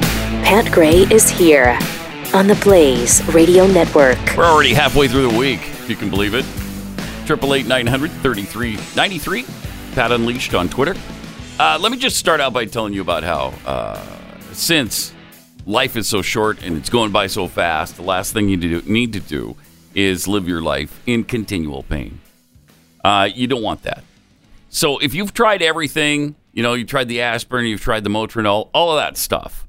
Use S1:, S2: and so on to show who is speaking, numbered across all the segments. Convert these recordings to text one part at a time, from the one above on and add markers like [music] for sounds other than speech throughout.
S1: Matt Gray is here on the Blaze Radio Network.
S2: We're already halfway through the week, if you can believe it. Triple eight nine hundred thirty three ninety three. Pat Unleashed on Twitter. Uh, let me just start out by telling you about how, uh, since life is so short and it's going by so fast, the last thing you do, need to do is live your life in continual pain. Uh, you don't want that. So if you've tried everything, you know, you tried the aspirin, you've tried the Motrinol, all of that stuff,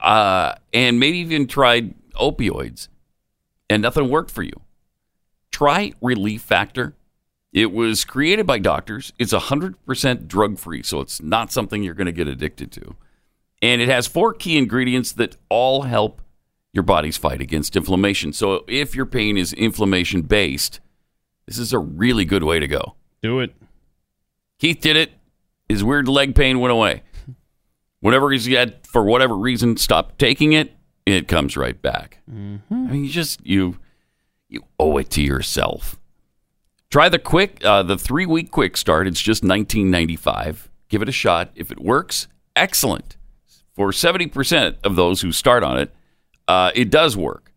S2: uh, and maybe even tried opioids, and nothing worked for you. Try Relief Factor. It was created by doctors. It's 100% drug free, so it's not something you're going to get addicted to. And it has four key ingredients that all help your body's fight against inflammation. So if your pain is inflammation based, this is a really good way to go.
S3: Do it.
S2: Keith did it. His weird leg pain went away. Whenever he's had, for whatever reason, stopped taking it, it comes right back. I mean, you just you you owe it to yourself. Try the quick, uh, the three week quick start. It's just nineteen ninety five. Give it a shot. If it works, excellent. For seventy percent of those who start on it, uh, it does work.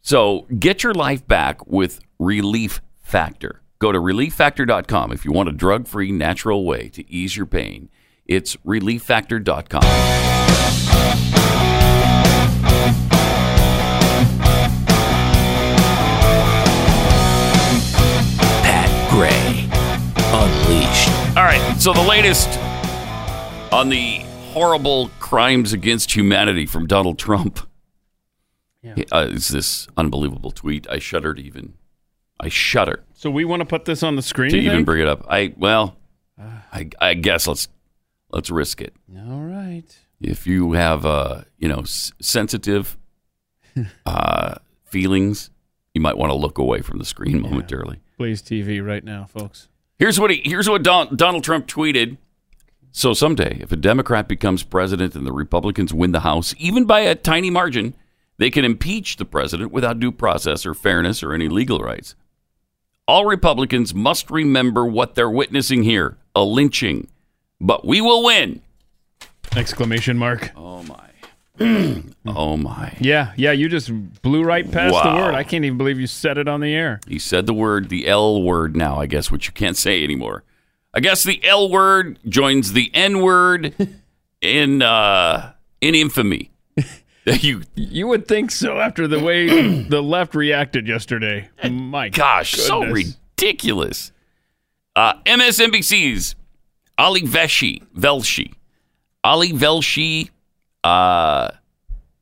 S2: So get your life back with Relief Factor. Go to relieffactor.com if you want a drug free, natural way to ease your pain. It's relieffactor.com.
S4: Pat Gray Unleashed.
S2: All right. So the latest on the horrible crimes against humanity from Donald Trump uh, is this unbelievable tweet. I shudder to even. I shudder
S3: So we want to put this on the screen.
S2: to
S3: you
S2: even
S3: think? Uh.
S2: bring it up. I well, I, I guess let's let's risk it.
S3: All right.
S2: If you have uh, you know s-
S3: [laughs]
S2: sensitive uh, feelings, you might want to look away from the screen momentarily.
S3: Blaze TV right now, folks.
S2: Here's what he, here's what Don, Donald Trump tweeted. So someday, if a Democrat becomes president and the Republicans win the House, even by a tiny margin, they can impeach the president without due process or fairness or any legal rights. All Republicans must remember what they're witnessing here: a lynching. But we will win.
S3: Exclamation mark.
S2: Oh my. [clears throat] oh my.
S3: Yeah, yeah. You just blew right past
S2: Wow.
S3: the word. I can't even believe you said it on the air.
S2: He said the word, the L word now, I guess, which you can't say anymore. I guess the L word joins the N word in uh, in infamy. you
S3: You would think so after the way [clears throat] the left reacted yesterday. My
S2: gosh, so
S3: goodness.
S2: ridiculous. Uh, MSNBC's Ali Veshi, Velshi, Ali Velshi, uh, [laughs]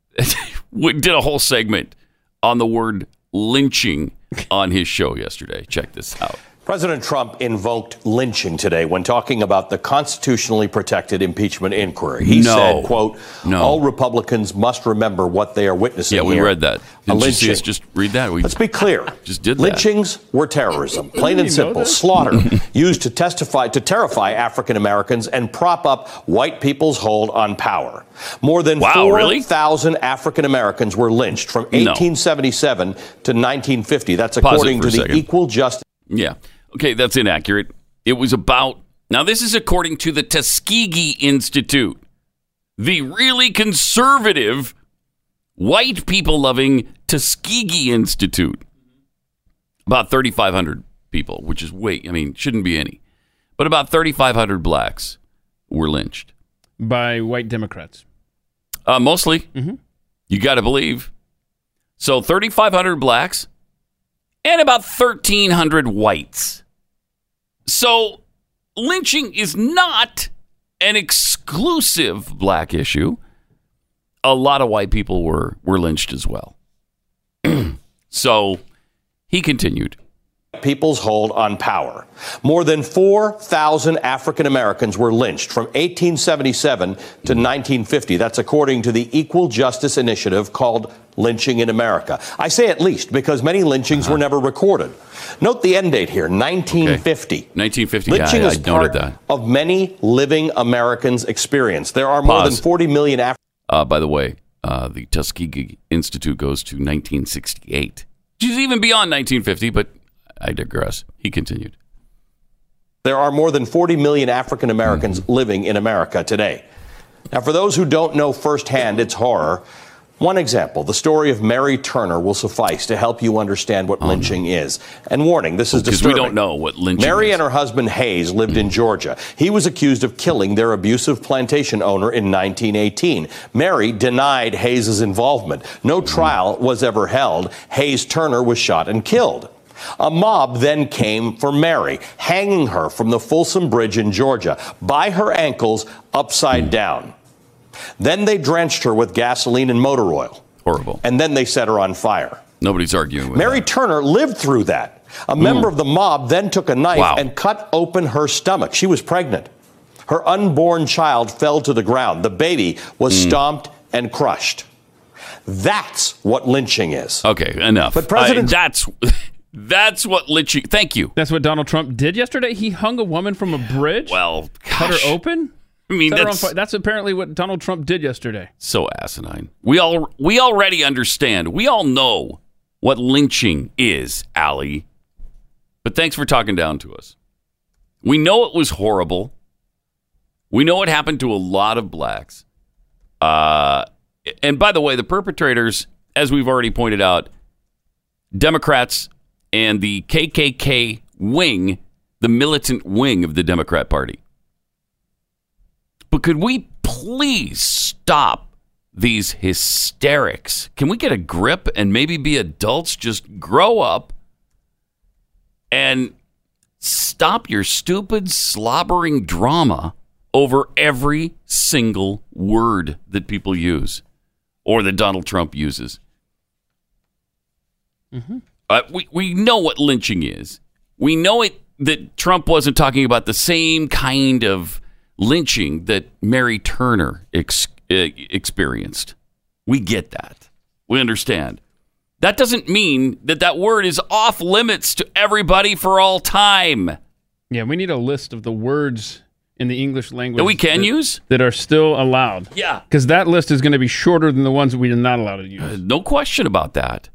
S2: we did a whole segment on the word lynching on his show yesterday. Check this out.
S5: President Trump invoked lynching today when talking about the constitutionally protected impeachment inquiry. He
S2: No.
S5: said, quote,
S2: No.
S5: all Republicans must remember what they are witnessing
S2: Yeah, we
S5: here."
S2: read that.
S5: A
S2: Didn't you see
S5: lynching.
S2: us just read that? We
S5: Let's be clear.
S2: [laughs] Just did that.
S5: Lynchings were terrorism, plain and
S3: You know
S5: simple.
S3: that?
S5: Slaughter
S3: [laughs]
S5: used to testify to terrify African Americans and prop up white people's hold on power. More than
S2: Wow, really?
S5: 4,000 African Americans were lynched from 1877 to 1950.
S2: Pause
S5: That's
S2: it
S5: according
S2: for
S5: to
S2: a
S5: the
S2: second.
S5: Equal Justice
S2: Yeah. Okay, that's inaccurate. It was about, now, this is according to the Tuskegee Institute, the really conservative, white people loving Tuskegee Institute. About 3,500 people, which is way, I mean, shouldn't be any, but about 3,500 blacks were lynched.
S3: By white Democrats.
S2: Uh, mostly.
S5: Mm-hmm.
S2: You got to believe. So 3,500 blacks and about 1,300 whites. So lynching is not an exclusive black issue. A lot of white people were, were lynched as well. [clears throat] so he continued.
S5: people's hold on power. More than 4,000 African Americans were lynched from 1877 to 1950. That's according to the Equal Justice Initiative called Lynching in America. I say at least because many lynchings
S2: Uh-huh.
S5: were never recorded. Note the end date here, 1950.
S2: 1950. Yeah,
S5: Lynching
S2: I, I
S5: is
S2: noted
S5: part
S2: that.
S5: of many living Americans' experience. There are more
S2: Pause.
S5: than 40 million African
S2: Uh, by the way, uh, the Tuskegee Institute goes to 1968, which is even beyond 1950, but I digress. He continued. Mm-hmm.
S5: There are more than 40 million African Americans living in America today. Now, for those who don't know firsthand its horror, one example, the story of Mary Turner will suffice to help you understand what lynching is. And warning, this is
S2: Because
S5: disturbing.
S2: Um, we don't know what lynching
S5: Mary
S2: is.
S5: and her husband Hayes lived in Georgia. He was accused of killing their abusive plantation owner in 1918. Mary denied Hayes's involvement. No trial was ever held. Hayes Turner was shot and killed. A mob then came for Mary, hanging her from the Folsom Bridge in Georgia by her ankles upside down. Then they drenched her with gasoline and motor oil,
S2: Horrible. And
S5: and then they set her on fire.
S2: nobody's arguing with
S5: Mary
S2: that. Mm.
S5: Turner lived through that. A member of the mob then took a knife
S2: Wow.
S5: and cut open her stomach. She was pregnant. Her unborn child fell to the ground. The baby was
S2: Mm.
S5: stomped and crushed. That's what lynching is.
S2: Okay, enough.
S5: But President-
S2: I- that's [laughs] that's what lynching. Thank you.
S3: That's what Donald Trump did yesterday. He hung a woman from a bridge,
S2: Well,
S3: cut
S2: gosh.
S3: her open.
S2: I mean,
S3: Set her on
S2: that's-
S3: fire. that's apparently what Donald Trump did yesterday.
S2: so asinine. We all we already understand. We all know what lynching is, Allie. But thanks for talking down to us. We know it was horrible. We know it happened to a lot of blacks. Uh, and by the way, the perpetrators, as we've already pointed out, Democrats and the KKK wing, the militant wing of the Democrat Party. But could we please stop these hysterics? Can we get a grip and maybe be adults? Just grow up and stop your stupid, slobbering drama over every single word that people use or that Donald Trump uses. Uh, we, we know what lynching is. We know it that Trump wasn't talking about the same kind of lynching that Mary Turner ex- uh, experienced. We get that. We understand. That doesn't mean that that word is off limits to everybody for all time.
S3: Yeah, we need a list of the words in the English language
S2: That we can use?
S3: that are still allowed.
S2: Yeah.
S3: Because that list is going to be shorter than the ones that we are not allowed to use.
S2: No question about that.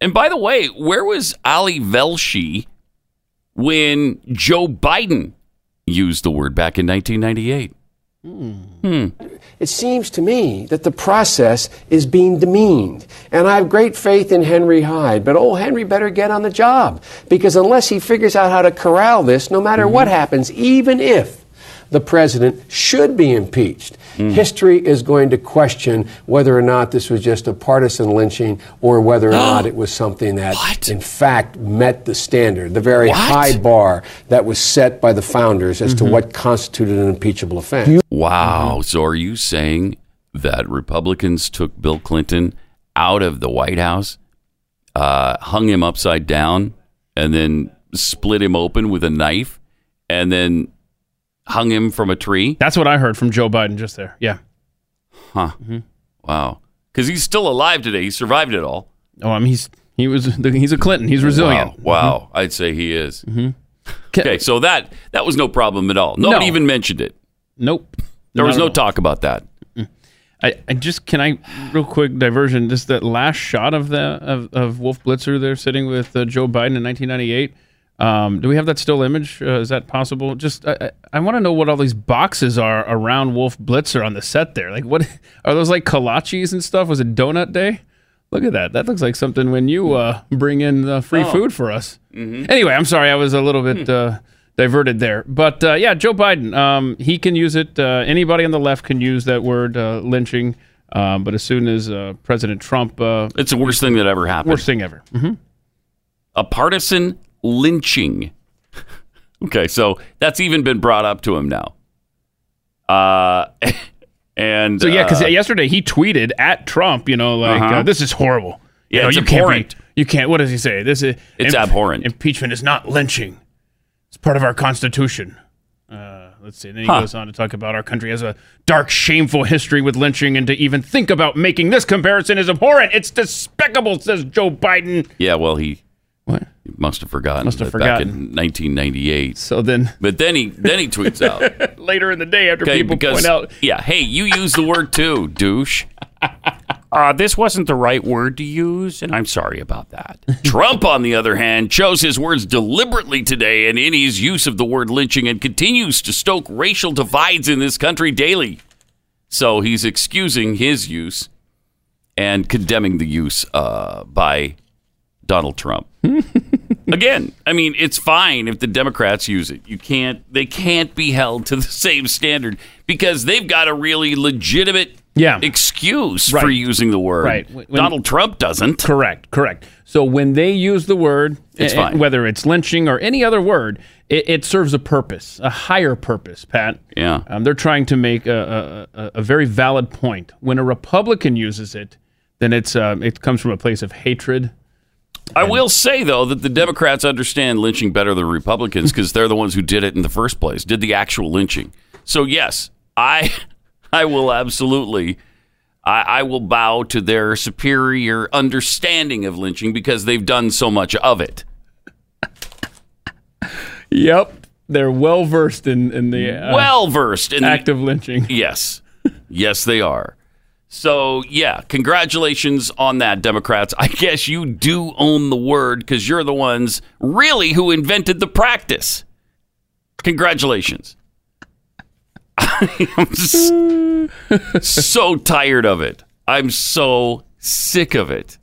S2: And by the way, where was Ali Velshi when Joe Biden used the word back in 1998?
S6: It seems to me that the process is being demeaned. And I have great faith in Henry Hyde, but old Henry better get on the job. Because unless he figures out how to corral this, no matter what
S2: Mm-hmm.
S6: happens, even if the president should be impeached,
S2: Mm.
S6: history is going to question whether or not this was just a partisan lynching
S2: [gasps]
S6: or whether or not it was something that,
S2: What?
S6: in fact, met the standard, the very
S2: What? Mm-hmm.
S6: high bar that was set by the founders as to what constituted an impeachable offense.
S2: Wow. So are you saying that Republicans took Bill Clinton out of the White House, uh, hung him upside down, and then split him open with a knife, and then hung him from a tree?
S3: That's what I heard from Joe Biden just there. Yeah.
S2: Wow. Because he's still alive today. He survived it all.
S3: Oh, I mean, he's he was he's a Clinton. He's resilient.
S2: Wow, wow. I'd say he is. [laughs] Okay, so that that was no problem at all. Nobody
S3: Mm-hmm. No.
S2: even mentioned it.
S3: Nope.
S2: There was
S3: Not
S2: no
S3: at all.
S2: talk about that.
S3: I, I just can I real quick diversion. Just that last shot of the of, of Wolf Blitzer there sitting with uh, Joe Biden in 1998. Um, do we have that still image? Uh, is that possible? Just I, I, I want to know what all these boxes are around Wolf Blitzer on the set there. Like what [laughs] are those like kolaches and stuff? Was it donut day? Look at that. That looks like something when you uh, bring in uh, free food for us. Anyway, I'm sorry. I was a little bit uh, diverted there. But uh, yeah, Joe Biden, um, he can use it. Uh, anybody on the left can use that word uh, lynching. Um, but as soon as uh, President Trump, uh,
S2: It's the worst thing that ever happened.
S3: worst thing ever. Mhm.
S2: A partisan lynching. [laughs] okay, so that's even been brought up to him now. Uh, [laughs] and
S3: So yeah, because
S2: uh,
S3: yesterday he tweeted at Trump, you know, like
S2: Uh-huh.
S3: uh, this is horrible.
S2: Yeah,
S3: you know,
S2: it's
S3: you can't be-
S2: abhorrent.
S3: you can't. What does he say? This is
S2: It's abhorrent.
S3: Impeachment is not lynching. It's part of our constitution. Uh, let's see. Then he
S2: Huh.
S3: goes on to talk about our country has a dark, shameful history with lynching, and to even think about making this comparison is abhorrent. It's despicable, says Joe Biden.
S2: yeah, well he
S3: What?
S2: must have forgotten.
S3: Must have
S2: that back in 1998.
S3: So then
S2: But then he then he tweets
S3: [laughs]
S2: out.
S3: later in the day, after
S2: Okay,
S3: people
S2: because
S3: point out,
S2: yeah, hey, you use the word too, douche. [laughs] Uh, this wasn't the right word to use, and I'm sorry about that. [laughs] Trump, on the other hand, chose his words deliberately today and in his use of the word lynching and continues to stoke racial divides in this country daily. So he's excusing his use and condemning the use uh, by
S3: [laughs]
S2: Donald Trump. Again, I mean, it's fine if the Democrats use it. You can't, they can't be held to the [laughs] same standard because they've got a really legitimate
S3: Yeah.
S2: excuse for
S3: Right.
S2: using the word.
S3: Right. When-
S2: Donald Trump doesn't.
S3: Correct, correct. So when they use the word,
S2: It's
S3: eh,
S2: fine.
S3: whether it's lynching or any other word, it, it serves a purpose, a higher purpose, Pat.
S2: Yeah.
S3: Um, they're trying to make a, a, a- a very valid point. When a Republican uses it, then it's um, it comes from a place of hatred.
S2: I will say, though, that the Democrats understand lynching better than Republicans because they're the ones who did it in the first place, did the actual lynching. So, yes, I, [laughs] I will absolutely, I, I will bow to their superior understanding of lynching because they've done so much of it.
S3: Yep. They're well versed in, in the uh,
S2: Well versed in the
S3: act of lynching.
S2: [laughs] Yes. Yes, they are. So, yeah, congratulations on that, Democrats. I guess you do own the word because you're the ones really who invented the practice. Congratulations. [laughs] I'm s- so tired of it. I'm so sick of it.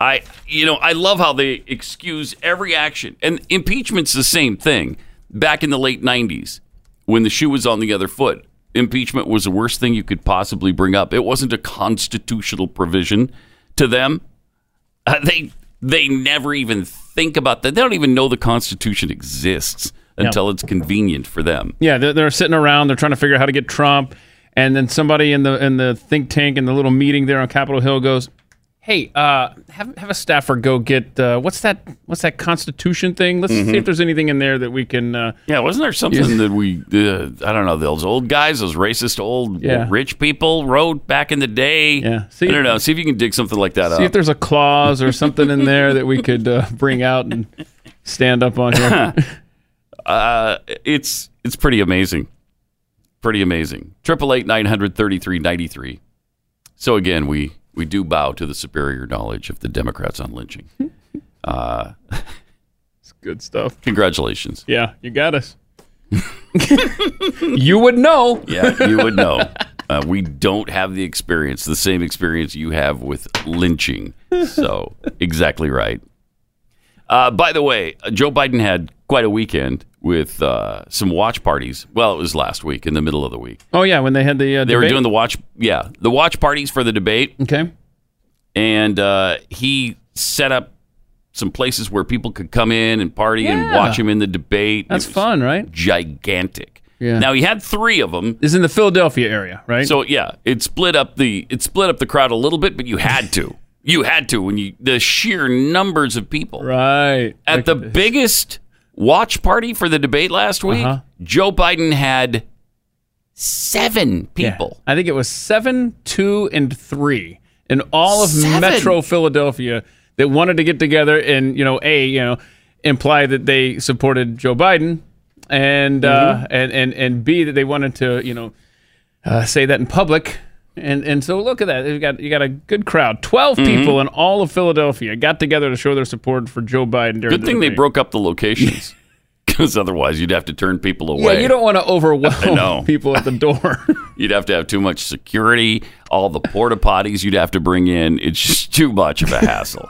S2: I, you know, I love how they excuse every action. And impeachment's the same thing. Back in the late 90s, when the shoe was on the other foot, impeachment was the worst thing you could possibly bring up. It wasn't a constitutional provision to them. Uh, they they never even think about that. They don't even know the Constitution exists until it's convenient for them.
S3: Yeah, they're, they're sitting around. They're trying to figure out how to get Trump, and then somebody in the in the think tank in the little meeting there on Capitol Hill goes, "Hey, uh, have have a staffer go get uh, what's that what's that Constitution thing? Let's see
S2: Mm-hmm.
S3: if there's anything in there that we can." Uh,
S2: Yeah, wasn't there something that we, uh, I don't know, those old guys, those racist old
S3: Yeah.
S2: rich people wrote back in the day?
S3: Yeah. See
S2: I don't
S3: if-
S2: know. See if you can dig something like that
S3: See if
S2: up.
S3: there's a clause or something in there that we could uh, bring out and stand up on here.
S2: [laughs] Uh, It's it's pretty amazing, pretty amazing. Triple eight nine hundred thirty three ninety three. So again, we we do bow to the superior knowledge of the Democrats on lynching.
S3: It's good stuff.
S2: Congratulations.
S3: Yeah, you got
S2: [laughs]
S3: us. you would know.
S2: Yeah, you would know. Uh, we don't have the experience, the same experience you have with lynching. So, exactly right. Uh, by the way, Joe Biden had quite a weekend with uh, some watch parties. Well, it was last week in the middle of the week.
S3: Oh yeah, when they had the uh,
S2: They were doing the watch, yeah, the watch parties for the debate,
S3: okay.
S2: and uh, he set up some places where people could come in and party and watch him in the debate.
S3: That's
S2: It was
S3: fun, right?
S2: Gigantic.
S3: Yeah.
S2: Now he had three of them.
S3: This is in the Philadelphia area, right?
S2: So yeah, it split up the it split up the crowd a little bit, but you had to. You had to when you the sheer numbers of people
S3: right
S2: at the biggest watch party for the debate last week.
S3: Uh-huh.
S2: Joe Biden had seven people.
S3: I think it was seven, two, and three in all of
S2: Seven.
S3: Metro Philadelphia that wanted to get together and you know a you know imply that they supported Joe Biden and
S2: Mm-hmm.
S3: uh, and and and b that they wanted to you know uh, say that in public. And and so look at that. You got you got a good crowd. 12
S2: Mm-hmm.
S3: people in all of Philadelphia got together to show their support for Joe Biden. During
S2: Good
S3: the
S2: thing they
S3: debate.
S2: broke up
S3: [laughs]
S2: the locations because otherwise you'd have to turn people
S3: Yeah,
S2: away.
S3: you don't
S2: [laughs]
S3: want to
S2: know.
S3: overwhelm [laughs] people at the
S2: [laughs]
S3: door.
S2: You'd have to have too much security. All the porta potties you'd have to bring in. It's just too much of a
S3: [laughs]
S2: hassle.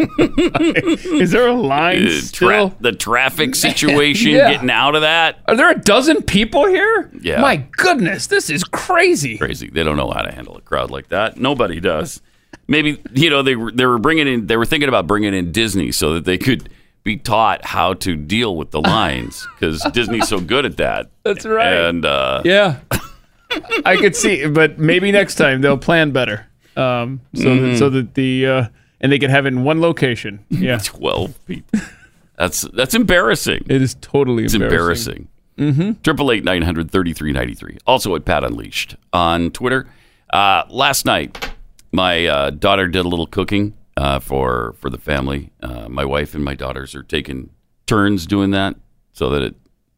S3: Is there a line
S2: Uh,
S3: still?
S2: tra-
S3: [laughs]
S2: the traffic situation,
S3: Yeah.
S2: getting out of that.
S3: Are there a dozen people here?
S2: Yeah.
S3: My goodness, this is crazy.
S2: crazy. They don't know how to handle a crowd like that. Nobody does. Maybe you know they were they were bringing in they were thinking about bringing in Disney so that they could be taught how to deal
S3: [laughs]
S2: with the lines because Disney's so good at that.
S3: That's right.
S2: And uh,
S3: Yeah. [laughs] I could see, but maybe next time they'll plan better. Um, so that, so that the uh, and they can have it in one location. Yeah.
S2: twelve people. That's that's embarrassing.
S3: [laughs] It is totally
S2: It's
S3: embarrassing.
S2: embarrassing.
S3: Mm-hmm.
S2: Triple eight nine hundred thirty three ninety three. Also at Pat Unleashed on Twitter. Uh, last night, my uh, daughter did a little cooking uh, for for the family. Uh, my wife and my daughters are taking turns doing that, so that it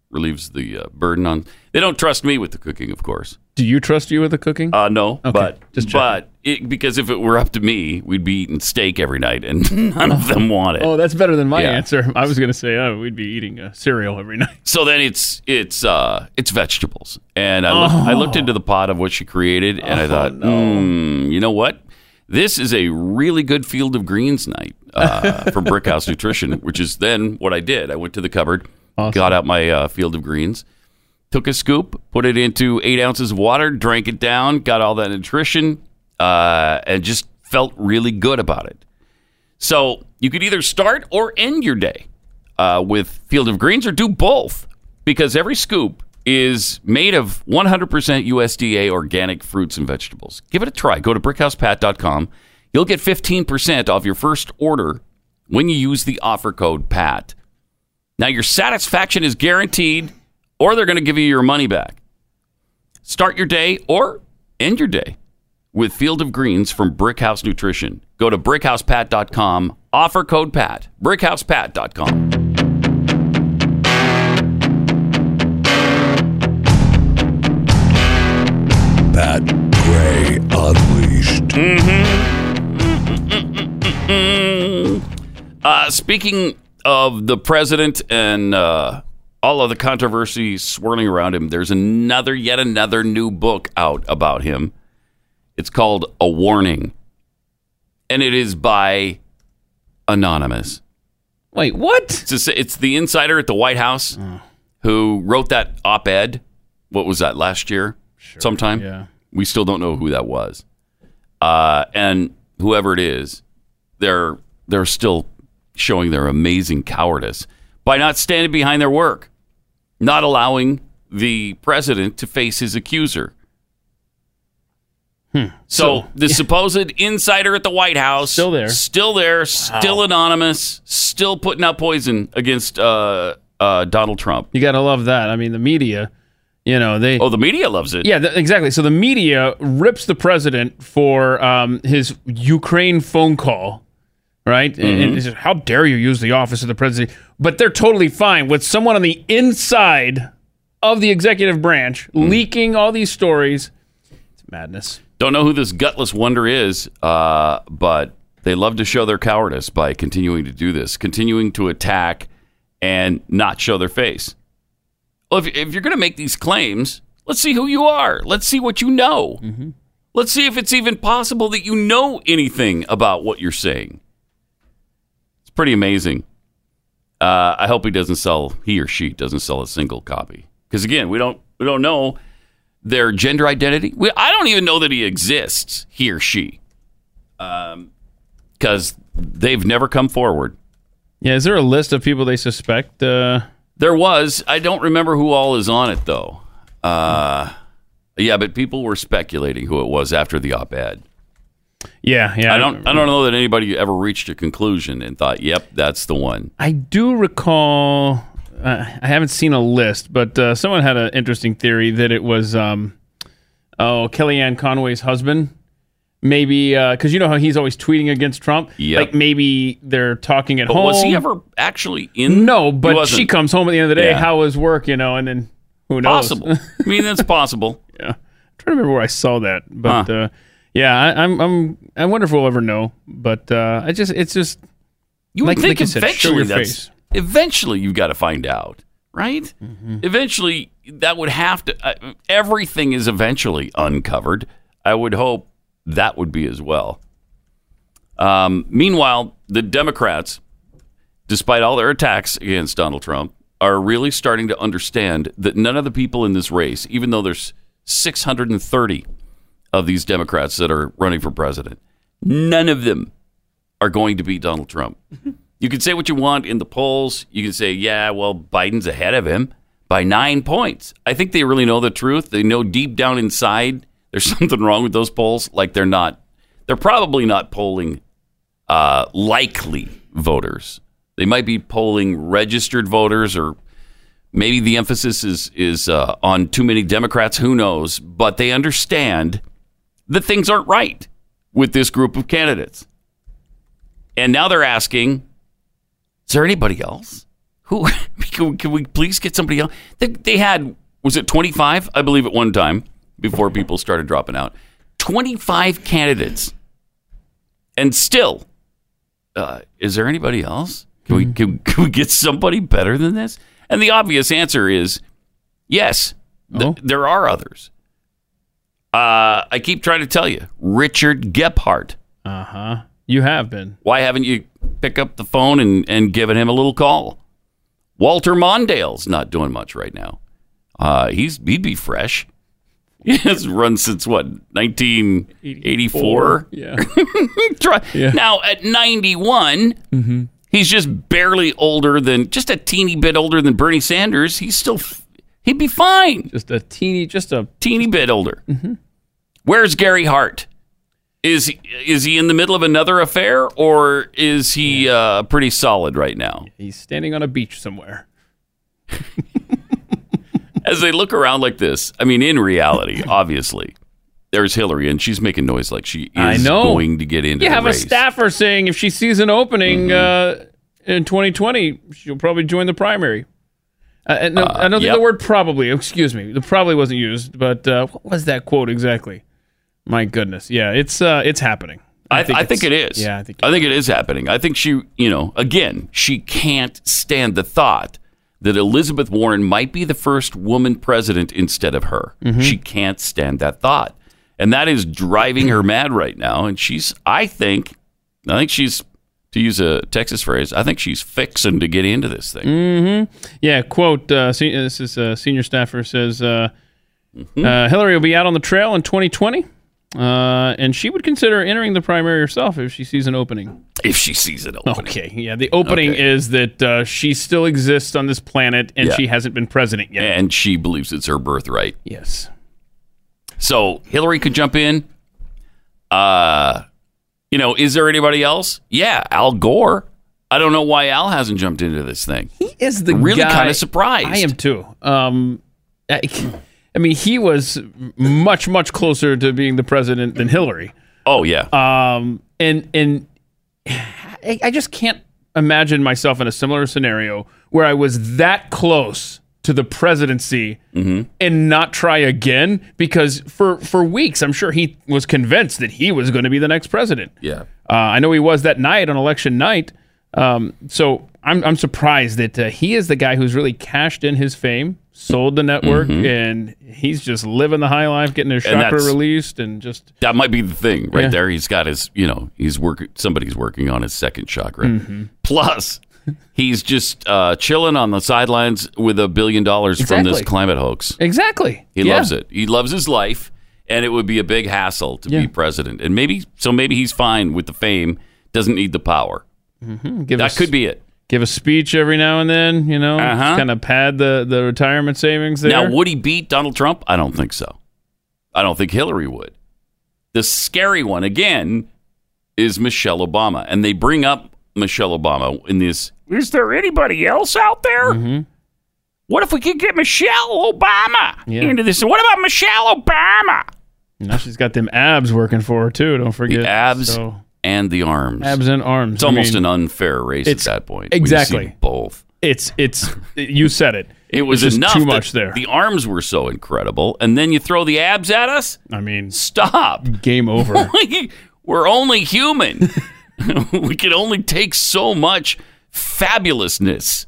S2: relieves the uh, burden on. They don't trust me with the cooking, of course.
S3: Do you trust you with the cooking?
S2: Uh, no, but
S3: just checking.
S2: but It, because if it were up to me, we'd be eating steak every night, and [laughs] none of them want it.
S3: Oh, that's better than my
S2: Yeah.
S3: answer. [laughs] I was going to say, oh, we'd be eating uh, cereal every [laughs] night.
S2: So then it's it's uh it's vegetables, and I looked, I looked into the pot of what she created, and I thought, "Hmm, you know what, this is a really good field of greens night uh, from Brickhouse Nutrition, which is then what I did. I went to the cupboard, got out my uh, field of greens, took a scoop, put it into eight ounces of water, drank it down, got all that nutrition, uh, and just felt really good about it. So you could either start or end your day uh, with Field of Greens or do both because every scoop is made of 100% USDA organic fruits and vegetables. Give it a try. Go to brickhousepat.com. You'll get 15% off your first order when you use the offer code PAT. Now, your satisfaction is guaranteed, or they're going to give you your money back. Start your day or end your day with Field of Greens from Brickhouse Nutrition. Go to brickhousepat.com, offer code PAT, brickhousepat.com.
S4: Pat Gray Unleashed.
S2: Uh, speaking of the president and uh, all of the controversy swirling around him, there's another, yet another new book out about him. It's called A Warning, and it is by Anonymous.
S3: Wait, what?
S2: It's, a, it's the insider at the White House who wrote that op ed. What was that last year? Sometime?
S3: Yeah.
S2: We still don't know who that was. Uh, and whoever it is, they're, they're still showing their amazing cowardice by not standing behind their work, not allowing the president to face his accuser.
S3: Hmm.
S2: So, the supposed insider at the White House
S3: Still there.
S2: still there, still anonymous, still putting out poison against uh, uh, Donald Trump.
S3: You got to love that. I mean, the media, you know, they.
S2: Oh, the media loves it.
S3: Yeah, th- exactly. So the media rips the president for um, his Ukraine phone call, right? And- And it's just, how dare you use the office of the president? But they're totally fine with someone on the inside of the executive branch leaking all these stories. It's madness.
S2: Don't know who this gutless wonder is, uh, but they love to show their cowardice by continuing to do this, continuing to attack and not show their face. Well, if, if you're going to make these claims, let's see who you are. Let's see what you know. Let's see if it's even possible that you know anything about what you're saying. It's pretty amazing. Uh, I hope he doesn't sell he or she doesn't sell a single copy because again, we don't we don't know their gender identity. We, I don't even know that he exists, he or she, because they've never come forward.
S3: Yeah, is there a list of people they suspect? Uh,
S2: There was, I don't remember who all is on it though. Uh, yeah, but people were speculating who it was after the op-ed.
S3: yeah, yeah.
S2: I don't, I don't know that anybody ever reached a conclusion and thought, "Yep, that's the one."
S3: I do recall. Uh, I haven't seen a list, but uh, someone had an interesting theory that it was, um, oh, Kellyanne Conway's husband. Maybe because you know how he's always tweeting against Trump.
S2: Yep.
S3: Like maybe they're talking at
S2: But
S3: home.
S2: was he ever actually in?
S3: No,
S2: He
S3: but
S2: wasn't.
S3: she comes home at the end of the day.
S2: Yeah.
S3: How was work? You know, and then who knows? [laughs]
S2: Possible. I mean, that's possible.
S3: yeah. I'm trying to remember where I saw that, but
S2: Huh.
S3: uh, yeah, I, I'm, I'm, I wonder if we'll ever know. But uh, I just, it's just,
S2: You would
S3: Like- like
S2: think
S3: you said, show
S2: eventually
S3: your
S2: that's
S3: face.
S2: eventually you've got to find out, right?
S3: Mm-hmm.
S2: Eventually, that would have to. Uh, everything is eventually uncovered. I would hope that would be as well. Um, meanwhile, the Democrats, despite all their attacks against Donald Trump, are really starting to understand that none of the people in this race, even though there's 630 of these Democrats that are running for president, none of them are going to be Donald Trump. You can say what you want in the polls. You can say, yeah, well, Biden's ahead of him by nine points. I think they really know the truth. They know deep down inside there's [laughs] something wrong with those polls. Like they're not, they're probably not polling uh, likely voters. They might be polling registered voters, or maybe the emphasis is is uh, on too many Democrats. Who knows? But they understand that things aren't right with this group of candidates. And now they're asking, is there anybody else? Who [laughs] can, can we please get somebody else? They, they had was it 25? I believe at one time before people started dropping out. 25 candidates, and still, uh, is there anybody else? Can we can, [laughs] can we get somebody better than this? And the obvious answer is yes. Th-
S3: Oh.
S2: There are others. Uh, I keep trying to tell you, Richard Gephardt.
S3: Uh huh. You have been.
S2: Why haven't you picked up the phone and, and given him a little call? Walter Mondale's not doing much right now. Uh, he's he'd be fresh. [laughs] He has run since what 1984.
S3: Yeah.
S2: Try-
S3: Yeah.
S2: Now at 91, he's just barely older than just a teeny bit older than Bernie Sanders. He's still f- he'd be fine
S3: just a teeny, just a
S2: teeny bit older.
S3: Mm-hmm.
S2: Where's Gary Hart? Is is he in the middle of another affair, or is he uh, pretty solid right now?
S3: he's standing on a beach somewhere.
S2: As they look around like this, I mean,
S3: [laughs]
S2: in reality, obviously, there's Hillary, and she's making noise like she is
S3: I know.
S2: going to get into
S3: You
S2: the
S3: have
S2: race.
S3: a staffer saying if she sees an opening
S2: Mm-hmm.
S3: uh, in 2020, she'll probably join the primary. Uh, and no, I don't think
S2: yep.
S3: the word probably, excuse me, the probably wasn't used, but uh, what was that quote exactly? My goodness. Yeah, it's uh, it's happening.
S2: I, I think it
S3: it's-
S2: is.
S3: Yeah, I think
S2: I think it is happening. I think she, you know, again, she can't stand the thought that Elizabeth Warren might be the first woman president instead of her.
S3: Mm-hmm.
S2: She can't stand that thought, and that is driving her mad right now. And she's, I think, I think she's, to use a Texas phrase, I think she's fixing to get into this thing.
S3: Mm. Yeah, quote. Uh, se- this is a senior staffer says uh,
S2: Mm-hmm.
S3: uh, Hillary will be out on the trail in 2020, uh, and she would consider entering the primary herself if she sees an opening.
S2: If she sees it opening,
S3: Okay, yeah. The opening
S2: Okay.
S3: is that uh, she still exists on this planet and
S2: Yeah.
S3: she hasn't been president yet.
S2: and she believes it's her birthright.
S3: Yes.
S2: So Hillary could jump in. Uh, you know, is there anybody else? Yeah, Al Gore. I don't know why Al hasn't jumped into this thing.
S3: He is the
S2: Really
S3: guy-
S2: kinda surprised.
S3: I am too. Um, I, I mean, he was much much closer to being the president than Hillary.
S2: Oh yeah,
S3: um, and and I, I just can't imagine myself in a similar scenario where I was that close to the presidency
S2: Mm-hmm.
S3: and not try again because for for weeks I'm sure he was convinced that he was going to be the next president.
S2: yeah.
S3: Uh, I know he was that night on election night. Um, so I'm, I'm surprised that uh, he is the guy who's really cashed in his fame, sold the network, and he's just living the high life, getting his
S2: Mm-hmm. And
S3: chakra
S2: that's-
S3: released, and just
S2: That might be the thing right
S3: Yeah.
S2: there. He's got his, you know, he's working. Somebody's working on his second chakra.
S3: Mm-hmm.
S2: Plus, he's just uh, chilling on the sidelines with a billion dollars from this
S3: Exactly.
S2: climate hoax.
S3: exactly.
S2: He
S3: Yeah.
S2: loves it. He loves his life, and it would be a big hassle to
S3: Yeah.
S2: be president. And maybe so. Maybe he's fine with the fame. Doesn't need the power.
S3: Give
S2: That
S3: us-
S2: could be it.
S3: give a speech every now and then, you know,
S2: Uh-huh.
S3: kind of pad the, the retirement savings there.
S2: Now, would he beat Donald Trump? I don't think so. I don't think Hillary would. The scary one, again, is Michelle Obama. And they bring up Michelle Obama in this Is there anybody else out there?
S3: Mm-hmm.
S2: What if we could get Michelle Obama
S3: Yeah.
S2: into this? What about Michelle Obama?
S3: Now she's got them abs working for her too. Don't forget
S2: The abs
S3: So,
S2: and the arms.
S3: abs and arms.
S2: It's almost an unfair race at
S3: it's-
S2: that point. when you see
S3: exactly.
S2: both.
S3: It's it's you said it.
S2: [laughs] It was
S3: It's just
S2: enough
S3: too
S2: that
S3: much there.
S2: The arms were so incredible, and then you throw the abs at us.
S3: I mean,
S2: Stop.
S3: game
S2: [laughs]
S3: over.
S2: We're only human. [laughs] we can only take so much
S3: [laughs]
S2: fabulousness.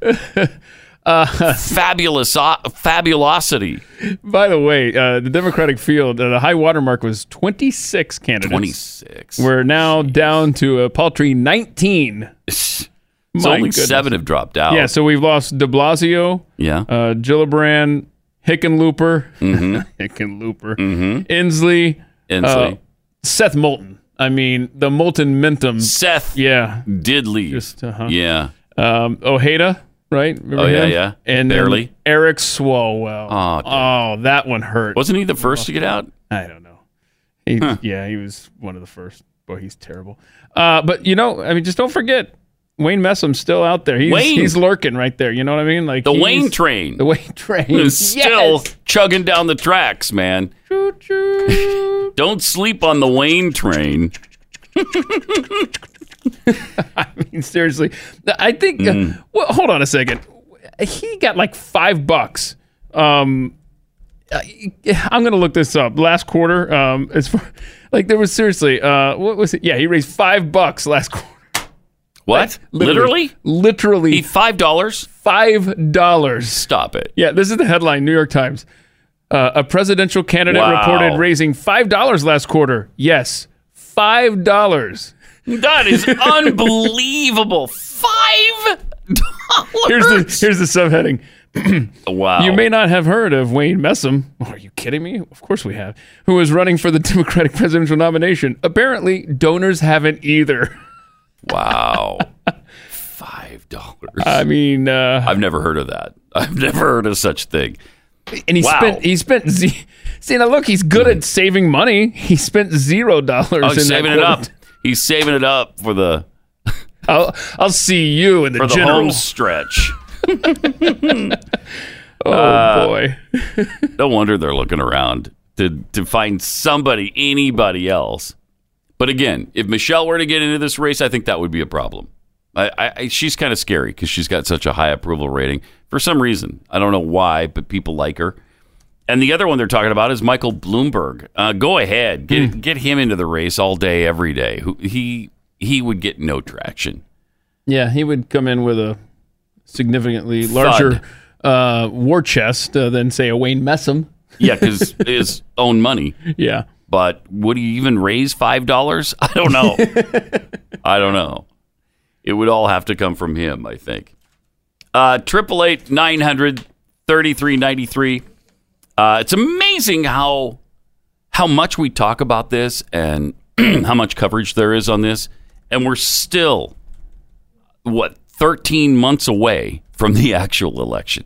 S2: Uh, Fabulous, uh, fabulosity.
S3: By the way, uh, the Democratic field, uh, the high watermark was 26 candidates.
S2: 26.
S3: We're now down to a paltry 19.
S2: it's
S3: My
S2: only
S3: goodness.
S2: seven have dropped out.
S3: Yeah, so we've lost De Blasio,
S2: Yeah.
S3: uh, Gillibrand, Hickenlooper,
S2: Mm-hmm.
S3: [laughs] Hickenlooper, Inslee,
S2: Inslee.
S3: uh, Seth Moulton. I mean, the Moulton Mentum.
S2: Seth
S3: Yeah.
S2: did leave.
S3: Just, uh-huh.
S2: Yeah.
S3: Um, Ojeda, right? Remember
S2: Mm-hmm. Oh, yeah,
S3: him?
S2: yeah.
S3: And then
S2: Barely.
S3: Eric Swalwell.
S2: Aw,
S3: Oh, that one hurt.
S2: Wasn't he the first to get out?
S3: I don't know. He, Yeah, he was one of the first. Boy, he's terrible. Uh, but, you know, I mean, just don't forget Wayne Messum's still out there. He's,
S2: Wayne.
S3: he's lurking right there. You know what I mean? Like
S2: The
S3: he's-
S2: Wayne train
S3: The Wayne train.
S2: is [laughs] still
S3: Yes.
S2: chugging down the tracks, man.
S3: Choo-choo.
S2: Don't sleep on the Wayne train.
S3: [laughs] Seriously, I think.
S2: Mm.
S3: Uh, well, hold on a second. He got like five bucks. Um, I'm gonna look this up. Last quarter, um, as far, [laughs] like there was seriously, uh, what was it? Yeah, he raised five bucks last quarter. [laughs]
S2: What? Literally?
S3: literally
S2: Eat five dollars?
S3: five dollars.
S2: Stop it.
S3: Yeah, this is the headline: New York Times. Uh, a presidential candidate
S2: Wow.
S3: reported raising five dollars last quarter. Yes, five dollars.
S2: That [laughs] is unbelievable. Five dollars.
S3: Here's the here's the subheading.
S2: [laughs] wow.
S3: You may not have heard of Wayne Messam. [laughs] Oh, are you kidding me? Of course we have. Who is running for the [laughs] Democratic presidential nomination? Apparently, donors haven't either. [laughs]
S2: wow. [laughs] Five dollars.
S3: I mean, uh,
S2: I've never heard of that. I've never heard of such thing.
S3: and he
S2: wow.
S3: spent he spent z- see now look he's good at saving money. He spent zero dollars.
S2: Oh,
S3: in
S2: he's
S3: that
S2: saving it
S3: quarter.
S2: up. He's saving it up for the
S3: I'll, I'll see you in the,
S2: for the
S3: general.
S2: home stretch.
S3: Oh
S2: uh,
S3: boy.
S2: No wonder they're looking around to to find somebody, anybody else. But again, if Michelle were to get into this race, I think that would be a problem. I, I, I she's kind of scary because she's got such a high approval rating for some reason. I don't know why, but people like her. And the other one they're talking about is Michael Bloomberg. Uh, go ahead, get get him into the race all day, every day. Who- He he would get no traction.
S3: Yeah, he would come in with a significantly larger uh, war chest uh, than say a Wayne Messam.
S2: Yeah, because his own money.
S3: Yeah.
S2: but would he even raise five dollars? [laughs] I don't know. I don't know. It would all have to come from him, I think. Uh, Triple eight nine hundred thirty three ninety three. It's amazing how how much we talk about this and [clears throat] how much coverage there is on this, and we're still what thirteen months away from the [laughs] actual election.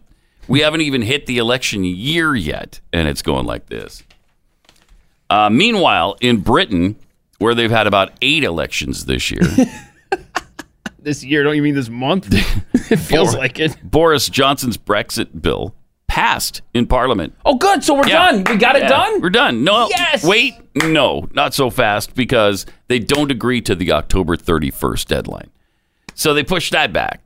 S2: We haven't even hit the election year yet, and it's going like this. Uh, meanwhile, in Britain, where they've had about eight elections
S3: [laughs]
S2: this year,
S3: This year, don't you mean this month? [laughs] it feels
S2: Four.
S3: like it.
S2: Boris Johnson's Brexit bill passed in Parliament.
S3: Oh, good. So we're
S2: Yeah.
S3: done. We got it
S2: Yeah,
S3: done.
S2: We're done. No.
S3: Yes!
S2: Wait. No, not so fast because they don't agree to the October 31st deadline. So they pushed that back.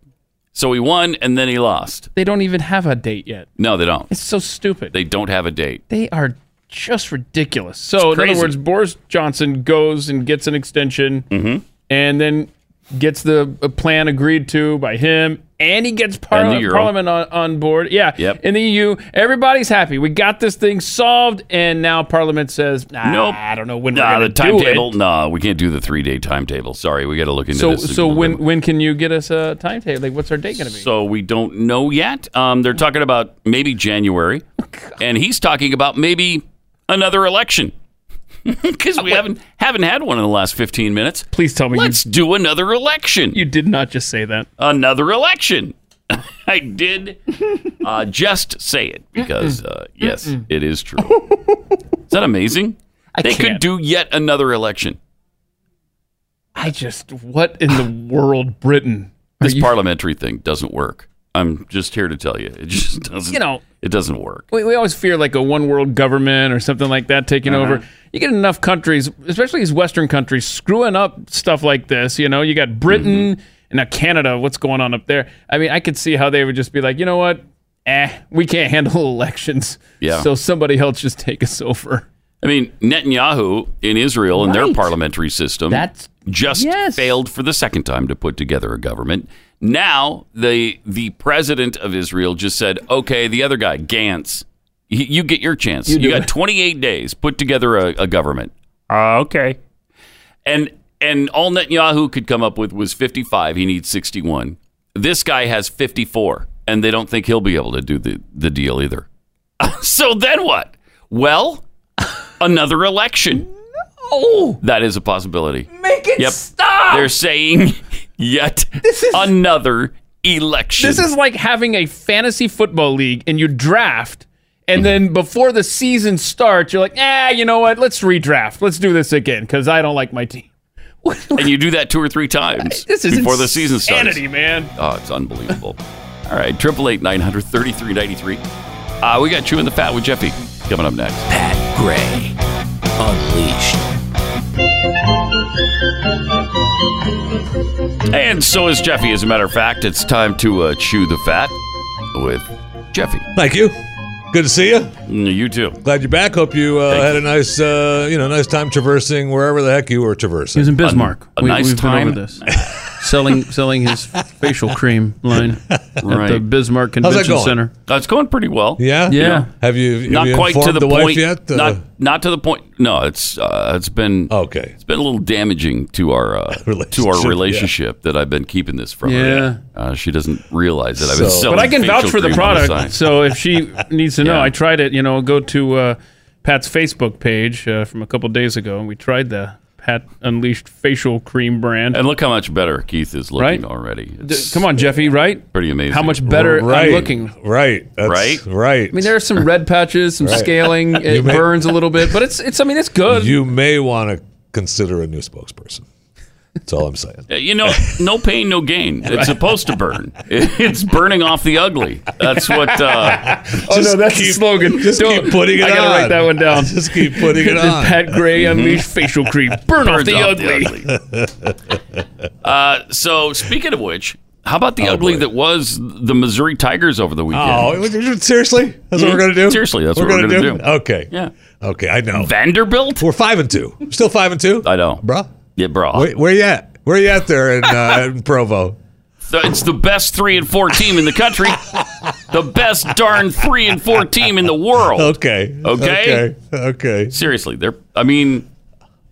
S2: So he won and then he lost.
S3: they don't even have a date yet.
S2: No, they don't.
S3: It's so stupid.
S2: They don't have a date.
S3: They are just ridiculous. So,
S2: It's
S3: in other
S2: crazy.
S3: words, Boris Johnson goes and gets an extension
S2: Mm-hmm.
S3: and then gets the a plan agreed to by him and he gets
S2: And the
S3: parli-
S2: euro.
S3: Parliament on, on board. Yeah.
S2: Yep.
S3: In the EU, everybody's happy. We got this thing solved. And now Parliament says, nah,
S2: Nope.
S3: I don't know when
S2: Nah,
S3: we're going to
S2: the
S3: do it.
S2: timetable. Nah, we can't do the three day timetable. Sorry, we got to look into
S3: So,
S2: this.
S3: so when, when can you get us a timetable? Like, what's our date going to be?
S2: So we don't know yet. Um, they're talking about
S3: [laughs]
S2: maybe January, and he's talking about maybe another election [laughs] because we haven't haven't had one in the last fifteen minutes.
S3: Please tell me you,
S2: Let's do another election.
S3: you did not just say that.
S2: Another election. [laughs] I did uh, just say it because uh, yes, it is true. Is that amazing? they could
S3: can't.
S2: do yet another election.
S3: I just, what in the world, Britain? Are
S2: This
S3: you-
S2: parliamentary thing doesn't work. I'm just here to tell you, it just [laughs] doesn't.
S3: You know-
S2: it doesn't work.
S3: we, we always fear like a one world government or something like that taking over. You get enough countries, especially these Western countries, screwing up stuff like this. You know, you got Britain and now Canada. What's going on up there? I mean, I could see how they would just be like, you know what? Eh, we can't handle [laughs] elections.
S2: Yeah.
S3: So somebody else just take us over.
S2: I mean, Netanyahu in Israel and their
S3: Right.
S2: parliamentary system
S3: That's-
S2: just
S3: yes.
S2: failed for the second time to put together a government. Now the the president of Israel just said, "Okay, the other guy, Gantz, y- you get your chance. You,
S3: do
S2: got
S3: it."
S2: 28 days put together a, a government." Uh, okay. And and all Netanyahu could come up with was 55. He needs 61. This guy has 54, and they don't think he'll be able to do the the deal either. [laughs] so then what? Well, another election.
S3: Oh,
S2: That is a possibility.
S3: make it
S2: Yep.
S3: stop!
S2: They're saying yet another election.
S3: This is like having a fantasy football league and you draft,
S2: Mm-hmm.
S3: and then before the season starts, you're like, ah, you know what? Let's redraft. Let's do this again because I don't like my team. [laughs]
S2: and you do that two or three times
S3: This is
S2: before the season starts.
S3: insanity, man.
S2: Oh, it's unbelievable. All right, triple eight nine hundred thirty three ninety three. Uh, we got chewing the fat with Jeffy coming up next.
S4: Pat Gray Unleashed.
S2: And so is Jeffy. As a matter of fact, it's time to uh, chew the fat with Jeffy.
S4: Thank you.
S7: Good to see you.
S2: Mm, You too.
S7: Glad you're back. Hope you uh,
S2: Thank
S7: had
S2: you.
S7: a nice, uh, you know, nice time traversing wherever the heck you were
S3: He
S7: traversing.
S3: was in Bismarck.
S2: A nice
S3: we've
S2: time.
S3: Been over this. selling selling
S2: [laughs]
S3: his facial cream line at the
S2: Right.
S3: Bismarck
S7: that
S3: Convention
S7: going?
S3: Center.
S2: That's going pretty well.
S7: Yeah.
S3: Yeah.
S7: Have you have
S2: Not
S7: you
S2: quite to
S7: informed
S2: the,
S7: wife
S2: point
S7: yet? Uh,
S2: Not not to the point. No, it's uh, it's been
S7: okay.
S2: it's been a little damaging to
S7: [laughs]
S2: our uh, to
S7: Relationship,
S2: our
S7: yeah.
S2: relationship that I've been keeping this from
S3: Yeah.
S2: her. Uh, she doesn't realize that I've been
S7: So-
S2: selling
S3: But I can vouch
S2: facial
S3: for the
S2: cream on
S3: product.
S2: side.
S3: So if
S2: [laughs]
S3: she needs to know,
S2: Yeah.
S3: I tried it. You know, go to uh, Pat's Facebook page uh, from a couple days ago, and we tried the Pat Unleashed facial cream brand.
S2: and look how much better Keith is looking
S3: Right?
S2: already.
S3: D-
S2: It's
S3: Come on, Jeffy. Right?
S2: pretty amazing.
S3: How much better
S7: right.
S3: I'm looking? I
S7: Right. That's
S2: Right?
S7: Right.
S3: mean, there are some red patches,
S7: [laughs]
S3: some scaling. It
S7: may-
S3: burns a little bit, but it's it's. I mean, it's good.
S7: you may want to consider a new spokesperson. That's all I'm
S2: [laughs]
S7: saying.
S2: Uh, You know, no pain, no
S3: [laughs]
S2: gain. It's supposed to burn. It's burning off the ugly. That's what. Uh,
S7: oh
S3: no, that's the slogan.
S7: Just
S3: Don't-
S7: keep putting it
S3: I gotta
S7: on.
S3: write that one
S7: [laughs]
S3: down.
S7: Just keep putting
S3: [laughs]
S7: it
S3: The
S7: on. Mm-hmm.
S3: Pat Gray unleashed facial cream. Burn off
S2: burns
S3: the
S2: off
S3: [laughs] ugly.
S2: ugly. [laughs] uh, so, speaking of which, how about the
S7: Oh,
S2: ugly
S7: boy.
S2: that was the Missouri Tigers over the weekend?
S7: Oh, seriously? That's what we're gonna do?
S2: Seriously, that's what we're
S7: gonna
S2: gonna do.
S7: Okay.
S2: Yeah.
S7: Okay, I know.
S2: Vanderbilt?
S7: We're five and two. Still five and two.
S2: I know.
S7: Bruh.
S2: Yeah, bro.
S7: Wait, where you at? Where you at there in, uh, in Provo?
S2: So It's the best three and four team in the country. the best darn three and four team in the world.
S7: [laughs] Okay.
S2: Okay.
S7: Okay. Okay.
S2: Seriously, they're. I mean,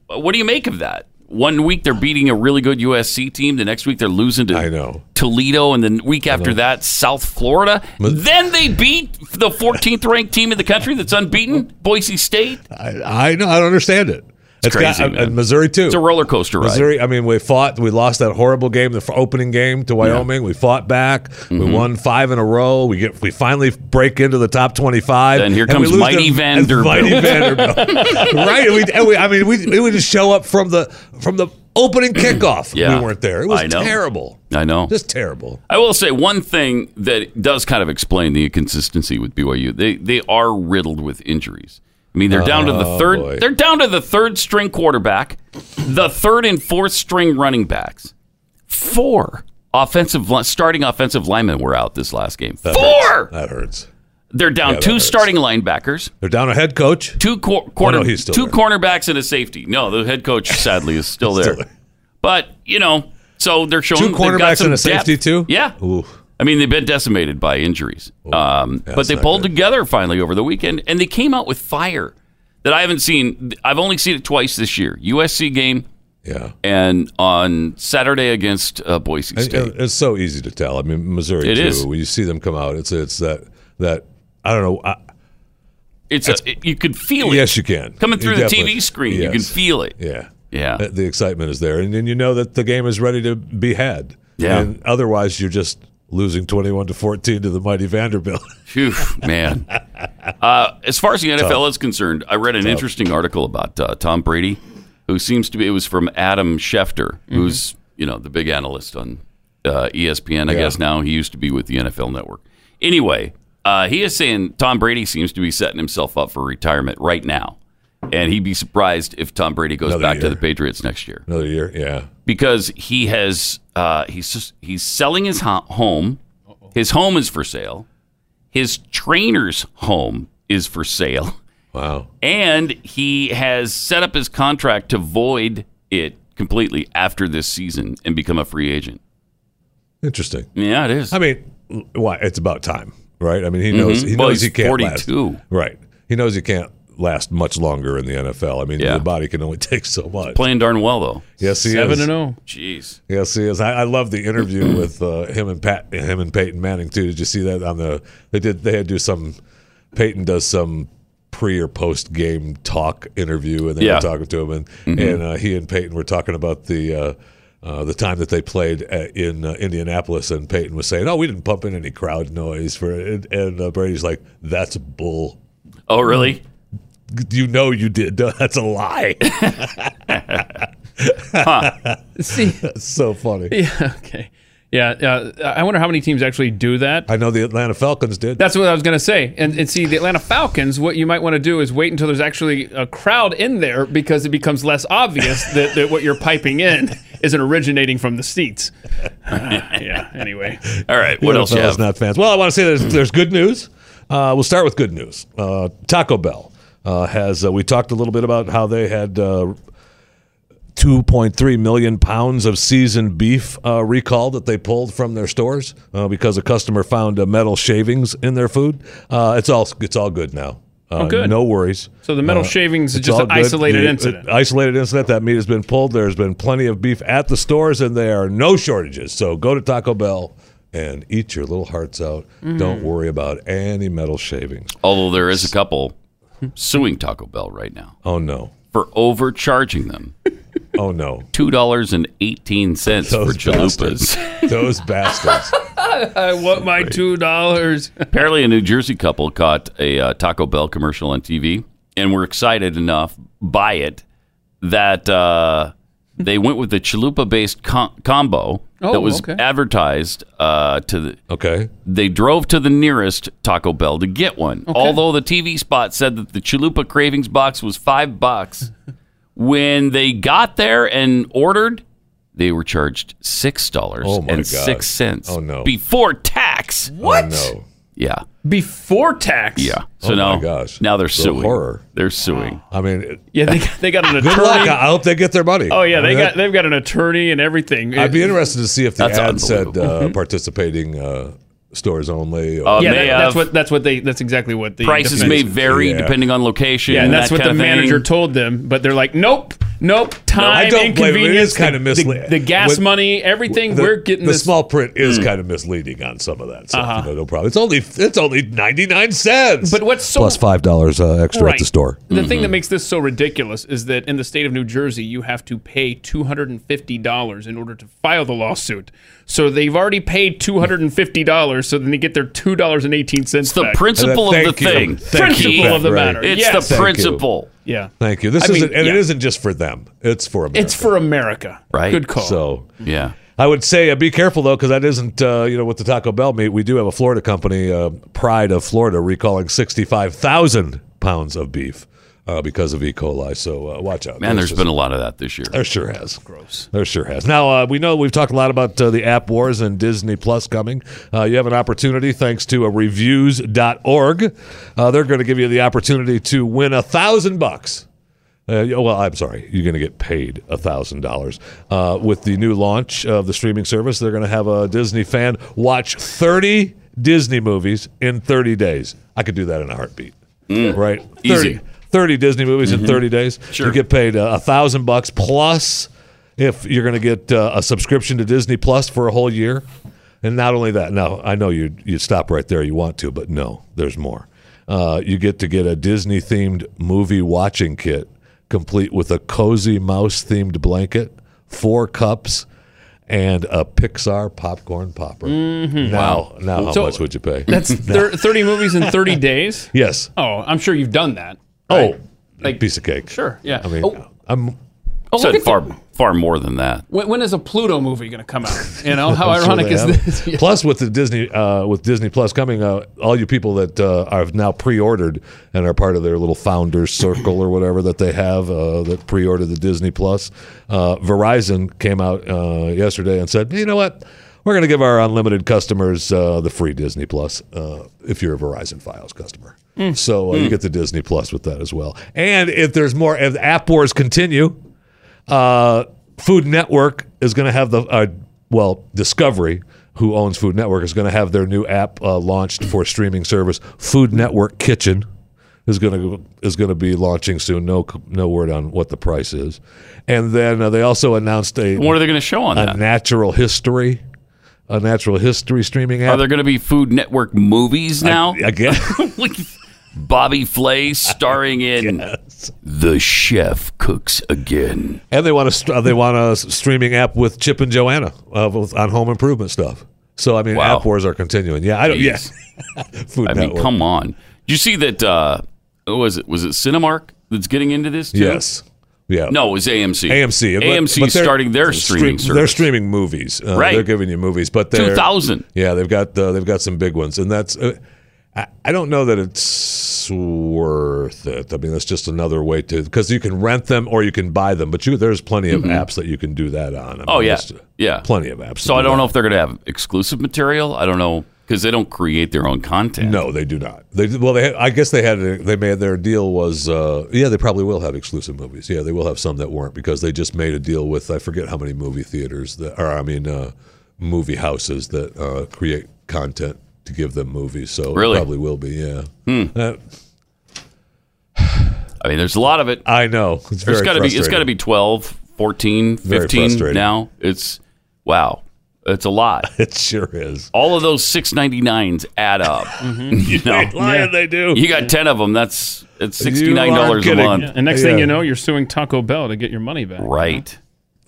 S2: what do you make of that? One week they're beating a really good USC team. The next week they're losing to
S7: I know.
S2: Toledo, and the week after that South Florida. then they beat the 14th ranked team in the country that's unbeaten, Boise State.
S7: I, I know. I don't understand it. It's
S2: crazy,
S7: got,
S2: man.
S7: And Missouri too.
S2: It's a roller coaster ride.
S7: Missouri. I mean, we fought. We lost that horrible game, the f- opening game to Wyoming. We fought back.
S2: Mm-hmm.
S7: We won five in a row. We get. We finally break into the top twenty-five.
S2: Then here
S7: we
S2: comes
S7: lose
S2: Mighty
S7: to- and
S2: Vanderbilt.
S7: Mighty
S2: [laughs]
S7: Vanderbilt. right? And we, and we, I mean, we, we would just show up from the from the
S2: [clears throat]
S7: opening kickoff.
S2: Yeah.
S7: We weren't there. It was
S2: I know.
S7: terrible.
S2: I know.
S7: Just terrible.
S2: I will say one thing that does kind of explain the inconsistency with BYU. They they are riddled with injuries. I mean, they're down to the third.
S7: Oh, boy.
S2: They're down to the third string quarterback, the third and fourth string running backs. Four offensive li- starting offensive linemen were out this last game. Four.
S7: That hurts.
S2: They're down
S7: that
S2: two
S7: hurts.
S2: starting linebackers,
S7: They're down a head coach.
S2: two cor- quarter,
S7: no, he's still
S2: two
S7: there.
S2: cornerbacks, and a safety. No, the head coach sadly
S7: [laughs]
S2: is still, there.
S7: there.
S2: But you know, so they're showing
S7: Two
S2: they've got
S7: cornerbacks
S2: some
S7: and a safety
S2: depth.
S7: too.
S2: Yeah.
S7: Ooh.
S2: I mean, they've been decimated by injuries, um, but
S7: that's
S2: they
S7: not
S2: pulled
S7: good.
S2: together finally over the weekend, and they came out with fire that I haven't seen. I've only seen it twice this year: USC game
S7: Yeah.
S2: and on Saturday against uh, Boise
S7: And-
S2: State.
S7: and It's so easy to tell. I mean, Missouri
S2: It
S7: too.
S2: is.
S7: When you see them come out, it's it's that that I don't know. I,
S2: it's a, it- you could feel it.
S7: yes, you can
S2: coming
S7: You
S2: through the
S7: definitely-
S2: TV screen. You can
S7: yes.
S2: feel it.
S7: Yeah,
S2: Yeah.
S7: The, the excitement is there, and then you know that the game is ready to be had.
S2: Yeah.
S7: And otherwise, you're just losing twenty-one to fourteen to the mighty Vanderbilt. [laughs]
S2: Phew, man. Uh, as far as the NFL is concerned, I read an interesting article about uh, Tom Brady, who seems to be, it was from Adam Schefter,
S7: Mm-hmm.
S2: who's, you know, the big analyst on uh, ESPN, I guess now. He used to be with the NFL Network. Anyway, uh, he is saying Tom Brady seems to be setting himself up for retirement right now. And he'd be surprised if Tom Brady goes
S7: Another
S2: back to
S7: year.
S2: the Patriots next year
S7: Another year. Yeah.
S2: because he has uh, he's just, he's selling his ho- home. His home is for sale. His trainer's home is for sale,
S7: Wow.
S2: and he has set up his contract to void it completely after this season and become a free agent.
S7: Interesting.
S2: Yeah, it is.
S7: I mean, l- why? It's about time, right? I mean, he knows he
S2: Mm-hmm. Well,
S7: knows
S2: he's
S7: he can't
S2: 42.
S7: last. Right. He knows he can't last much longer in the NFL. I mean,
S2: Yeah.
S7: the body can only [laughs] take so much.
S2: Playing darn well though.
S7: Yes, he
S3: Seven
S7: is. [laughs]
S3: and zero.
S2: Jeez.
S7: Yes, he is. I, I love the interview with uh, him and Pat, him and Peyton Manning too. Did you see that on the? They did. They had to do some. Peyton does some pre or post game talk interview, and they
S2: Yeah.
S7: were talking to him, and and uh, he and Peyton were talking about the. Uh, uh, the time that they played at, in uh, Indianapolis, and Peyton was saying, "Oh, we didn't pump in any crowd noise for," it. and, and uh, Brady's like, "That's bull.
S2: Oh, really?
S7: You know you did. [laughs] That's a lie."
S3: See,
S7: That's so funny.
S3: yeah, okay, yeah. Uh, I wonder how many teams actually do that.
S7: I know the Atlanta Falcons did.
S3: That's what I was going to say. And, and see, the Atlanta Falcons, what you might want to do is wait until there's actually a crowd in there because it becomes less obvious that, that what you're piping in isn't originating from the seats. Uh, yeah, anyway.
S2: All right. What else? You
S7: NFL is
S2: have?
S7: not fans. Well, I want to say there's, there's good news. Uh, we'll start with good news. Uh, Taco Bell uh, has, uh, we talked a little bit about how they had uh, 2.3 million pounds of seasoned beef uh, recall that they pulled from their stores uh, because a customer found uh, metal shavings in their food. Uh, it's all it's all good now. Uh,
S3: Oh, good.
S7: No worries.
S3: So the metal shavings is
S7: Uh, it's
S3: just
S7: all
S3: an
S7: good.
S3: isolated
S7: The- [laughs]
S3: incident.
S7: uh, Isolated incident. That meat has been pulled. There's been plenty of beef at the stores, and there are no shortages. So go to Taco Bell and eat your little hearts out.
S3: Mm-hmm.
S7: Don't worry about any metal shavings.
S2: Although there is a couple suing Taco Bell right now
S7: Oh no.
S2: for
S7: [laughs]
S2: overcharging them
S7: Oh no.
S2: two dollars and eighteen cents for
S7: Those
S2: chalupas.
S7: bastards. Those bastards.
S3: I want my two dollars.
S2: Apparently, a New Jersey couple caught a uh, Taco Bell commercial on TV and were excited enough by it that uh, they went with the chalupa based com- combo that
S3: Oh,
S2: was
S3: okay.
S2: advertised uh, to the. [laughs]
S7: Okay. Oh,
S2: They drove to the nearest Taco Bell to get one. Although the TV spot said that the chalupa cravings box was five
S3: [laughs]
S2: bucks, when they got there and ordered, they were charged six dollars
S7: Oh, my
S2: and
S7: God.
S2: six cents
S7: Oh, no.
S2: before tax.
S7: What? no.
S2: Yeah.
S3: Before tax.
S2: Yeah. So
S7: Oh,
S2: now,
S7: my gosh.
S2: now they're
S7: The
S2: suing.
S7: horror.
S2: They're suing.
S7: I mean, it-
S3: Yeah, they, they got an
S7: [laughs] good luck.
S3: attorney.
S7: I hope they get their money.
S3: Oh yeah,
S7: I
S3: they
S7: mean,
S3: got
S7: that-
S3: they've got an attorney and everything.
S7: I'd be interested to see if the
S2: That's
S7: ad said
S2: unbelievable. Mm-hmm.
S7: uh, participating uh, stores only. Or,
S2: Uh,
S3: yeah,
S2: may
S3: that-
S2: have-
S3: that's what that's what they that's exactly what the
S2: Prices
S3: defense-
S2: may vary
S7: Yeah.
S2: depending on location.
S3: Yeah, and that's
S2: that
S3: what the
S2: kind of thing.
S3: manager told them, but they're like, nope, nope, time,
S7: I don't blame them. It
S3: inconvenience,
S7: is kind of
S3: the- the-
S7: misleading.
S3: The, gas
S7: When-
S3: money, everything.
S7: the,
S3: we're getting
S7: the
S3: this. Uh-huh.
S7: small print is kind of misleading on some of that. So no, no problem. It's only it's only ninety nine cents.
S3: but what's so
S7: plus five dollars uh, extra at
S3: Right.
S7: the store. Mm-hmm.
S3: The thing that makes this so ridiculous is that in the state of New Jersey, you have to pay two hundred and fifty dollars in order to file the lawsuit. So they've already paid two hundred and fifty dollars. So then they get their two dollars and eighteen cents.
S2: It's the principle of the
S7: Thank you.
S2: thing.
S7: Thank
S3: you.
S2: Keith.
S3: Principle of the
S7: Right.
S3: matter.
S2: It's
S3: Yes.
S2: the
S3: Thank
S7: you.
S2: principle.
S3: Yeah,
S7: Thank you. This
S3: I mean,
S7: isn't and it
S3: yeah.
S7: isn't just for them. It's for America.
S3: it's for America.
S2: Right.
S3: Good call.
S7: so.
S2: Yeah.
S7: I would say uh, be careful though, because that isn't uh, you know with the Taco Bell meat. We do have a Florida company, uh, Pride of Florida, recalling sixty five thousand pounds of beef uh, because of E. coli. So uh, watch out,
S2: Man, there's
S7: just-
S2: been a lot of that this year.
S7: There sure has. Gross. There sure has. Now, uh, we know we've talked a lot about uh, the app wars and Disney Plus coming. Uh, you have an opportunity thanks to uh, reviews.org. Uh, they're going to give you the opportunity to win a thousand bucks. Uh, yeah, well, I'm sorry. You're going to get paid thousand dollars uh, with the new launch of the streaming service. They're going to have a Disney fan watch 30 Disney movies in 30 days. I could do that in a heartbeat, right? 30,
S2: Easy.
S7: 30 Disney movies in 30 days.
S2: Sure.
S7: You get paid uh, a thousand bucks plus if you're going to get uh, a subscription to Disney Plus for a whole year. And not only that, no, I know you you stop right there. You want to, but no, there's more. Uh, you get to get a Disney themed movie watching kit, complete with a cozy mouse themed blanket, four cups, and a Pixar popcorn popper. Now, now, how
S3: So-
S7: much would you pay? [laughs]
S3: That's thir- 30 movies in 30 days?
S7: yes.
S3: Oh, I'm sure you've done that.
S7: Oh,
S3: Like-
S7: piece of cake.
S3: Sure, yeah.
S7: I mean,
S3: Oh.
S7: I'm
S2: Said far far more than that.
S3: When, when is a Pluto movie going to come out? You [laughs] know, how
S7: I'm sure
S3: ironic
S7: they
S3: is
S7: have.
S3: this? [laughs] Yeah.
S7: Plus, with the Disney, uh, with Disney Plus coming, uh, all you people that uh, have now pre-ordered and are part of their little founders circle or whatever that they have uh, that pre-ordered the Disney Plus, uh, Verizon came out uh, yesterday and said, you know what, we're going to give our unlimited customers uh, the free Disney Plus uh, if you're a Verizon Files customer.
S3: Hmm.
S7: So uh, you get the Disney Plus with that as well. And if there's more, if app wars continue uh, Food Network is going to have the uh, well Discovery, who owns Food Network, is going to have their new app uh, launched for streaming service. Food Network Kitchen is going to is going to be launching soon. No no word on what the price is, and then uh, they also announced a
S2: What are they going to show on
S7: a
S2: that?
S7: natural history, a natural history streaming app.
S2: Are there going to be Food Network movies now?
S7: Again,
S2: [laughs] With Bobby Flay starring in The Chef Cooks Again.
S7: [laughs] and they want a str- they want a s- streaming app with Chip and Joanna uh, with- on home improvement stuff. So I mean,
S2: Wow.
S7: app wars are continuing. Oh, Yeah, I don't.
S2: Jeez.
S7: Yes, Food
S2: I
S7: Network.
S2: mean, come on. Did you see that? Uh, what was it? Was it Cinemark that's getting into this? Too?
S7: Yes. Yeah.
S2: No, it was AMC.
S7: AMC. But-
S2: AMC
S7: but they're-
S2: starting their streaming
S7: stream- They're
S2: service.
S7: streaming movies. Uh,
S2: Right.
S7: They're giving you movies, but they're
S2: 2000.
S7: Yeah, they've got uh, they've got some big ones, and that's. Uh, I, I don't know that it's worth it. I mean, that's just another way to because you can rent them or you can buy them, but you there's plenty of apps that you can do that on. I
S2: Mm-hmm. Oh,
S7: mean,
S2: yeah.
S7: there's
S2: Yeah.
S7: Plenty of apps.
S2: So I don't know if they're going to have exclusive material. I don't know because they don't create their own content.
S7: No, they do not. They well, they I guess they had they made their deal was uh, yeah they probably will have exclusive movies. Yeah, they will have some that weren't because they just made a deal with I forget how many movie theaters that or I mean uh, movie houses that uh, create content to give them movies. So it
S2: Really? Hmm.
S7: probably will be. Yeah, Uh,
S2: I mean, there's a lot of it.
S7: I know. It's
S2: There's
S7: very
S2: got to be it's got
S7: frustrating.
S2: to be 12, 14,
S7: Very
S2: 15
S7: frustrating.
S2: now. It's wow. It's
S7: [laughs]
S2: a lot.
S7: It sure is.
S2: All of those 699s add up. [laughs] You know.
S7: Lying they do.
S2: You got 10 of them. That's it's
S7: You are
S2: $69 a
S7: kidding.
S2: month.
S3: And next thing
S7: Yeah.
S3: you know, you're suing Taco Bell to get your money back.
S2: Right.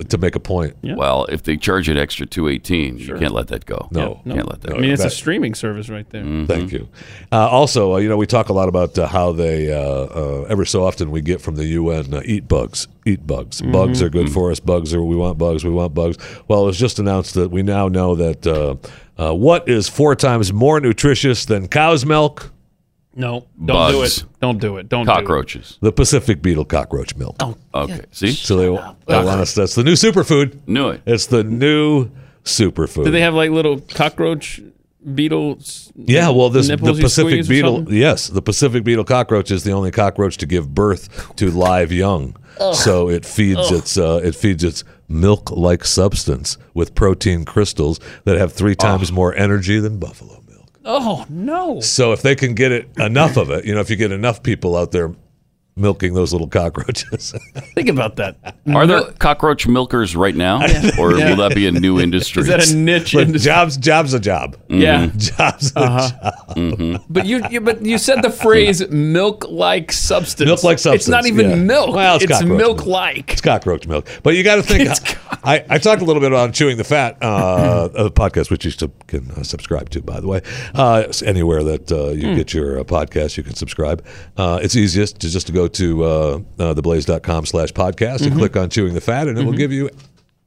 S7: to make a point.
S2: Well, if they charge an extra 218, you can't let that go.
S7: No.
S2: You can't let that
S7: No.
S2: go.
S3: I mean, it's a
S7: That-
S3: streaming service right there.
S7: Thank you. Uh, also, uh, you know, we talk a lot about uh, how they, uh, uh, ever so often, we get from the UN uh, eat bugs, eat bugs.
S3: Mm-hmm.
S7: Bugs are good for us. Bugs are, we want bugs, we want bugs. Well, it was just announced that we now know that uh, uh, what is four times more nutritious than cow's milk?
S3: No, don't
S2: Bugs.
S3: do it. Don't do it. Don't
S2: Cockroaches.
S7: The Pacific beetle cockroach milk. Oh,
S2: Okay. See?
S7: so they, they want us, that's the new superfood.
S2: Knew it.
S7: It's the new superfood.
S3: Do it. Do they have like little cockroach beetles?
S7: Yeah, well, this the
S3: nipples you
S7: Pacific
S3: squeeze or
S7: beetle.
S3: something?
S7: Yes, the Pacific beetle cockroach is the only cockroach to give birth to live young. So it feeds its uh, it feeds its milk-like substance with protein crystals that have three
S3: Ah.
S7: times more energy than buffalo milk.
S3: Oh no!
S7: So if they can get it enough of it, you know, if you get enough people out there milking those little cockroaches,
S3: Think about that.
S7: Mm-hmm.
S2: Are there cockroach milkers right now?
S3: [laughs]
S2: Or will that be a new industry?
S3: Is that a
S7: [laughs]
S3: niche?
S7: But
S3: industry?
S7: jobs jobs a job. [laughs]
S3: Yeah, Uh-huh.
S7: Jobs a job.
S8: But you, you but you said the phrase milk-like substance.
S7: Milk-like
S8: It's not
S7: substance,
S8: even
S7: yeah.
S8: milk.
S7: Well, it's
S8: it's
S7: cockroach milk.
S8: milk-like.
S7: It's cockroach milk. But you got to
S3: [laughs]
S7: think. I, I talked a little bit on chewing the fat, uh, a podcast which you sub- can uh, subscribe to, by the way. Uh, it's anywhere that uh, you
S3: Hmm.
S7: get your uh, podcast, you can subscribe. Uh, it's easiest to just to go to uh, uh, theblaze.com slash podcast
S3: Mm-hmm.
S7: and click on chewing the fat, and it will give you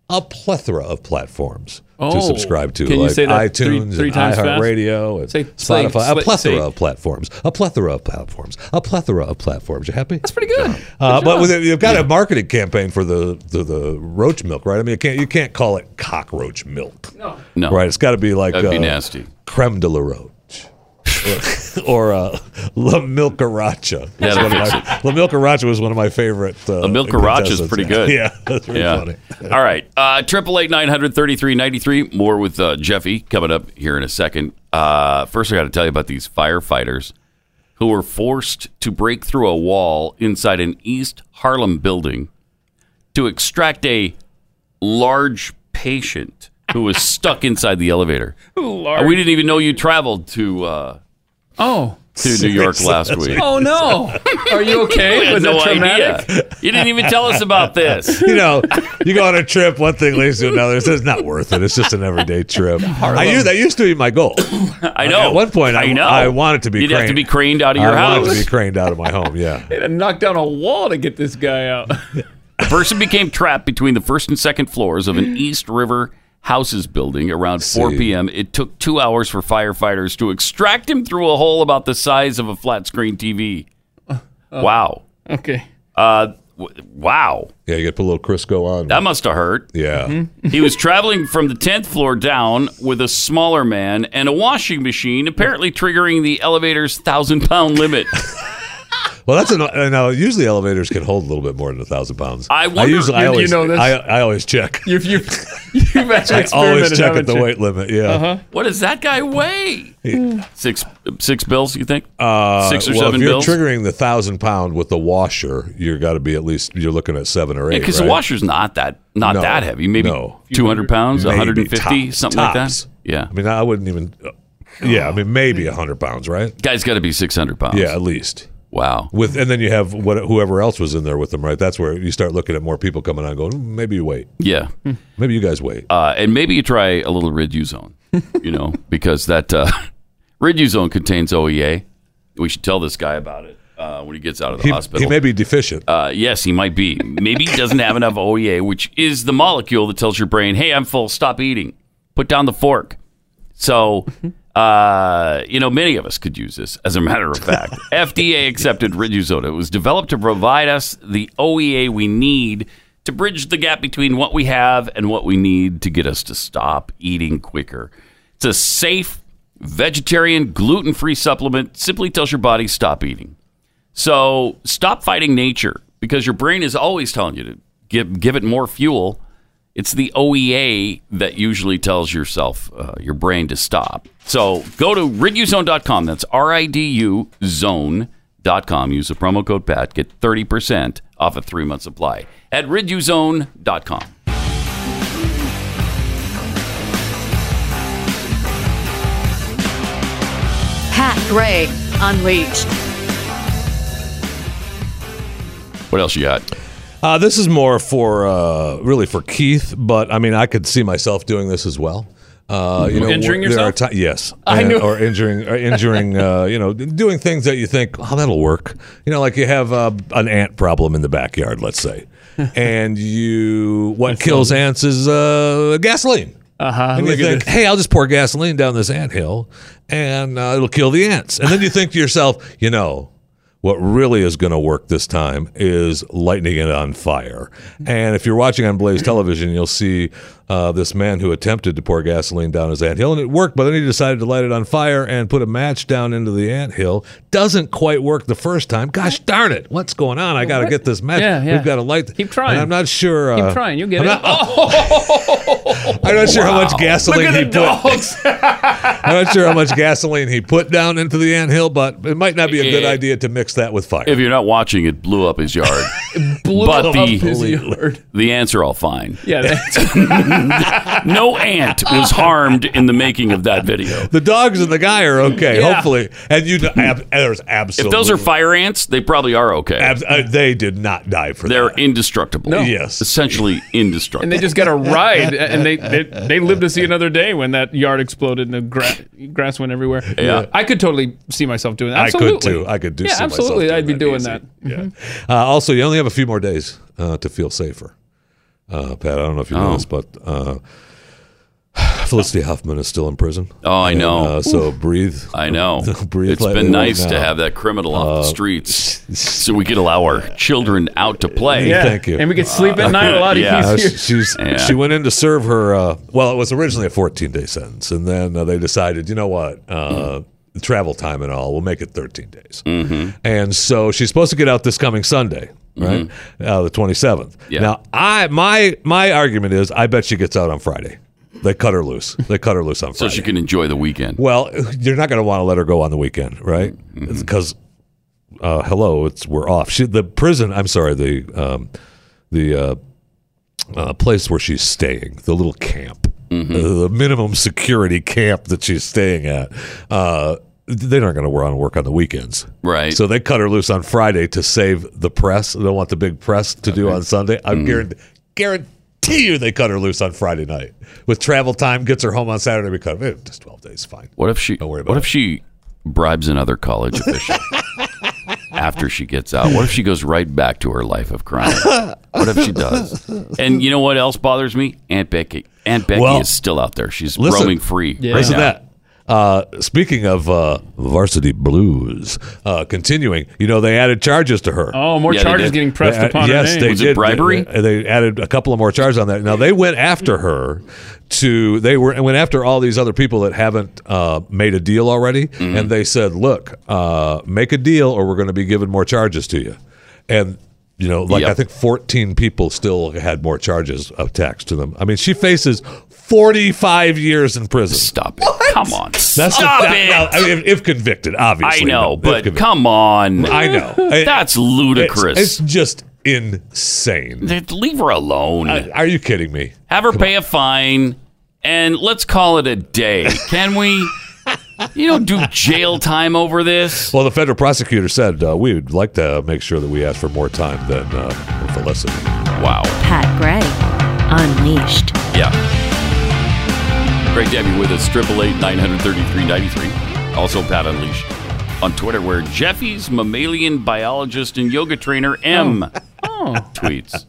S7: a plethora of platforms.
S3: Oh.
S7: to subscribe to,
S3: Can you
S7: like
S3: say that three-
S7: iTunes
S3: three
S7: and
S3: times fast?
S7: iHeartRadio and
S8: Say- say-
S7: Spotify, a
S8: say-
S7: plethora
S8: say-
S7: of platforms, a plethora of platforms, a plethora of platforms. You happy?
S8: That's pretty good.
S7: Uh, but with it, you've got a marketing campaign for the, the the roach milk, right? I mean, you can't you can't call it cockroach milk, no,
S2: No.
S7: right? It's got to be like
S2: That'd be
S7: uh,
S2: nasty.
S7: creme de la roach, [laughs] or, or uh, la milcaracha.
S2: That'll fix
S7: la milcaracha was one of my favorite. Uh,
S2: La Milcaracha is
S7: contestants.
S2: pretty good.
S7: Yeah, [laughs] that's really
S2: Yeah.
S7: funny.
S3: [laughs]
S2: All right. Uh Triple eight nine hundred thirty three ninety three. More with uh, Jeffy coming up here in a second. Uh, first, I got to tell you about these firefighters who were forced to break through a wall inside an East Harlem building to extract a large patient
S3: [laughs]
S2: who was stuck inside the elevator.
S3: Large-
S2: We didn't even know you traveled to uh,
S3: Oh,
S2: to New York last week.
S8: Oh
S7: [laughs]
S8: no! Are you
S2: We
S8: okay?
S2: had
S8: Was
S2: no
S8: that traumatic?
S2: idea. You didn't even tell us
S7: [laughs]
S2: about this.
S7: You know, you go on a trip, one thing leads to another. It's not worth it. It's just an everyday trip. I used, that used to be my goal.
S2: I know.
S7: At one point, I,
S2: know.
S7: I wanted to be.
S2: You'd
S7: craned.
S2: have to be craned out of your
S7: I
S2: house.
S7: wanted to be craned out of my home. Yeah.
S8: They had to knock down a wall to get this guy out.
S2: The person became trapped between the first and second floors of an East River houses building around 4
S7: see.
S2: p.m. It took two hours for firefighters to extract him through a hole about the size of a flat screen TV. Wow.
S3: okay.
S2: Uh, w- wow.
S7: Yeah, you got to put a little Crisco on.
S2: That Mm-hmm. must have hurt.
S7: yeah.
S2: He was traveling from the 10th floor down with a smaller man and a washing machine, apparently triggering the elevator's thousand
S7: [laughs]
S2: pound limit.
S7: Well, that's an, uh, now usually elevators can hold a little bit more than a thousand pounds.
S2: I wonder-
S7: usually, I
S2: you- you
S7: always,
S8: know this?
S7: I, I always check.
S8: You've you've,
S3: [laughs]
S8: you've actually
S7: I always
S8: experimented,
S7: check at
S8: haven't
S7: the
S8: you?
S7: weight limit. Yeah.
S2: what does that guy weigh? Six six bills, you think?
S7: Uh,
S2: Six or
S7: well,
S2: seven
S7: if you're
S2: bills?
S7: triggering the thousand pound with the washer, you're got to be at least you're looking at seven or eight.
S2: because
S7: right?
S2: the washer's not that not
S7: No.
S2: that heavy. Maybe
S7: No.
S2: 200 pounds,
S7: Maybe
S2: 150,
S7: top-
S2: something
S7: tops.
S2: like that. Yeah,
S7: I mean, I wouldn't even. uh, yeah, I mean, maybe hundred pounds, right?
S2: guy's got to be 600 pounds.
S7: Yeah, at least.
S2: Wow.
S7: With and then you have what whoever else was in there with them, right? That's where you start looking at more people coming on, going, "Mm, maybe you wait,
S2: Yeah.
S7: maybe you guys wait.
S2: Uh, and maybe you try a little Riduzone,
S7: [laughs]
S2: you know, because that uh, Riduzone contains OEA. We should tell this guy about it uh, when he gets out of the
S7: he,
S2: hospital.
S7: he may be deficient.
S2: uh, yes, he might be. Maybe he doesn't have enough OEA, which is the molecule that tells your brain, hey, I'm full, stop eating, put down the fork. So, uh, you know, many of us could use this, as a matter of fact. FDA accepted Riduzone. It was developed to provide us the OEA we need to bridge the gap between what we have and what we need to get us to stop eating quicker. It's a safe vegetarian, gluten free supplement simply tells your body stop eating. So stop fighting nature because your brain is always telling you to give, give it more fuel. It's the OEA that usually tells yourself, uh, your brain to stop. So go to riduzone.com. That's R I D U zone.com. Use the promo code PAT. Get 30% off a three month supply at riduzone.com.
S9: Pat Gray Unleashed.
S2: What else you got?
S7: Uh, this is more for uh, really for Keith, but I mean, I could see myself doing this as well. Uh, you know,
S8: Injuring
S7: there are
S8: yourself?
S7: ti- yes,
S8: I
S7: And-
S8: knew-
S7: or injuring, or
S8: [laughs]
S7: injuring. uh, you know, doing things that you think, oh, that'll work. You know, like you have uh, an ant problem in the backyard,
S8: [laughs]
S7: let's say, and you what kills ants is uh, gasoline. Uh
S8: Uh-huh.
S7: huh. And you
S3: look at
S7: think, hey, I'll just pour gasoline down this ant hill, and uh, it'll kill the ants. And then you think to yourself, you know, what really is going to work this time is lighting it on fire. And if you're watching on Blaze Television, you'll see uh, this man who attempted to pour gasoline down his ant hill, and it worked, but then he decided to light it on fire and put a match down into the ant hill. Doesn't quite work the first time. Gosh darn it. What's going on? I got to get this match.
S3: Yeah, yeah.
S7: We've got to light. th-
S3: Keep trying.
S7: And I'm not sure. Uh,
S3: Keep trying. You'll get
S7: I'm
S3: it. Oh!
S7: not- [laughs]
S3: [laughs]
S7: I'm not sure how much gasoline he put. [laughs]
S3: [laughs]
S7: I'm not sure how much gasoline he put down into the ant hill, but it might not be a good
S2: Eh.
S7: idea to mix that with fire.
S2: If you're not watching, it blew up his yard. but the,
S7: Completely.
S2: the ants are all fine.
S3: Yeah, that's, [laughs]
S2: No ant was harmed in the making of that video.
S7: The dogs and the guy are okay, hopefully. And you, ab, there's
S2: If
S7: absolutely.
S2: those are fire ants, they probably are okay.
S7: ab- uh, they did not die for
S2: They're
S7: that.
S2: indestructible.
S7: Yes. [laughs]
S2: Essentially
S3: and
S2: indestructible.
S3: they just got a ride, and they, they they lived to see another day when that yard exploded and the gra- grass went everywhere.
S2: Yeah.
S3: I could totally see myself doing that.
S7: I
S3: Absolutely.
S7: could too. I could do.
S3: Yeah,
S7: see myself
S3: absolutely. I'd be doing
S7: easy.
S3: that.
S7: Yeah.
S2: Mm-hmm.
S7: Uh, also, you only have a few more days uh, to feel safer. Uh, Pat, I don't know if you know
S2: Oh.
S7: this, but uh, [sighs] Felicity Huffman is still in prison.
S2: Oh, I
S7: And,
S2: know.
S7: uh, so breathe. [laughs]
S2: I know.
S7: breathe.
S2: It's been nice to have that criminal
S7: Uh, [laughs]
S2: off the streets so we could allow our children out to play.
S7: Yeah. Thank you.
S3: And we could sleep at night a lot
S2: Yeah.
S7: Uh,
S3: easier.
S7: she- she's,
S2: Yeah.
S7: She went in to serve her. Uh, well, it was originally a 14 day sentence, and then uh, they decided, you know what, uh, the travel time and all, we'll make it 13 days.
S2: Mm-hmm.
S7: And so she's supposed to get out this coming Sunday, right, uh, the 27th.
S2: Mm-hmm. Yeah.
S7: Now, I my my argument is, I bet she gets out on Friday. They cut her loose. They cut her loose on
S2: So
S7: Friday.
S2: she can enjoy the weekend. Mm-hmm.
S7: Well, you're not going to want to let her go on the weekend, right? Because uh, hello, it's we're off. She, the prison. I'm sorry, the um, the uh, uh, place where she's staying, the little camp,
S2: Mm-hmm.
S7: uh, the minimum security camp that she's staying at. Uh, they're not going to work on work on the weekends,
S2: Right.
S7: So they cut her loose on Friday to save the press. They don't want the big press to do on Sunday. I guarantee, guarantee you, they cut her loose on Friday night with travel time. Gets her home on Saturday. We cut it. Just twelve days, fine.
S2: What if she?
S7: Don't worry about
S2: what if
S7: it.
S2: she bribes
S7: [laughs]
S2: another college official after she gets out? What if she goes right back to her life of crime? What if she does? And you know what else bothers me? Aunt Becky. Aunt Becky
S7: Well,
S2: is still out there. She's
S7: listen.
S2: roaming free. right
S7: Listen
S2: now.
S7: to that. Uh, speaking of uh, varsity blues, uh, continuing, you know, they added charges to her.
S3: Oh, more
S2: Yeah, they
S3: charges
S2: did.
S3: getting pressed
S7: They- uh,
S3: upon
S7: yes,
S3: her name.
S7: they
S2: Was it
S7: did.
S2: bribery? Hmm.
S7: They, they added a couple of more charges on that. Now they went after her to they were went after all these other people that haven't uh, made a deal already,
S2: Mm-hmm.
S7: and they said, "Look, uh, make a deal, or we're going to be giving more charges to you." And you know, like
S2: Yep.
S7: I think 14 people still had more charges attached to them. I mean, she faces 45 years in prison.
S2: Stop it! Come on,
S7: That's
S2: stop
S7: that-
S2: it!
S7: now, I mean, if, if convicted,
S2: I
S7: obviously.
S2: know,
S7: if
S2: but
S7: convicted.
S2: come on.
S7: I know.
S2: [laughs] That's
S7: It's-
S2: ludicrous.
S7: It's, just insane.
S2: Leave her alone.
S7: I- Are you kidding me?
S2: Have her pay a fine, and let's call it a day. Can we? You don't do jail time over this.
S7: Well, the federal prosecutor said uh, we would like to make sure that we ask for more time than uh, Felicity.
S2: Wow.
S1: Pat Gray Unleashed.
S2: Yeah. Great to have you with us. Triple eight nine hundred thirty three ninety three. Also, Pat Unleashed on Twitter, where Jeffy's mammalian biologist and yoga trainer M tweets.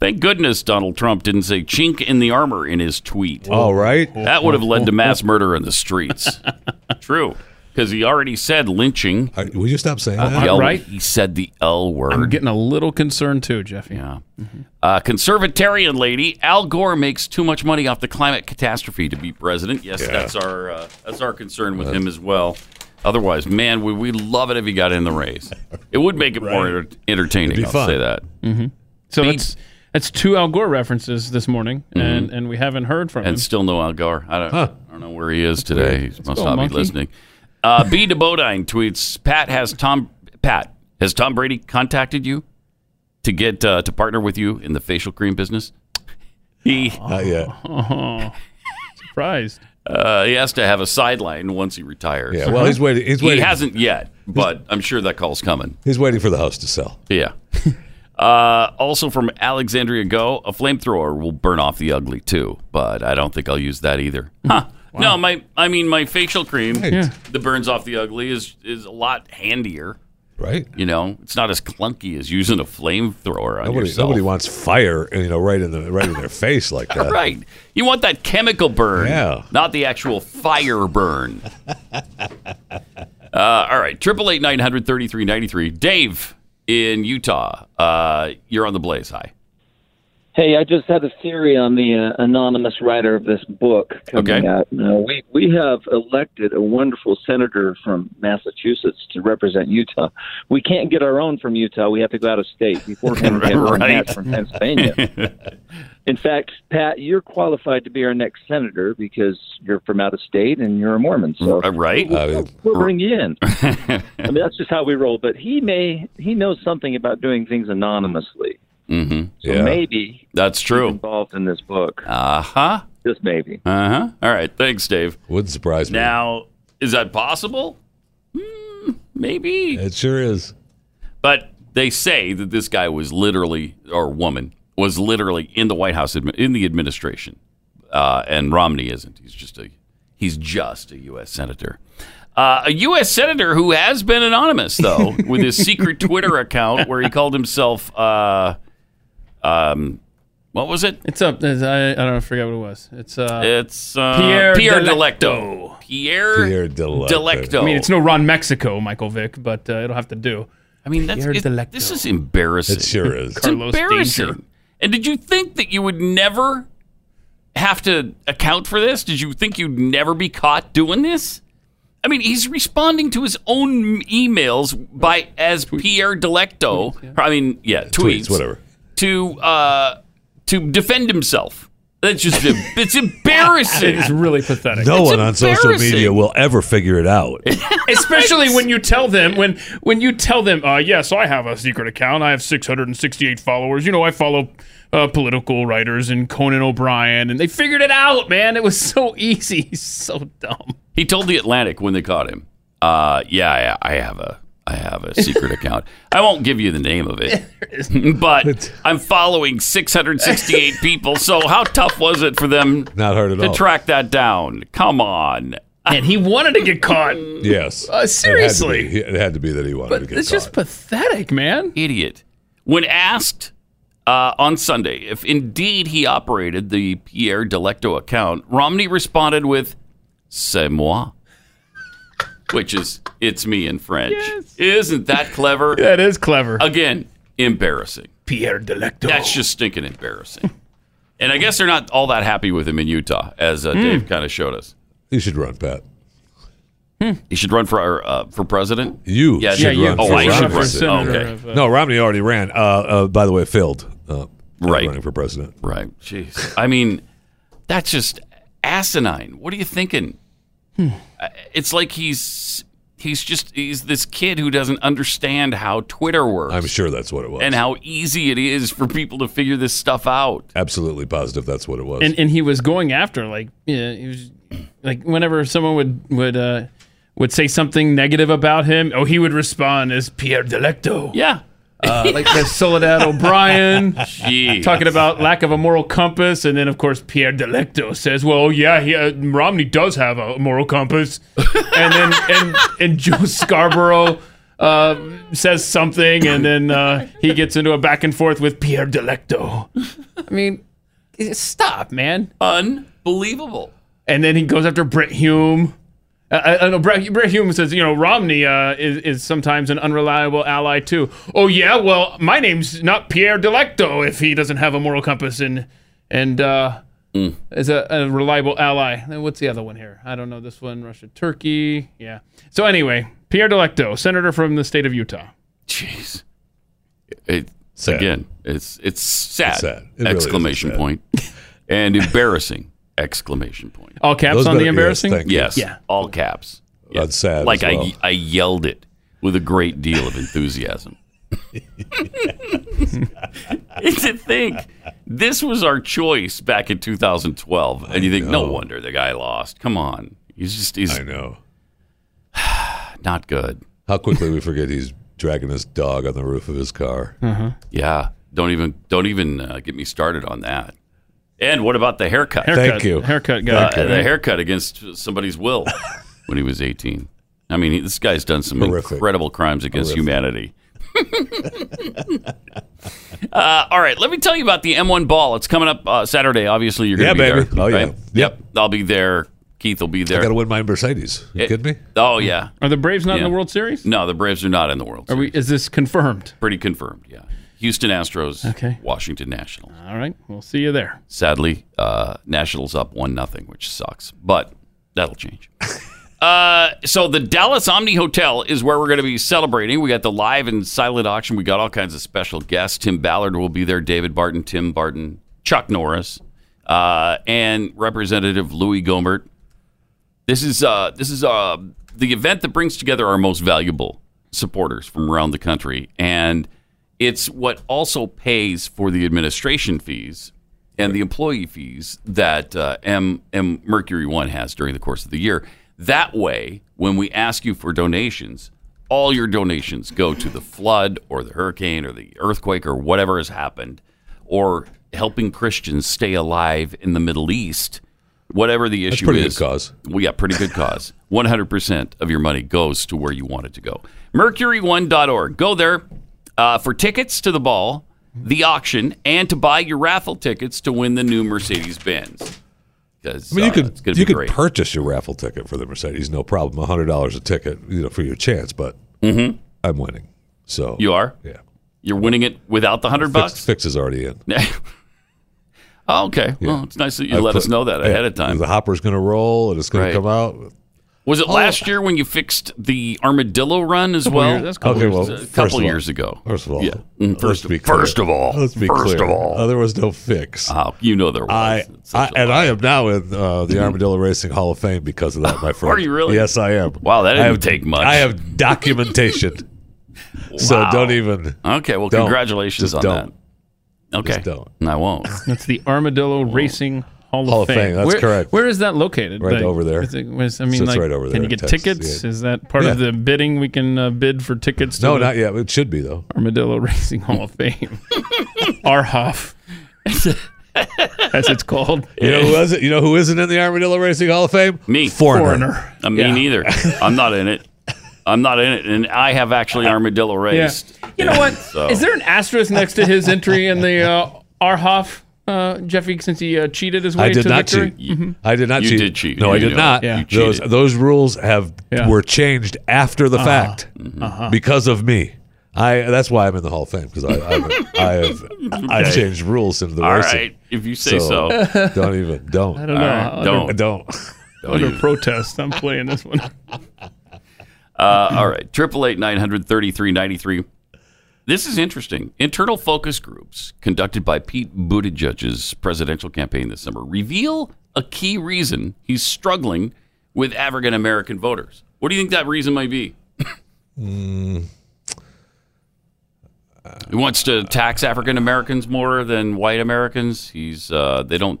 S2: Thank goodness Donald Trump didn't say "chink in the armor" in his tweet.
S7: All right.
S2: That would have led to mass murder in the streets. True. because he already said lynching.
S7: All right, will you stop saying that?
S2: He al-
S3: right.
S2: He said the L
S3: I'm
S2: word.
S3: getting a little concerned too, Jeffy.
S2: yeah. Uh, conservatarian lady Al Gore makes too much money off the climate catastrophe to be president. Yes, that's our uh, that's our concern with him as well. Otherwise, man, would we love it if he got in the race? It would make it more
S7: Right.
S2: enter- entertaining.
S7: It'd
S2: I'll
S7: be fun.
S2: say that.
S3: So that's that's two Al Gore references this morning,
S7: Mm-hmm.
S3: and and we haven't heard from him.
S2: and still no Algar. I don't, I don't know where he is today. He must
S3: go,
S2: not
S3: monkey.
S2: be listening. Uh, B. de Bodine tweets: Pat has Tom. Pat has Tom Brady contacted you to get uh, to partner with you in the facial cream business. [laughs] He
S7: Not yet.
S3: Surprised.
S2: uh, he has to have a sideline once he retires. [laughs]
S7: Yeah. Well, he's waiting. He's
S2: he
S7: waiting.
S2: hasn't yet, but I'm sure that call's coming.
S7: He's waiting for the house to sell. [laughs]
S2: Yeah. Uh, also from Alexandria Go, a flamethrower will burn off the ugly too, but I don't think I'll use that either. Huh. No, my I mean my facial cream
S7: Yeah.
S2: that burns off the ugly is is a lot handier.
S7: Right.
S2: You know, it's not as clunky as using a flamethrower on
S7: Nobody,
S2: yourself.
S7: nobody wants fire, you know, right in the right in their face
S2: [laughs]
S7: like that.
S2: right. You want that chemical burn,
S7: Yeah.
S2: not the actual fire burn. uh, all right, triple eight nine hundred thirty three ninety three. Dave in Utah, uh, you're on the blaze. Hi.
S10: Hey, I just had a theory on the uh, anonymous writer of this book coming
S2: Okay.
S10: out. Now, we we have elected a wonderful senator from Massachusetts to represent Utah. We can't get our own from Utah. We have to go out of state. Before
S2: [laughs]
S10: him, we had one
S2: Right.
S10: Pat
S2: [laughs]
S10: from Pennsylvania. In fact, Pat, you're qualified to be our next senator because you're from out of state and you're a Mormon. So
S2: Uh, Right.
S7: Uh,
S10: we'll bring you
S2: [laughs]
S10: in. I mean, that's just how we roll. But he may he knows something about doing things anonymously.
S2: Mm-hmm.
S10: So
S7: Yeah.
S10: maybe
S2: That's true.
S10: involved in this book.
S2: Uh huh.
S10: Just maybe.
S2: Uh huh. All right. Thanks, Dave.
S7: wouldn't surprise me.
S2: Now, is that possible? Hmm, maybe.
S7: It sure is.
S2: But they say that this guy was literally, or woman, was literally in the White House, admi- in the administration. Uh, and Romney isn't. He's just a, he's just a U.S. senator. Uh, a U.S. senator who has been anonymous, though, with his secret Twitter account where he called himself, uh, um, what was it?
S3: It's up. It's, I, I don't know, forget what it was. It's uh.
S2: It's uh,
S3: Pierre
S2: Pierre,
S3: Delecto.
S2: Delecto. Pierre,
S7: Pierre Delecto.
S2: Delecto.
S3: I mean, it's no Ron Mexico, Michael Vick, but uh, it'll have to do.
S2: I mean, that's,
S3: Pierre
S2: it-
S3: Delecto.
S2: this is embarrassing.
S7: It
S2: [laughs]
S7: sure is.
S2: It's
S3: Carlos
S2: embarrassing.
S3: Danger.
S2: And did you think that you would never have to account for this? Did you think you'd never be caught doing this? I mean, he's responding to his own emails by as Pierre Delecto. I mean, yeah, tweets,
S7: Tweets, whatever.
S2: to uh, to defend himself. That's just it's embarrassing.
S3: It's really pathetic.
S7: No
S2: It's
S7: one on social media
S2: embarrassing.
S7: will ever figure it
S2: [laughs]
S7: out.
S3: especially when you tell them when when you tell them uh, yes i have a secret account i have 668 followers you know i follow uh, political writers and conan o'brien and they figured it out man it was so easy [laughs] so dumb
S2: He told the Atlantic when they caught him, uh, "Yeah, I, I have a, I have a
S7: [laughs]
S2: secret account. I won't give you the name of it, [laughs] but I'm following
S7: [laughs]
S2: 668 people. So how tough was it for them
S7: Not hard at
S2: to
S7: all.
S2: track that down? Come on,
S3: and he wanted to get caught
S7: Yes.
S3: Uh,
S7: It had,
S3: seriously.
S7: to be, it had to be that he wanted to get
S3: it's
S7: caught.
S3: just pathetic man
S2: idiot!" When asked uh, on Sunday if indeed he operated the Pierre Delecto account, Romney responded with, "C'est moi." Which is it's me in French. Isn't that clever?
S3: that is clever
S2: again, embarrassing.
S3: pierre delecto
S2: That's
S7: Oh.
S2: just stinking embarrassing. and I guess they're not all that happy with him in Utah, as uh,
S7: Hmm.
S2: Dave kind of showed us.
S7: you should run, Pat.
S2: He should run for our, uh, for president.
S7: You
S2: Yeah,
S7: should
S2: yeah,
S7: run.
S2: you- oh,
S7: for
S2: I should
S7: Romney.
S2: run. Oh, okay.
S7: No, Romney already ran. Uh, uh, by the way, failed. Uh, at
S2: Right.
S7: Running for president.
S2: Right. Jeez. I mean, that's just asinine. What are you thinking?
S7: Hmm.
S2: Uh, It's like he's he's just he's this kid who doesn't understand how Twitter works
S7: I'm sure that's what it was.
S2: and how easy it is for people to figure this stuff out.
S7: Absolutely positive that's what it was.
S3: and and he was going after like yeah he was like whenever someone would would uh would say something negative about him oh he would respond as pierre delecto [laughs]
S2: Yeah.
S3: uh, like there's Soledad [laughs] O'Brien
S2: Jeez.
S3: talking about lack of a moral compass, and then of course Pierre Delecto says, "Well, yeah, he, uh, Romney does have a moral [laughs] compass," and then and and Joe Scarborough uh, says something, and then uh, he gets into a back and forth with Pierre Delecto. I mean, stop, man!
S2: Unbelievable.
S3: And then he goes after Brett Hume. Uh, I, I know Brett, Brett Hume says, you know, Romney uh, is, is sometimes an unreliable ally too. Oh yeah, well, my name's not Pierre Delecto if he doesn't have a moral compass and and uh, is a, a reliable ally. Then what's the other one here? I don't know this one. Russia, Turkey, yeah. So anyway, Pierre Delecto, senator from the state of Utah.
S2: Jeez. It, Again, it's it's sad.
S3: It's sad. It really is
S2: exclamation
S3: sad.
S2: point. and embarrassing exclamation point.
S3: All caps Those on the better- yes, embarrassing? thank you.
S2: Yes.
S3: Yeah.
S2: All caps. That's
S7: sad
S2: Like
S7: as
S2: I
S7: well.
S2: I yelled it with a great deal of enthusiasm. And to think this was our choice back in 2012, and you think no
S7: know.
S2: wonder the guy lost. Come on, he's just he's
S7: I know.
S2: Not good.
S7: How quickly we forget he's dragging his dog on the roof of his
S2: [laughs]
S7: car.
S3: Mhm.
S2: yeah. Don't even don't even uh, get me started on that. And what about the haircut?
S3: Haircut. Thank you. Haircut guy.
S2: Uh,
S3: Thank you.
S2: The haircut against somebody's will when he was 18. I mean, he- this guy's done some incredible crimes against
S11: Horrific.
S2: humanity. [laughs] Uh, all right, let me tell you about the M1 ball. It's coming up uh, Saturday. Obviously, you're going to
S7: Yeah,
S2: be
S7: baby.
S2: there.
S7: Oh, yeah.
S2: Yep. I'll be there. Keith will be there.
S7: I got to win my Mercedes. You
S2: It-
S7: kidding me?
S2: Oh yeah.
S3: Are the Braves not in
S2: Yeah. Mm.
S3: the World Series?
S2: No, the Braves are not in the World.
S3: Are we? Is this confirmed?
S2: Pretty confirmed. Yeah. Houston Astros.
S3: Okay.
S2: Washington Nationals.
S3: All right, we'll see you there.
S2: Sadly, uh, Nationals up one nothing, which sucks, but that'll change. Uh, so the Dallas Omni Hotel is where we're going to be celebrating. We got the live and silent auction. We got all kinds of special guests. Tim Ballard will be there. David Barton, Tim Barton, Chuck Norris, uh, and Representative Louis Gomert. This is uh, this is uh, the event that brings together our most valuable supporters from around the country, and it's what also pays for the administration fees and the employee fees that uh, M, M Mercury One has during the course of the year. That way, when we ask you for donations, all your donations go to the flood or the hurricane or the earthquake or whatever has happened, or helping Christians stay alive in the Middle East. Whatever the
S7: That's
S2: issue
S7: pretty good
S2: is,
S7: cause.
S2: we got pretty good cause.
S7: [laughs]
S2: 100% of your money goes to where you want it to go. Mercury1.org. Go there uh, for tickets to the ball, the auction, and to buy your raffle tickets to win the new uh, Mercedes Benz.
S7: I mean, you
S2: could,
S7: could you could purchase your raffle ticket for the Mercedes, no problem. hundred dollars a ticket, you know, for your chance. But I'm winning, so
S2: Mm-hmm. You are?
S7: Yeah.
S2: You're winning it without the 100 bucks?
S7: Fix, fix is already in.
S2: Oh, okay.
S7: Yeah.
S2: Well, it's nice that you
S7: I
S2: let
S7: put-
S2: us know that
S7: yeah,
S2: ahead of time.
S7: The hopper's going to roll and it's going to come out.
S2: Was it last year when you fixed the armadillo run as
S7: Oh. Couple
S2: well?
S7: years- that's a couple Okay, years. well,
S2: a
S7: first
S2: couple
S7: of all-
S2: years ago.
S7: First of all,
S2: yeah. Mm,
S7: let's
S2: First,
S7: be clear.
S2: first of all,
S7: Let's be
S2: first
S7: clear.
S2: of all,
S7: Uh, there was no fix.
S2: Oh, you know there was.
S7: I, I and I am now in uh, the Armadillo Racing Hall of Fame because of that,
S2: [laughs]
S7: my friend.
S2: Mm-hmm. you really?
S7: Yes, I am.
S2: Wow, that
S7: I
S2: didn't
S7: have-
S2: take much.
S7: I have documentation,
S2: [laughs]
S7: so
S2: Wow.
S7: don't even.
S2: Okay, well,
S7: don't.
S2: congratulations
S7: Just
S2: on
S7: don't.
S2: that. Okay,
S7: Just don't.
S3: [laughs]
S2: I won't.
S3: That's the Armadillo Racing Hall,
S7: Oh. Hall
S3: of
S7: of
S3: Fame.
S7: Fame, that's
S3: Where-
S7: correct.
S3: Where is that located?
S7: Right over there.
S3: is it- was- I mean,
S7: So it's
S3: like,
S7: right over
S3: Can
S7: there
S3: you
S7: in
S3: get
S7: Texas,
S3: tickets?
S7: yeah.
S3: Is that part of the bidding? We can uh, bid for tickets. To
S7: No,
S3: the
S7: not yet. It should be though.
S3: Armadillo Racing Hall
S7: [laughs]
S3: of Fame. Arhoff. That's it's called.
S7: You know who isn't? You know who isn't in the Armadillo Racing Hall of Fame?
S2: Me,
S7: foreigner.
S2: Uh, me neither. I'm not in it. I'm not in it, and I have actually armadillo raced.
S3: You know what?
S2: So-
S3: Is there an asterisk next to his entry in the uh, Arhoff? Uh, Jeffy, since he uh, cheated his way
S7: I did
S3: to
S7: not
S3: victory.
S7: cheat.
S3: Mhm.
S7: I did not
S2: You
S7: cheat.
S2: did cheat.
S7: No,
S2: You
S7: I did
S2: know.
S7: not.
S2: Yeah. You
S7: Those
S2: cheated.
S7: those rules have
S3: Yeah.
S7: were changed after the
S3: Uh-huh.
S7: fact
S3: Uh-huh.
S7: because of me. I that's why I'm in the Hall of Fame because I I've,
S3: [laughs]
S7: I've, I've
S2: Okay.
S7: changed rules into the
S2: All
S7: racing.
S2: right, if you
S3: [laughs]
S2: say so.
S7: [laughs] don't even don't.
S3: I don't know. All right,
S2: don't.
S7: don't.
S2: Don't
S3: Under
S2: even.
S3: protest, I'm playing
S7: [laughs]
S3: this one.
S2: Uh, all right, triple eight nine hundred thirty three ninety three. This is interesting. Internal focus groups conducted by Pete Buttigieg's presidential campaign this summer reveal a key reason he's struggling with African American voters. What do you think that reason might be?
S7: Mm,
S2: He wants to tax African Americans more than white Americans. He's uh, they don't.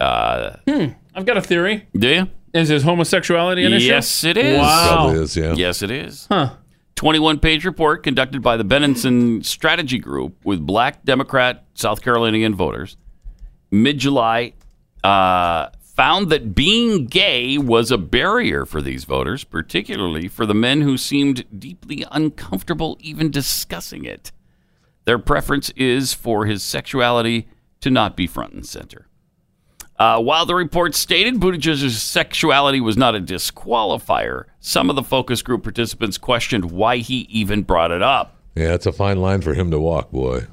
S2: Uh,
S3: Hmm. I've got a theory.
S2: do you?
S3: Is his homosexuality an issue?
S2: Yes, it is.
S3: Wow.
S2: Yes, it is.
S3: Huh.
S2: 21 page report conducted by the Benenson Strategy Group with black Democrat South Carolinian voters mid July uh, found that being gay was a barrier for these voters, particularly for the men who seemed deeply uncomfortable even discussing it. Their preference is for his sexuality to not be front and center. Uh, while the report stated Buttigieg's sexuality was not a disqualifier, some of the focus group participants questioned why he even brought it up.
S7: Yeah, it's a fine line for him to walk, boy.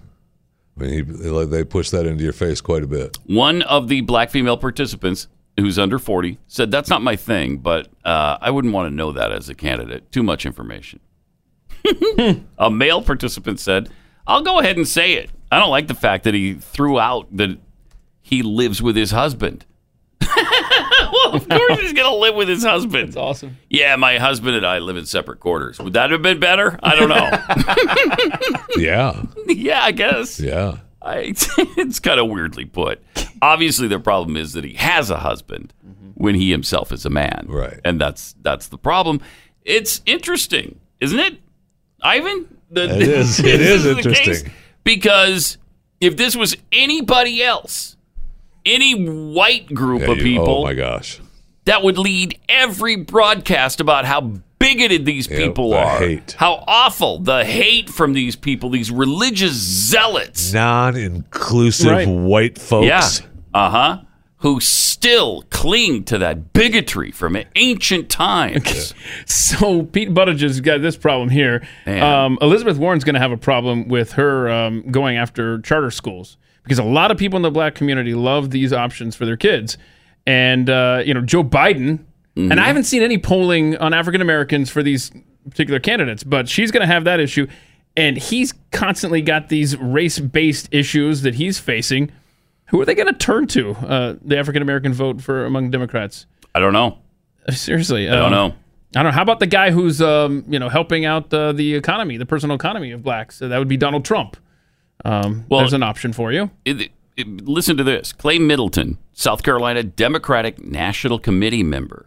S7: I mean, he, like, they push that into your face quite a bit.
S2: One of the black female participants, who's under 40, said, That's not my thing, but uh, I wouldn't want to know that as a candidate. Too much information. [laughs] a male participant said, I'll go ahead and say it. I don't like the fact that he threw out that he lives with his husband. [laughs] well, of course he's going to live with his husband. That's
S3: awesome.
S2: Yeah, my husband and I live in separate quarters. Would that have been better? I don't know.
S7: [laughs]
S2: [laughs] Hmm.
S7: Yeah,
S2: yeah, I guess.
S7: yeah.
S2: I, [laughs] it's kind of weirdly put. Obviously, the problem is that he has a husband when he himself is a man,
S7: Mm-hmm. Right.
S2: And that's that's the problem. It's interesting, isn't it, Ivan? The-
S7: It
S2: [laughs]
S7: is. It
S2: this
S7: is
S2: the case
S7: interesting.
S2: because if this was anybody else, any white group
S7: Yeah,
S2: of
S7: you-
S2: people,
S7: Oh my gosh.
S2: that would lead every broadcast about how bigoted these people
S7: the
S2: are,
S7: hate.
S2: how awful the hate from these people, these religious zealots.
S7: Non-inclusive
S3: Right.
S7: white folks.
S2: Yeah. Uh huh. Who still cling to that bigotry from ancient times.
S3: So Pete Buttigieg's got this problem here.
S2: Man.
S3: Um, Elizabeth Warren's going to have a problem with her um, going after charter schools because a lot of people in the black community love these options for their kids, and uh, you know Joe Biden.
S2: Mm-hmm.
S3: And I haven't seen any polling on African Americans for these particular candidates, but she's going to have that issue, and he's constantly got these race-based issues that he's facing. Who are they going to turn to? Uh, the African American vote for among Democrats? Uh,
S2: I don't know.
S3: Seriously, um,
S2: I don't know.
S3: I don't know. How about the guy who's um, you know helping out uh, the economy, the personal economy of blacks? So that would be Donald Trump. Um,
S2: Well-
S3: there's an option for you.
S2: It- it- listen to this Clay Middleton, South Carolina Democratic National Committee member.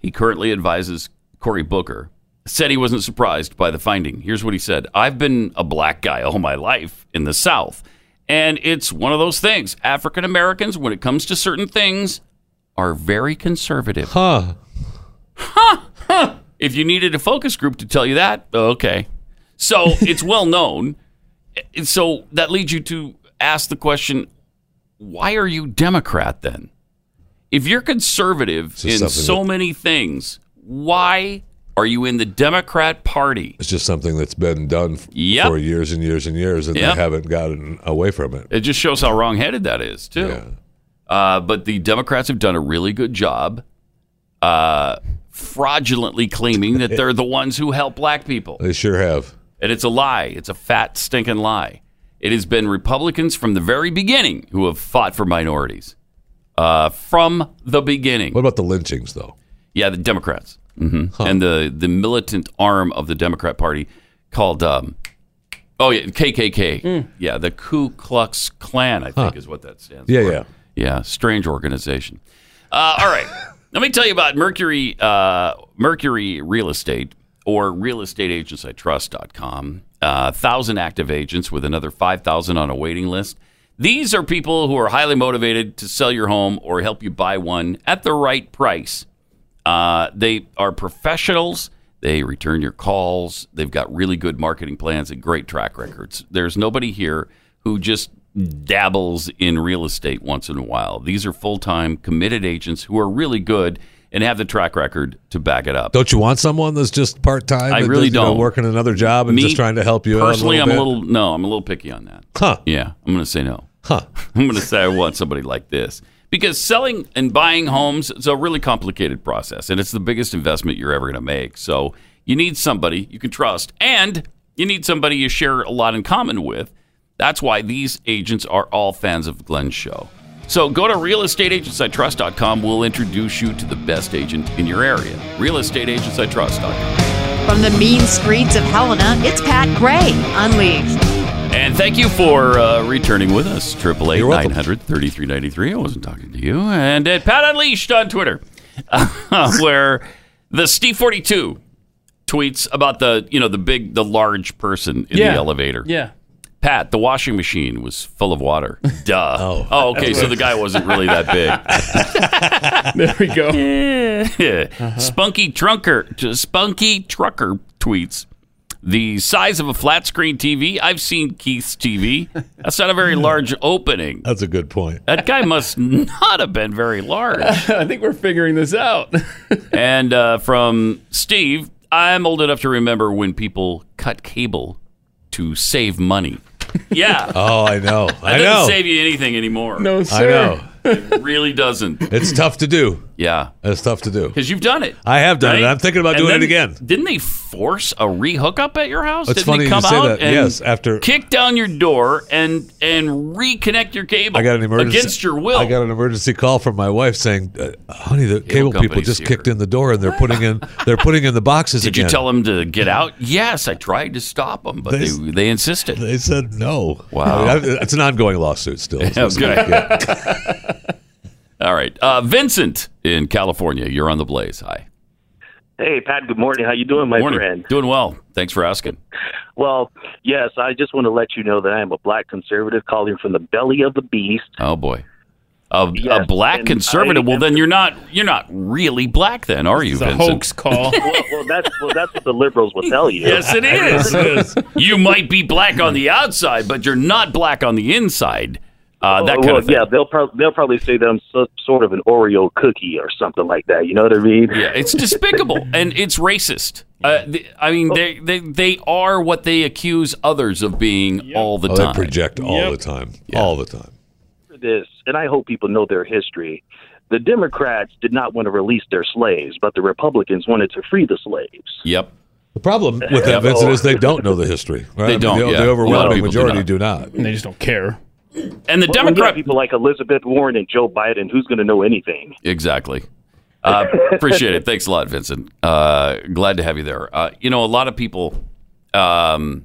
S2: He currently advises Cory Booker. Said he wasn't surprised by the finding. Here's what he said I've been a black guy all my life in the South. And it's one of those things. African Americans, when it comes to certain things, are very conservative.
S7: Huh.
S2: If you needed a focus group to tell you that, oh, okay.
S7: [laughs]
S2: So it's well known. And So that leads you to ask the question why are you Democrat then? If you're conservative
S7: This is
S2: in
S7: something
S2: so
S7: that-
S2: many things, why are you in the Democrat Party?
S7: It's just something that's been done f-
S2: Yep.
S7: for years and years and years, and
S2: Yep.
S7: they haven't gotten away from it.
S2: It just shows how wrong headed that is, too. Uh, but the Democrats have done a really good job uh, fraudulently claiming that they're the ones who help black people.
S7: They sure have.
S2: And it's a lie. It's a fat, stinking lie. It has been Republicans from the very beginning who have fought for minorities. Uh, from the beginning.
S7: What about the lynchings, though?
S2: Yeah, the Democrats. hmm And the, the militant arm of the Democrat Party called, um, oh, yeah, KKK.
S7: Hmm.
S2: Yeah, the Ku Klux Klan, I think is what that stands
S7: Yeah,
S2: for.
S7: yeah.
S2: Yeah, strange organization. Uh, all right, [laughs] let me tell you about Mercury uh, Mercury Real Estate or realestateagentsitrust.com. Uh, thousand active agents with another five thousand on a waiting list. These are people who are highly motivated to sell your home or help you buy one at the right price. Uh, they are professionals. They return your calls. They've got really good marketing plans and great track records. There's nobody here who just dabbles in real estate once in a while. These are full time, committed agents who are really good and have the track record to back it up.
S7: Don't you want someone that's just part time?
S2: I really don't.
S7: working another job and
S2: Me,
S7: just trying to help you
S2: Personally,
S7: out a
S2: I'm a
S7: little
S2: little no. I'm a little picky on that.
S7: bit? Huh?
S2: Yeah, I'm going to say no.
S7: Huh?
S2: [laughs] I'm going to say I want somebody like this because selling and buying homes is a really complicated process and it's the biggest investment you're ever going to make. So you need somebody you can trust and you need somebody you share a lot in common with. That's why these agents are all fans of Glenn's show. So go to realestateagentsitrust.com. We'll introduce you to the best agent in your area. Realestateagentsitrust.com.
S9: From the mean streets of Helena, it's Pat Gray Unleashed.
S2: And thank you for uh, returning with us. Triple eight
S7: You're welcome.
S2: nine hundred thirty three ninety three. I wasn't talking to you. And at Pat Unleashed on Twitter, [laughs] where the Steve forty two tweets about the you know the big the large person in
S3: Yeah.
S2: the elevator.
S3: Yeah.
S2: Pat, the washing machine was full of water. Duh. oh, okay. So the guy wasn't really that big. [laughs]
S3: There we go.
S2: Spunky Trunker, Spunky Trucker tweets. the size of a flat screen TV. I've seen Keith's TV. That's not a very large opening.
S7: That's a good point.
S2: That guy must not have been very large.
S3: I think we're figuring this out. [laughs]
S2: and uh, from Steve, I'm old enough to remember when people cut cable to save money. [laughs] Yeah.
S7: Oh, I know. I
S2: That doesn't
S7: know.
S2: save you anything anymore.
S3: No,
S7: I know.
S2: It really doesn't.
S7: It's tough to do.
S2: Yeah.
S7: It's tough to do.
S2: Because you've done it.
S7: I have done it.
S2: right?
S7: I'm thinking about
S2: And
S7: doing it
S2: then-
S7: again.
S2: Didn't they force a rehookup at your house?
S7: It's
S2: Didn't
S7: funny
S2: they
S7: you
S2: come
S7: say
S2: out
S7: that.
S2: and
S7: Yes, after-
S2: kick down your door and and reconnect your cable.
S7: I got an emergency
S2: against your will.
S7: I got an emergency call from my wife saying, uh, "Honey, the cable, people
S2: company's
S7: just
S2: here."
S7: kicked in the door and they're putting in they're putting in the boxes
S2: [laughs] Did
S7: again."
S2: you tell them to get out? Yes, I tried to stop them, but
S7: They-
S2: they they, insisted.
S7: They said no.
S2: Wow.
S7: I mean, I- it's an ongoing lawsuit still.
S2: [laughs] Okay. All right, uh, Vincent in California, you're on the blaze. Hi,
S11: Hey, Pat. Good morning. How you doing, my
S2: morning,
S11: friend?
S2: doing well. Thanks for asking.
S11: Well, yes. I just want to let you know that I am a black conservative calling from the belly of the beast.
S2: Oh boy, a,
S11: Yes,
S2: a black
S11: and
S2: conservative.
S11: I
S2: well,
S11: am-
S2: then you're not you're not really black, then, are you,
S3: It's a
S2: Vincent?
S3: hoax
S2: [laughs]
S3: call.
S11: well, well, that's well, that's what the liberals will tell you.
S2: Yes, it is. You might be black on the outside, but you're not black on the inside. Uh, that
S11: Oh,
S2: kind
S11: well,
S2: of thing.
S11: yeah, they'll prob- they'll probably say that I'm so- sort of an Oreo cookie or something like that. You know what I mean?
S2: Yeah, it's despicable and it's racist. Uh, th- I mean, they, they they are what they accuse others of being all the
S7: Oh, they
S2: time.
S7: project all
S3: Yep.
S7: the time. All the time.
S11: This, and I hope people know their history. The Democrats did not want to release their slaves, but the Republicans wanted to free the slaves.
S2: yep.
S7: The problem with that, Vincent, is they don't know the history. Right?
S2: Oh. They
S7: I mean,
S2: don't,
S7: The, the
S2: yeah. A lot of
S7: overwhelming
S2: people do
S7: majority do not.
S3: they just don't care.
S2: And the
S11: Well, when you have
S2: Democrat
S11: people like Elizabeth Warren and Joe Biden, who's going to know anything?
S2: Exactly. Uh, appreciate it. Thanks a lot, Vincent. Uh, glad to have you there. Uh, you know, a lot of people, um,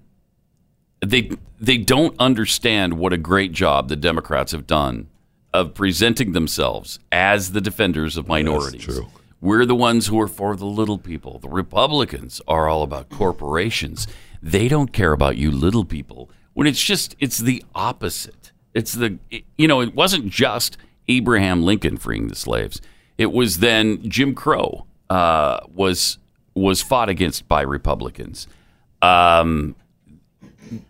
S2: they they don't understand what a great job the Democrats have done of presenting themselves as the defenders of minorities.
S7: true.
S2: We're the ones who are for the little people. The Republicans are all about corporations. They don't care about you little people. When it's just it's the opposite. It's the you know, it wasn't just Abraham Lincoln freeing the slaves. It was then Jim Crow uh, was was fought against by Republicans. Um,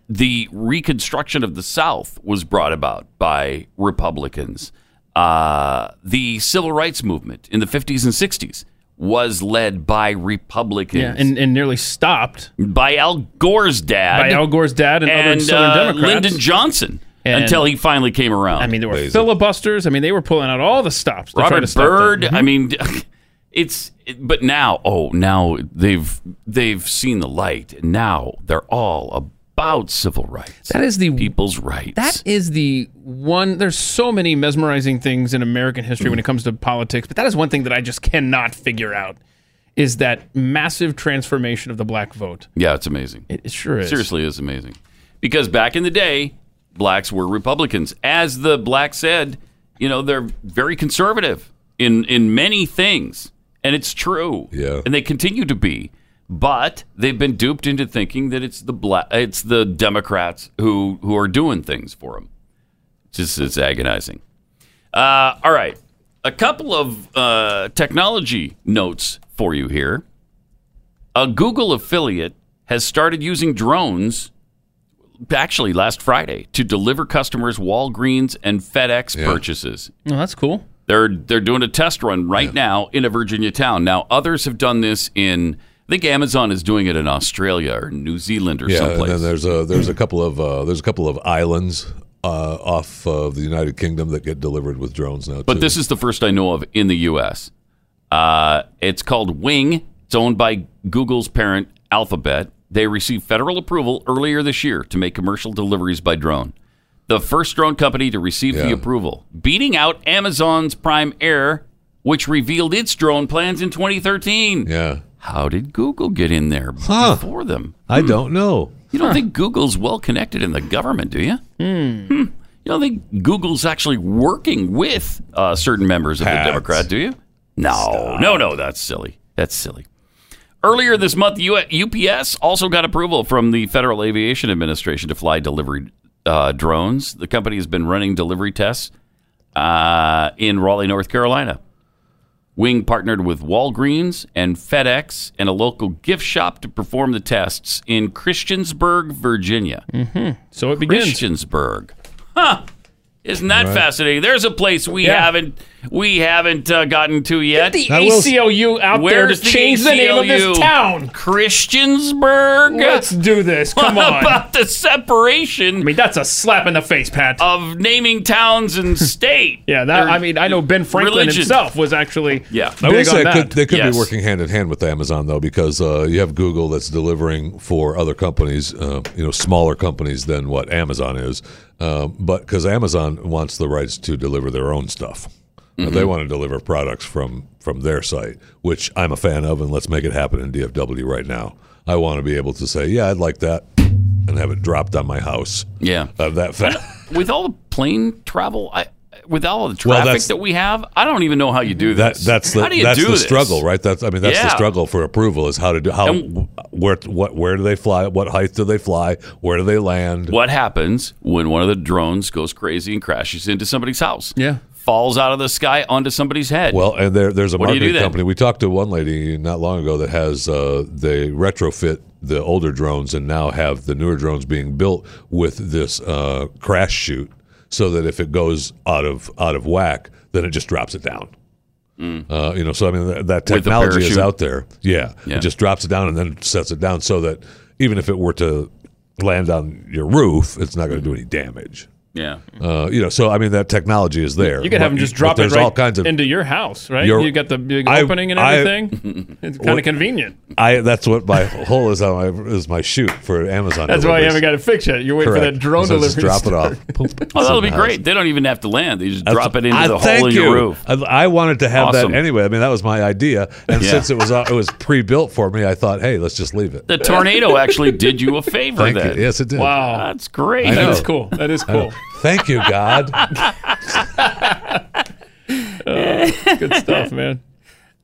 S2: the Reconstruction of the South was brought about by Republicans. Uh, the Civil Rights Movement in the 50s and 60s was led by Republicans,
S3: Yeah, and, and nearly stopped
S2: by Al Gore's dad,
S3: by Al Gore's dad and,
S2: and
S3: other Southern
S2: uh,
S3: Democrats.
S2: Lyndon Johnson,
S3: And-
S2: until he finally came around.
S3: I mean, there were
S7: Amazing.
S3: filibusters. I mean, they were pulling out all the stops. To try to
S2: Robert
S3: stop Mm-hmm.
S2: Byrd.
S3: that.
S2: I mean, [laughs] it's but now, oh, now they've they've seen the light, and now they're all about civil rights,
S3: That is the
S2: people's rights.
S3: That is the one. There's so many mesmerizing things in American history when it comes to politics, but that is one thing that I just cannot figure out is that massive transformation of the black vote.
S2: yeah, it's amazing.
S3: It, it sure is.
S2: Seriously, is amazing because back in the day, blacks were Republicans, as the blacks said. You know, they're very conservative in in many things, and it's true.
S7: Yeah.
S2: and they continue to be. But they've been duped into thinking that it's the black, it's the Democrats who who are doing things for them. Just it's agonizing. Uh, all right, a couple of uh, technology notes for you here. A Google affiliate has started using drones. Actually, last Friday to deliver customers Walgreens and FedEx purchases.
S3: Oh, that's cool.
S2: They're they're doing a test run right now in a Virginia town. Now others have done this in. I think Amazon is doing it in Australia or New Zealand or
S7: Yeah, and
S2: someplace.
S7: then there's a there's a couple of uh, there's a couple of islands uh, off of the United Kingdom that get delivered with drones now.
S2: But this is the first I know of in the U.S. Uh, it's called Wing. It's owned by Google's parent, Alphabet. They received federal approval earlier this year to make commercial deliveries by drone. The first drone company to receive the
S7: Yeah.
S2: approval, beating out Amazon's Prime Air, which revealed its drone plans in 2013.
S7: yeah,
S2: How did Google get in there before them?
S7: I don't know.
S2: You don't think Google's well connected in the government, do you? Hmm. You don't think Google's actually working with uh, certain members of
S7: Pat.
S2: the Democrat, do you? No, no, no. That's silly. That's silly. Earlier this month, U- UPS also got approval from the Federal Aviation Administration to fly delivery uh, drones. The company has been running delivery tests uh, in Raleigh, North Carolina. Wing partnered with Walgreens and FedEx and a local gift shop to perform the tests in Christiansburg, Virginia.
S3: Mm-hmm. So it begins.
S2: Christiansburg. Huh. Isn't that
S3: Right.
S2: fascinating? There's a place we
S3: Yeah.
S2: haven't we haven't uh, gotten to yet.
S3: the I will- ACLU out there to
S2: Where's
S3: change the name of this
S2: ACLU?
S3: town.
S2: Christiansburg.
S3: Let's
S2: [laughs]
S3: do this. Come
S2: What
S3: on.
S2: about the separation? I
S3: mean, that's a slap in the face, Pat.
S2: Of naming towns and [laughs] state.
S3: Yeah, that,
S2: Or
S3: I mean, I know Ben Franklin
S2: religion.
S3: himself was actually
S2: Yeah.
S7: I will
S3: big
S7: say
S3: on
S7: it
S3: that.
S7: could, they could
S3: Yes.
S7: be working hand in hand with Amazon though, because uh, you have Google that's delivering for other companies, uh, you know, smaller companies than what Amazon is, um, but because Amazon wants the rights to deliver their own stuff, Uh, they
S3: Mm-hmm.
S12: Mhm.
S7: want to deliver products from from their site, which I'm a fan of, and let's make it happen in DFW right now. I want to be able to say, yeah, I'd like that, and have it dropped on my house.
S2: Yeah,
S7: uh, that
S3: [laughs]
S7: fact.
S2: with all the plane travel, I, with all the
S7: Well,
S2: traffic
S7: that's-
S2: that we have, I don't even know how you do
S7: That
S2: this.
S7: that's the
S2: how do you
S7: that's
S2: do
S7: the
S2: this?
S7: struggle, right? That's I mean that's the
S2: Yeah.
S7: struggle for approval is how to do how where what where do they fly? What height do they fly? Where do they land?
S2: What happens when one of the drones goes crazy and crashes into somebody's house?
S3: Yeah,
S2: falls out of the sky onto somebody's head.
S7: Well, and there there's a
S2: What do you do
S7: marketing
S2: then?
S7: company. We talked to one lady not long ago that has uh, they retrofit the older drones and now have the newer drones being built with this uh, crash chute, so that if it goes out of out of whack, then it just drops it down. Uh, you know, so I mean that, that
S12: With the
S7: technology is
S12: parachute?
S7: out there. Yeah,
S12: Yeah.
S7: it just drops it down and then sets it down so that even if it were to land on your roof, it's not going to do any damage.
S2: Yeah.
S7: Uh, you know, so I mean that technology is there.
S3: You could
S7: But-
S3: have them just
S7: but
S3: drop it
S7: there's
S3: right
S7: all kinds of
S3: into your house, right?
S7: Your-
S3: You got the big
S7: I-
S3: opening and
S7: I-
S3: everything. it's kind
S7: What-
S3: of convenient.
S7: I that's what my [laughs] whole is on my is my shoot for Amazon.
S3: That's why you
S7: deliveries.
S3: haven't got it fixed yet. You're waiting for
S7: Correct.
S3: that drone
S7: So
S3: delivery.
S7: just drop
S3: to
S7: it off.
S3: start.
S2: Oh, that'll be
S7: Somehow.
S2: great. They don't even have to land. They just
S7: That's-
S2: drop it into
S7: I-
S2: the
S7: thank
S2: hole in
S7: you.
S2: your roof.
S7: I, I wanted to have
S2: Awesome.
S7: that anyway. I mean, that was my idea, and
S2: Yeah.
S7: since it was uh, it was pre built for me, I thought, hey, let's just leave it.
S2: The tornado actually did you a favor
S7: Thank
S2: then.
S7: you. Yes, it did.
S2: Wow. That's great.
S7: I know.
S3: That is
S7: I know. Thank you,
S3: [laughs]
S7: God.
S3: Oh, good stuff, man.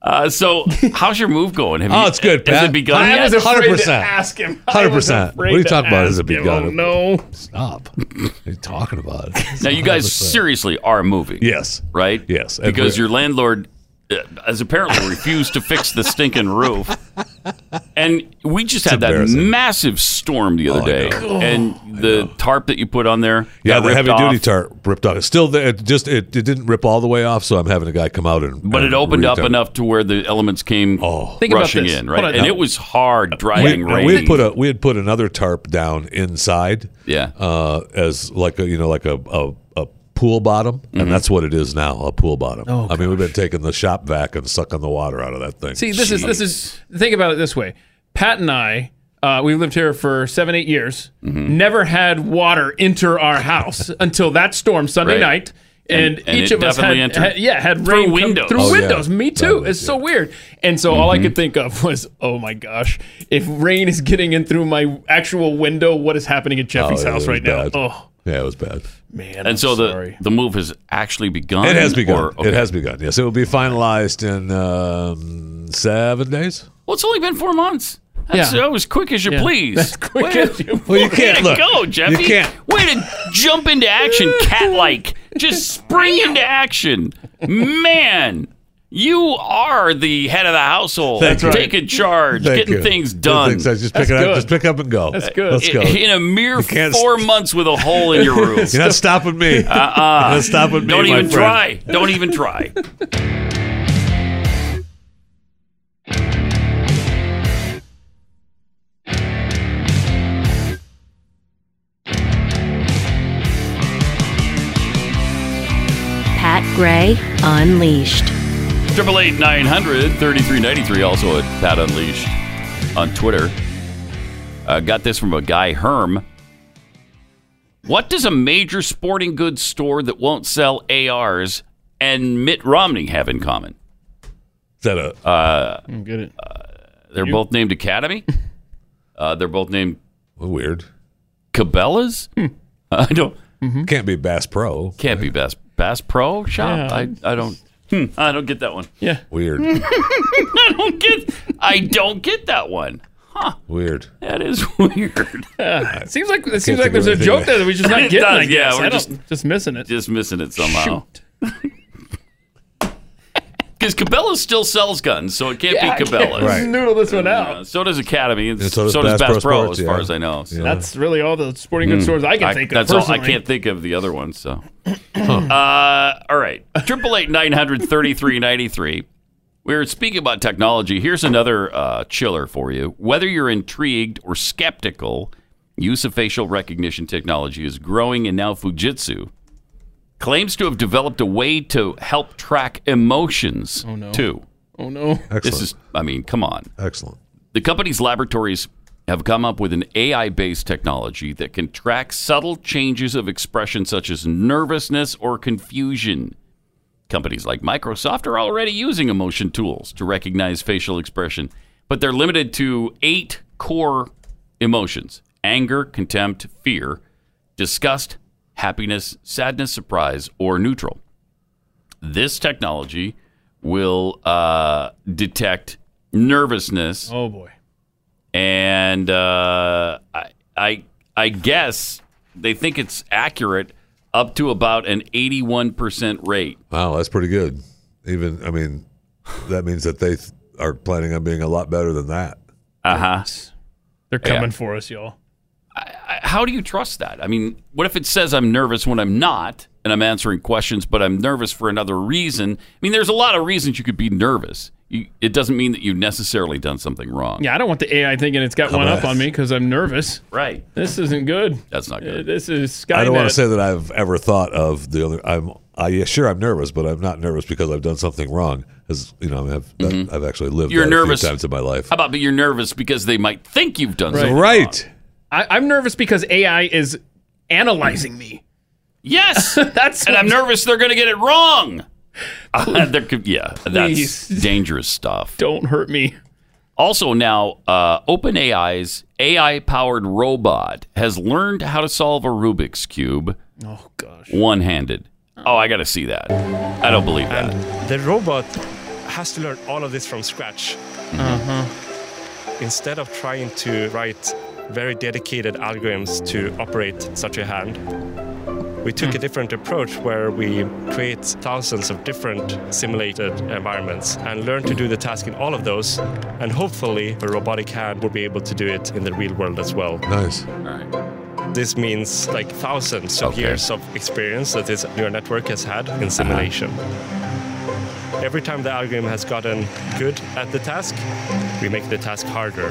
S2: Uh, so, how's your move going? Have
S7: Oh, it's good,
S2: Has
S7: Pat.
S2: it begun?
S7: I was
S2: yet?
S7: afraid to 100%. ask
S3: him.
S7: I was 100%. What are you afraid to talking about? Has it ask him. begun? Oh,
S3: no.
S7: Stop. You're talking about
S2: Now, you guys
S7: 100%.
S2: seriously are moving.
S7: Yes.
S2: Right?
S7: Yes. And
S2: Because
S7: we're-
S2: your landlord uh, has apparently refused to fix the stinking roof. And we just had that
S7: embarrassing.
S2: massive storm the other
S7: Oh, I
S2: day.
S7: know.
S2: And the tarp that you put on there.
S7: Yeah,
S2: got
S7: the
S2: ripped
S7: heavy
S2: off.
S7: duty tarp ripped off. It's still there. It just it, it didn't rip all the way off, so I'm having a guy come out and.
S2: But it
S7: and
S2: opened up
S7: re-tarp it.
S2: enough to where the elements came
S7: Think about
S2: rushing
S7: this.
S2: in, right?
S7: Hold on.
S2: and it was hard driving
S7: we,
S2: rain.
S7: We had put a we had put another tarp down inside.
S2: Yeah.
S7: Uh, as like a you know like a a, a pool bottom,
S2: Mhm.
S7: and that's what it is now a pool bottom.
S3: Oh,
S7: I mean, we've been taking the shop vac and sucking the water out of that thing.
S3: See, this is this is think about it this way. Pat and I, uh, we lived here for seven, eight years.
S2: Mm-hmm.
S3: Never had water enter our
S2: [laughs]
S3: house until that storm Sunday
S2: Right.
S3: night. And,
S2: And- and
S3: each
S2: it
S3: of us had,
S2: definitely entered.
S3: had- yeah had
S2: Through
S3: rain come
S2: windows.
S3: through
S2: Oh, yeah.
S3: windows. Me too. it's so weird. And so all I
S2: Mm-hmm.
S3: could think of was, oh my gosh, if rain is getting in through my actual window, what is happening at Jeffy's
S7: Oh, it
S3: house
S7: was
S3: right
S7: bad.
S3: now? Oh
S7: Yeah, it was bad.
S3: man. I'm
S2: and so
S3: sorry.
S2: the, the move has actually begun.
S7: It has begun.
S2: or- okay.
S7: It has begun. Yes, it will be finalized in um, seven days.
S2: Well, it's only been four months. That's,
S7: Yeah.
S2: That was quick as you
S7: Yeah.
S2: please.
S7: That's
S3: quick
S2: Way-
S3: as you
S7: Well, you
S2: way
S7: can't
S2: to
S7: look.
S2: go,
S7: You
S2: Jeffy.
S7: can't.
S2: Way to jump into action, cat-like. Just spring into action, man. You are the head of the household.
S7: Thank you.
S2: Taking charge,
S7: Thank
S2: getting
S7: you.
S2: things
S7: Good
S2: done. Uh,
S7: things. I just pick it up. Just pick up and go. Let's go.
S2: In a mere
S7: You can't
S2: four
S7: st-
S2: months with a hole
S7: [laughs]
S2: in your roof.
S7: You're not stopping me.
S2: Uh-uh.
S7: [laughs] You're not stopping me.
S2: Don't
S7: my
S2: even
S7: friend.
S2: try. Don't even try.
S1: Pat Gray Unleashed.
S2: Triple eight nine hundred thirty three ninety three. Also at Pat Unleashed on Twitter. Uh, got this from a guy Herm. What does a major sporting goods store that won't sell ARs and Mitt Romney have in common?
S7: Is that a?
S2: Uh,
S3: get it.
S2: they're
S3: You-
S2: both named Academy. Uh, they're both named
S7: weird.
S2: Cabela's.
S3: Hmm.
S2: [laughs] I don't.
S7: Can't be Bass Pro.
S2: Can't be Bass Bass Pro shop.
S3: Yeah.
S2: I I don't. Hmm, I don't get that one. [laughs]
S3: Yeah.
S7: Weird.
S2: Hmm? I don't get. I don't get that one.
S7: Weird.
S2: That is [laughs] weird.
S3: Yeah. It seems like it seems
S2: think
S3: like
S2: of
S3: there's a
S2: anything
S3: joke
S2: that-
S3: there that we're just not
S2: [laughs] It
S3: getting. I
S2: does, yeah,
S3: guess.
S2: we're
S3: I don't-
S2: just- [laughs]
S3: just missing it.
S2: Just missing it somehow. Because Cabela's still sells guns, so it can't
S3: Yeah, I
S2: be
S3: can't
S2: Cabela's.
S3: Right. [laughs] noodle this one out.
S2: Uh, so does Academy, and, so does, Bass, Pro, as far as I know. so-
S3: That's really all the sporting goods
S2: Mm.
S3: stores I can think of.
S2: That's all. I
S3: personally.
S2: can't think of the other ones.
S3: [clears throat]
S2: So, uh, all right. Triple eight nine hundred thirty three ninety three. We were speaking about technology. Here's another uh, chiller for you. Whether you're intrigued or skeptical, use of facial recognition technology is growing, and now Fujitsu claims to have developed a way to help track emotions
S3: Oh, no.
S2: too.
S3: Oh no.
S2: This is, I mean, come on.
S7: Excellent.
S2: The company's laboratories have come up with an AI based technology that can track subtle changes of expression such as nervousness or confusion. Companies like Microsoft are already using emotion tools to recognize facial expression, but they're limited to eight core emotions anger, contempt, fear, disgust, happiness, sadness, surprise, or neutral this technology will uh, detect nervousness.
S3: Oh boy!
S2: And uh, I, I, I guess they think it's accurate up to about an eighty-one percent rate.
S7: Wow, that's pretty good. Even, I mean, that means that they th- are planning on being a lot better than that.
S2: Uh huh.
S3: They're
S2: Yeah.
S3: coming for us, y'all.
S2: I- How do you trust that? I mean, what if it says I'm nervous when I'm not, and I'm answering questions, but I'm nervous for another reason? I mean, there's a lot of reasons you could be nervous. You, it doesn't mean that you've necessarily done something wrong.
S3: Yeah, I don't want the AI thinking it's got
S2: Come
S3: one up
S2: on.
S3: on me because I'm nervous.
S2: Right.
S3: This isn't good. Uh,
S2: That's not good.
S3: This is Skynet.
S7: I don't want to say that I've ever thought of the other. I'm, I yeah, sure I'm nervous, but I'm not nervous because I've done something wrong. As you know, I've I've, I've actually lived
S2: Mm-hmm. You're
S7: that a few
S2: nervous. Uh,
S7: times in my life.
S2: How about but you're nervous because they might think you've done
S7: [laughs]
S2: something
S7: right.
S3: I, I'm nervous because AI is analyzing me.
S2: Yes,
S3: that's
S2: [laughs] and I'm nervous they're going to get it
S12: [laughs]
S2: wrong. Uh, there could, yeah, that's
S3: Please.
S2: dangerous stuff.
S3: Don't hurt me.
S2: Also, now uh, OpenAI's AI-powered robot has learned how to solve a Rubik's cube.
S3: Oh gosh,
S2: one-handed. Oh, I got to see that. I don't believe that.
S12: The robot has to learn all of this from scratch. Instead of trying to write very dedicated algorithms to operate such a hand, we took a different approach where we create thousands of different simulated environments and learn to do the task in all of those. And hopefully, a robotic hand will be able to do it in the real world as
S2: Oh.
S12: well.
S7: Nice.
S2: All right.
S12: This means like thousands of years of experience that this neural network has had in simulation. Every time the algorithm has gotten good at the task, we make the task harder.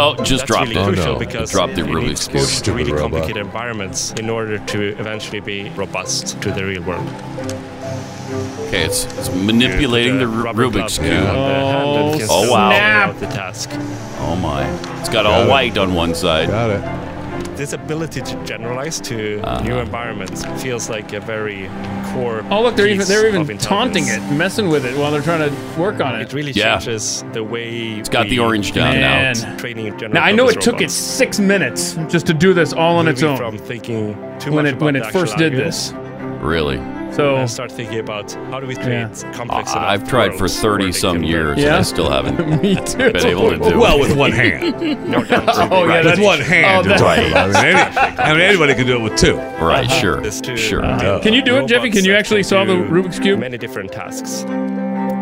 S2: Oh, just
S12: That's
S2: dropped
S12: really
S2: it.
S12: Crucial
S2: Oh, no.
S12: because
S2: Dropped the
S12: it
S2: Rubik's
S12: needs
S2: Cube.
S12: exposure to
S2: Stupid
S12: really
S2: robot.
S12: complicated environments in order to eventually be robust to the real world.
S2: Okay, it's, it's manipulating the, Ru-
S12: rubber
S2: Rubik's
S12: glove
S2: cube.
S12: on the hand and can
S2: oh
S12: still
S2: wow!
S12: carry out The task.
S2: Oh my! It's got,
S12: Got
S2: all
S12: it.
S2: white on one side.
S7: Got it.
S12: This ability to generalize to new environments feels like a very core.
S3: Oh look, they're even
S12: piece
S3: they're even
S12: of
S3: taunting it,
S12: intelligence.
S3: messing with it while they're trying to work on it.
S12: It really
S3: Yeah.
S12: changes the way. It's
S2: got the orange down now.
S3: Man.
S12: Training in general
S3: Now I know
S12: purpose
S3: it took it
S12: robots.
S3: six minutes just to do this all on its
S12: Moving
S3: own.
S12: From thinking too
S3: when
S12: much
S3: it when
S12: about
S3: it
S12: the
S3: first
S12: actual
S3: did this.
S2: Really?
S3: So
S12: and start thinking about how do we create complex.
S2: I- I've tried for thirty some years, and I
S12: Yeah.
S2: still
S12: [laughs]
S2: haven't
S3: [laughs] Me
S2: been able to do
S7: Well,
S2: it.
S7: with
S2: [laughs]
S7: one hand.
S12: No,
S3: Oh, yeah,
S7: with
S3: that's-
S7: one hand.
S3: oh,
S7: you're
S3: that-
S7: talking
S2: [laughs]
S7: about. I mean, any- I mean, anybody can do it with two.
S2: Right, sure. Sure.
S3: Can you do it, Jeffy? Can you actually solve the Rubik's cube?
S12: Many different tasks.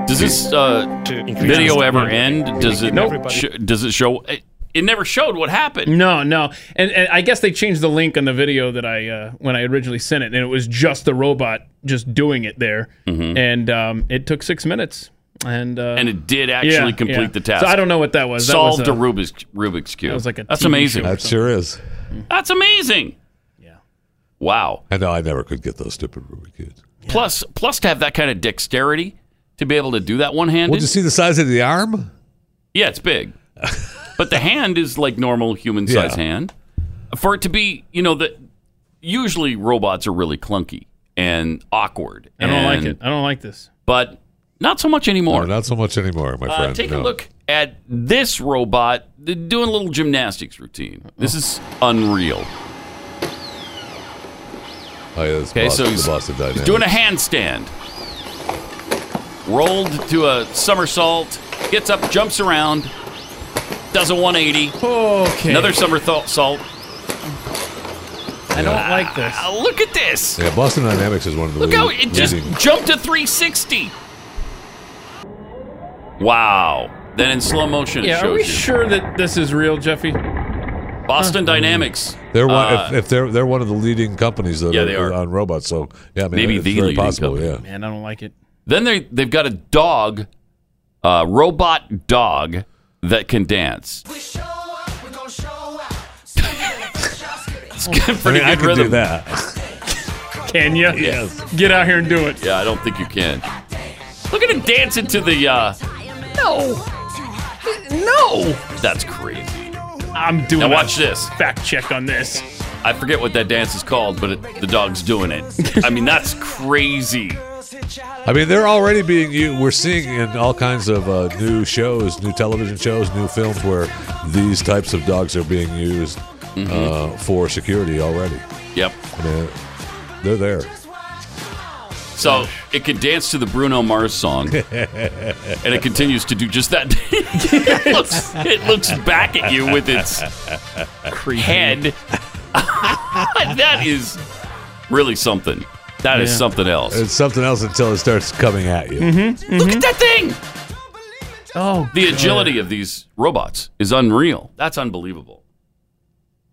S2: Does this uh, video ever end? Does it?
S3: Nope.
S2: Sh- does it show? It, it never showed what happened.
S3: [laughs] No, no, and, and I guess they changed the link on the video that I uh, when I originally sent it, and it was just the robot just doing it there, and um, it took six minutes, and uh,
S2: Mm-hmm. And it did actually
S3: yeah,
S2: complete
S3: yeah.
S2: the task.
S3: So I don't know what that was. That
S2: Solved
S3: was a-
S2: a, Rubik's Rubik's cube.
S3: that was like a
S2: That's
S3: TV
S2: amazing.
S3: show or
S7: That sure is.
S2: That's amazing. Yeah. Wow.
S7: I know I never could get those stupid Rubik's cubes.
S2: Plus, plus to have that kind of dexterity to be able to do that one handed.
S7: Well, did you see the size of the arm?
S2: yeah, it's big, but the hand is like normal human size
S7: Yeah.
S2: hand. For it to be, you know, that usually robots are really clunky and awkward.
S3: I don't like
S2: and-
S3: it. I don't like this.
S2: But not so much anymore.
S7: No, not so much anymore, my
S2: Uh,
S7: friend.
S2: take
S7: no.
S2: a look at this robot th- doing a little gymnastics routine. This is unreal.
S7: Oh, yeah, that's
S2: Okay, so
S7: Boston-
S2: he's,
S7: the Boston
S2: he's
S7: Dynamics.
S2: doing a handstand. Rolled to a somersault, gets up, jumps around, does a 180,
S3: Okay,
S2: another somersault.
S3: I don't like this.
S2: Ah, look at this.
S7: Yeah, Boston Dynamics is one of the
S2: Look
S7: lead-
S2: how it just
S7: leading-
S2: jumped to 360. Wow. Then in slow motion, it
S3: Yeah,
S2: shows
S3: are we
S2: you.
S3: sure that this is real, Jeffy?
S2: Boston Dynamics.
S7: They're one,
S2: Uh,
S7: if, if they're they're one of the leading companies that
S2: Yeah,
S7: are,
S2: they are.
S7: on robots. So yeah, I mean,
S2: Maybe
S7: it's
S2: the
S7: very
S2: leading
S7: possible.
S2: company.
S7: Yeah,
S3: Man, I don't like it.
S2: Then they they've got a dog, a robot dog that can dance. [laughs] it's got a pretty
S7: I mean, I
S2: good
S7: could do
S2: rhythm.
S7: that.
S3: Can you?
S2: Yes.
S3: Get out here and do it.
S2: Yeah, I don't think you can. Look at him dancing to the. uh
S8: No.
S2: No. That's crazy.
S3: I'm doing.
S2: Now
S3: a
S2: watch this.
S3: Fact check on this.
S2: I forget what that dance is called, but it, the dog's doing it. I mean, that's crazy.
S7: I mean, they're already being you. We're seeing in all kinds of uh, new shows, new television shows, new films where these types of dogs are being used
S2: Mm-hmm.
S7: uh, for security already.
S2: Yep.
S7: I mean, they're there.
S2: So it could dance to the Bruno Mars song, and it continues to do just that. [laughs] it, looks, it looks back at you with its head. that is really something. That is
S7: Yeah.
S2: something else.
S7: It's something else until it starts coming at you.
S2: Look at that thing.
S3: Oh,
S2: The agility of these robots is unreal. That's unbelievable.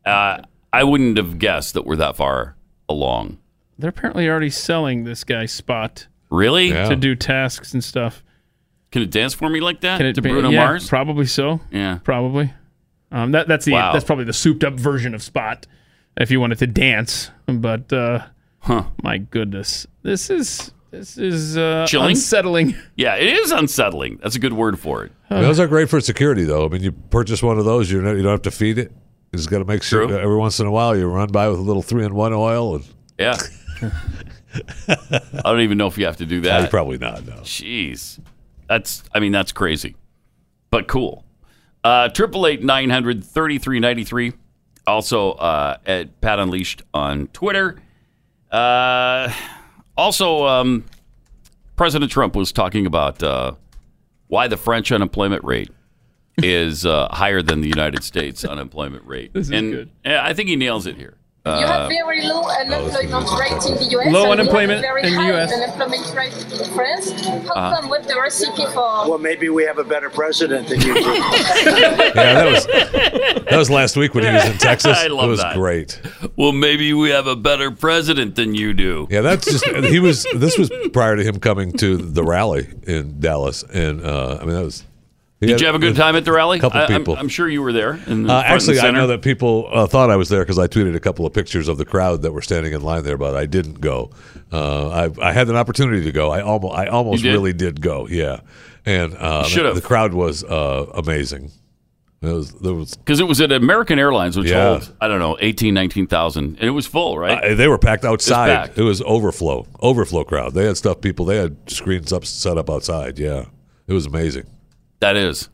S2: Uh, I wouldn't have guessed that we're that far along.
S3: They're apparently already selling this guy Spot
S2: Really?
S3: to do tasks and stuff.
S2: Can it dance for me like that?
S3: Can it
S2: to
S3: be-
S2: Bruno
S3: yeah,
S2: Mars?
S3: Probably so.
S2: Yeah.
S3: Probably. Um, that that's the
S2: Wow.
S3: that's probably the souped up version of Spot, if you wanted to dance. But uh, my goodness, this is this is uh,
S2: Chilling?
S3: unsettling.
S2: Yeah, it is unsettling. That's a good word for it.
S7: I mean, those are great for security, though. I mean, you purchase one of those, you're not, you don't have to feed it. You just got to make sure
S2: True. Uh,
S7: every once in a while you run by with a little three in one oil. And
S2: Yeah. I don't even know if you have to do that.
S7: you probably not. No.
S2: Jeez, that's I mean that's crazy, but cool. Uh, Triple eight nine hundred thirty three ninety three. Also uh, at Pat Unleashed on Twitter. Uh, also, um, President Trump was talking about uh, why the French unemployment rate is uh, higher than the United States unemployment rate.
S3: [laughs] This is
S2: and
S3: good.
S2: yeah, I think he nails it here.
S13: You
S2: Uh,
S13: have very low
S7: Oh,
S13: unemployment rate in the US.
S2: Low
S13: and you have
S2: unemployment
S13: very
S2: in the
S13: high
S2: US.
S13: Unemployment rate in France. How
S14: Uh-huh.
S13: come with the recipe for
S14: Well, maybe we have a better president than you do.
S7: Yeah, that was that was last week when he
S2: [laughs]
S7: was in Texas.
S2: I love
S7: it was
S2: that.
S7: great.
S2: well, maybe we have a better president than you do.
S7: Yeah, that's just he was. This was prior to him coming to the rally in Dallas, and uh, I mean that was. he
S2: Did
S7: had-
S2: you have a good time at the rally?
S7: Couple
S2: I, I'm-
S7: people.
S2: I'm, sure you were there. In the
S7: Uh,
S2: front and
S7: actually, I
S2: center.
S7: know that people uh, thought I was there because I tweeted a couple of pictures of the crowd that were standing in line there, but I didn't go. Uh, I, I had an opportunity to go. I almost, I almost
S2: You did?
S7: really did go. Yeah, and uh,
S2: You should've.
S7: the crowd was uh, amazing. It was, there was
S2: because it was at American Airlines, which
S7: Yeah.
S2: holds I don't know 18, 19,000. and it was full, right?
S7: Uh, they were packed
S2: It was
S7: outside.
S2: packed.
S7: It was overflow, overflow crowd. They had stuff, people. They had screens up set up outside. Yeah, it was amazing.
S2: That is,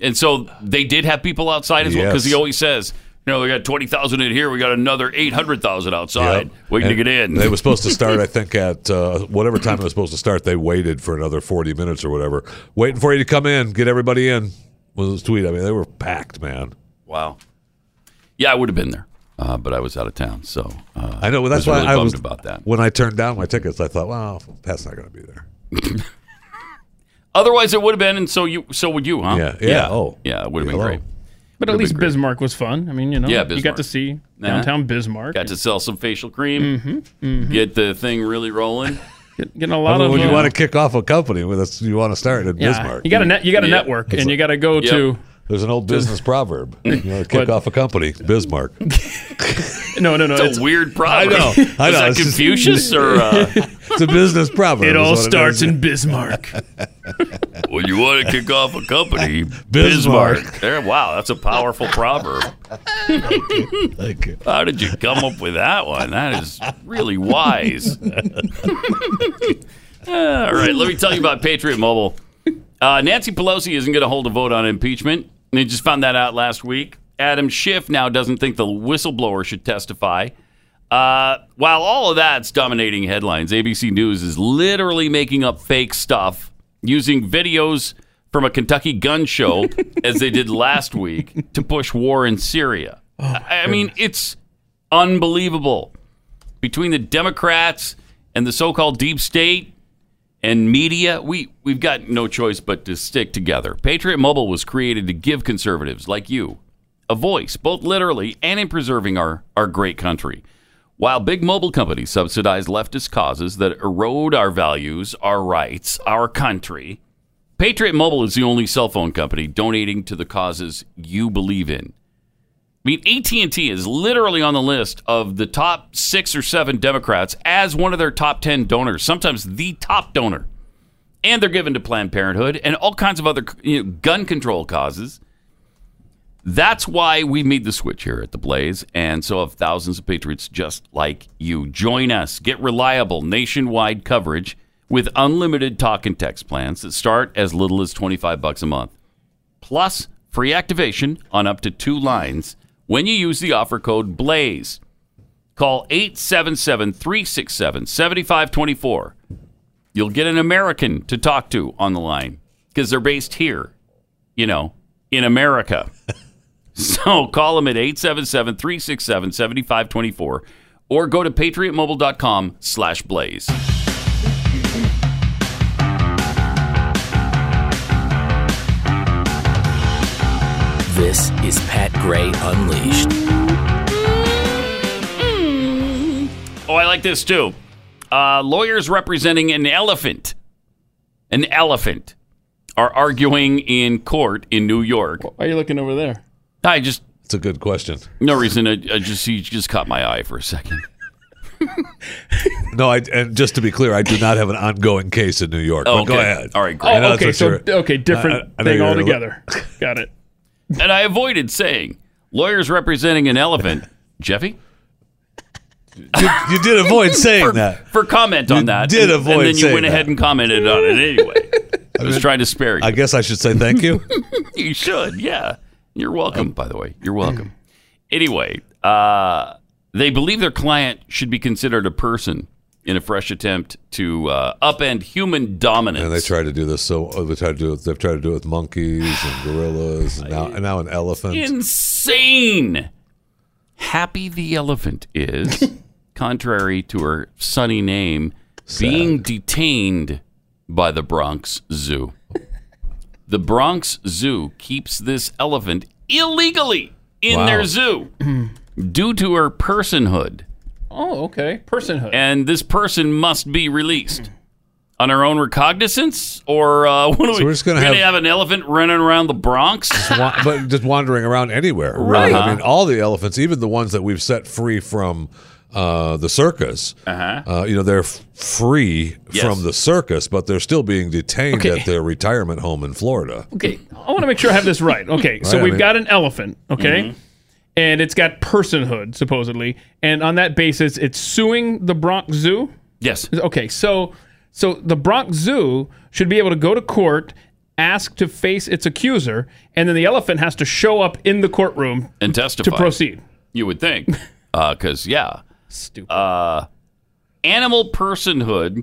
S2: and so they did have people outside as well because
S7: Yes.
S2: he always says, you know, we got twenty thousand in here, we got another eight hundred thousand outside
S7: Yep.
S2: waiting
S7: And
S2: to get in.
S7: They were supposed to
S2: [laughs]
S7: start, I think, at uh, whatever time it was supposed to start. They waited for another 40 minutes or whatever, waiting for you to come in, get everybody in. Was his tweet? I mean, they were packed, man.
S2: wow. Yeah, I would have been there, uh, but I was out of town, so uh,
S7: I know. Well, that's
S2: was
S7: why
S2: really
S7: I
S2: bummed
S7: was
S2: about that.
S7: When I turned down my tickets, I thought, well, Pat's not going to be there.
S2: Otherwise, it would have been, and so you, so would you, huh?
S7: Yeah, yeah, oh.
S2: yeah. It would have been
S7: Hello.
S2: great.
S3: But at least Bismarck was fun. I mean, you know,
S2: Yeah,
S3: you got
S2: Bismarck.
S3: to see
S2: Nah.
S3: downtown Bismarck.
S2: Got to sell some facial cream.
S7: Mm-hmm,
S3: mhm.
S2: Get the thing really rolling.
S7: [laughs]
S3: Getting a
S7: I
S3: lot
S7: mean,
S3: of
S7: when Oh, you
S3: uh,
S7: want to kick off a company, well, that's you want to start at
S3: Yeah,
S7: Bismarck.
S3: you gotta net- you gotta Yeah. network,
S7: It's
S3: and you gotta go to-
S7: There's an old business
S2: [laughs]
S7: proverb. You know, kick off a company, Bismarck.
S3: no, no, no.
S2: It's a weird proverb.
S7: I know. I
S2: [laughs] Is
S7: know.
S2: that
S7: It's just-
S2: Confucius or?
S7: [laughs]
S2: Uh,
S7: it's a business proverb.
S3: It
S7: is
S3: all
S7: what it
S3: starts
S7: is. [laughs]
S3: in Bismarck.
S2: when you want to kick off a company,
S7: Bismarck.
S2: Bismarck. There, wow, that's a powerful proverb. How did you come up with that one? That is really wise. All right, let me tell you about Patriot Mobile. Uh, Nancy Pelosi isn't going to hold a vote on impeachment. They just found that out last week. Adam Schiff now doesn't think the whistleblower should testify. Uh, while all of that's dominating headlines, ABC News is literally making up fake stuff using videos from a Kentucky gun show, as they did last week, to push war in Syria. I I mean, it's unbelievable. Between the Democrats and the so called deep state, and media, we, we've got no choice but to stick together. Patriot Mobile was created to give conservatives like you a voice, both literally and in preserving our, our great country. While big mobile companies subsidize leftist causes that erode our values, our rights, our country, Patriot Mobile is the only cell phone company donating to the causes you believe in. I mean, AT&T is literally on the list of the top six or seven Democrats as one of their top 10 donors, sometimes the top donor. And they're given to Planned Parenthood and all kinds of other you know, gun control causes. That's why we made the switch here at the Blaze, and so have thousands of patriots just like you. Join us. Get reliable nationwide coverage with unlimited talk and text plans that start as little as 25 bucks a month. Plus, free activation on up to two lines when you use the offer code BLAZE. Call 877-367-7524. You'll get an American to talk to on the line because they're based here, you know, in America. [laughs] So call them at 877-367-7524 or go to patriotmobile.com slash blaze.
S4: This is Pat Gray Unleashed.
S2: Oh, I like this too. Uh, lawyers representing an elephant, an elephant, are arguing in court in New York.
S3: Why are you looking over there?
S2: I just.
S7: It's a good question.
S2: No reason. I, I just he just caught my eye for
S7: [laughs]
S2: a second.
S7: No, I, and just to be clear, I do not have an ongoing case in New York.
S2: Oh,
S7: but Go
S2: okay.
S7: ahead.
S2: All right, great.
S7: I [laughs]
S2: Oh,
S7: know
S2: okay,
S7: that's what you're-
S2: so-
S3: Okay, different
S7: I- I know
S3: thing
S7: you're-
S3: altogether. Got it.
S2: And I avoided saying lawyers representing an elephant. Jeffy,
S7: You, you did avoid saying that.
S2: [laughs] for comment on
S7: You
S2: that.
S7: did
S2: and,
S7: avoid
S2: And then you
S7: saying
S2: went ahead
S7: that.
S2: and commented on
S7: [laughs]
S2: it anyway. I was trying to spare you.
S7: I guess I should say thank
S2: [laughs]
S7: you.
S2: you should. Yeah. You're welcome, by the way. You're
S7: Mm.
S2: welcome. anyway, uh, they believe their client should be considered a person in a fresh attempt to uh, upend human dominance.
S7: And they tried to do this. So oh, they tried to do it. They've tried to do it with monkeys and gorillas, and now, and now an elephant.
S2: Insane. Happy the elephant
S7: [laughs]
S2: is, contrary to her sunny name, being detained by the Bronx Zoo. The Bronx Zoo keeps this elephant illegally in
S3: Wow.
S7: [clears throat]
S2: their zoo due to her personhood,
S3: Oh, okay. Personhood.
S2: and this person must be released. On her own recognizance, or uh, [laughs] what do
S7: So
S2: we?
S7: we're just gonna
S2: really
S7: have-
S2: an elephant running around the Bronx.
S7: Wa- but just wandering around anywhere.
S2: Right.
S7: I mean, all the elephants, even the ones that we've set free from uh, the circus, uh-huh. you know, they're f- free
S3: Yes.
S7: from the circus, but they're still being detained
S3: Okay.
S7: at their retirement home in Florida.
S3: Okay, I want to make sure I have this
S7: [laughs]
S3: right. Okay, so
S7: Right, I
S3: we've
S7: mean-
S3: got an elephant, okay? And it's got personhood, supposedly. And on that basis, it's suing the Bronx Zoo?
S2: Yes.
S3: Okay, so so the Bronx Zoo should be able to go to court, ask to face its accuser, and then the elephant has to show up in the courtroom
S2: and testify
S3: to proceed.
S2: You would think, because yeah,
S3: stupid.
S2: Uh, animal personhood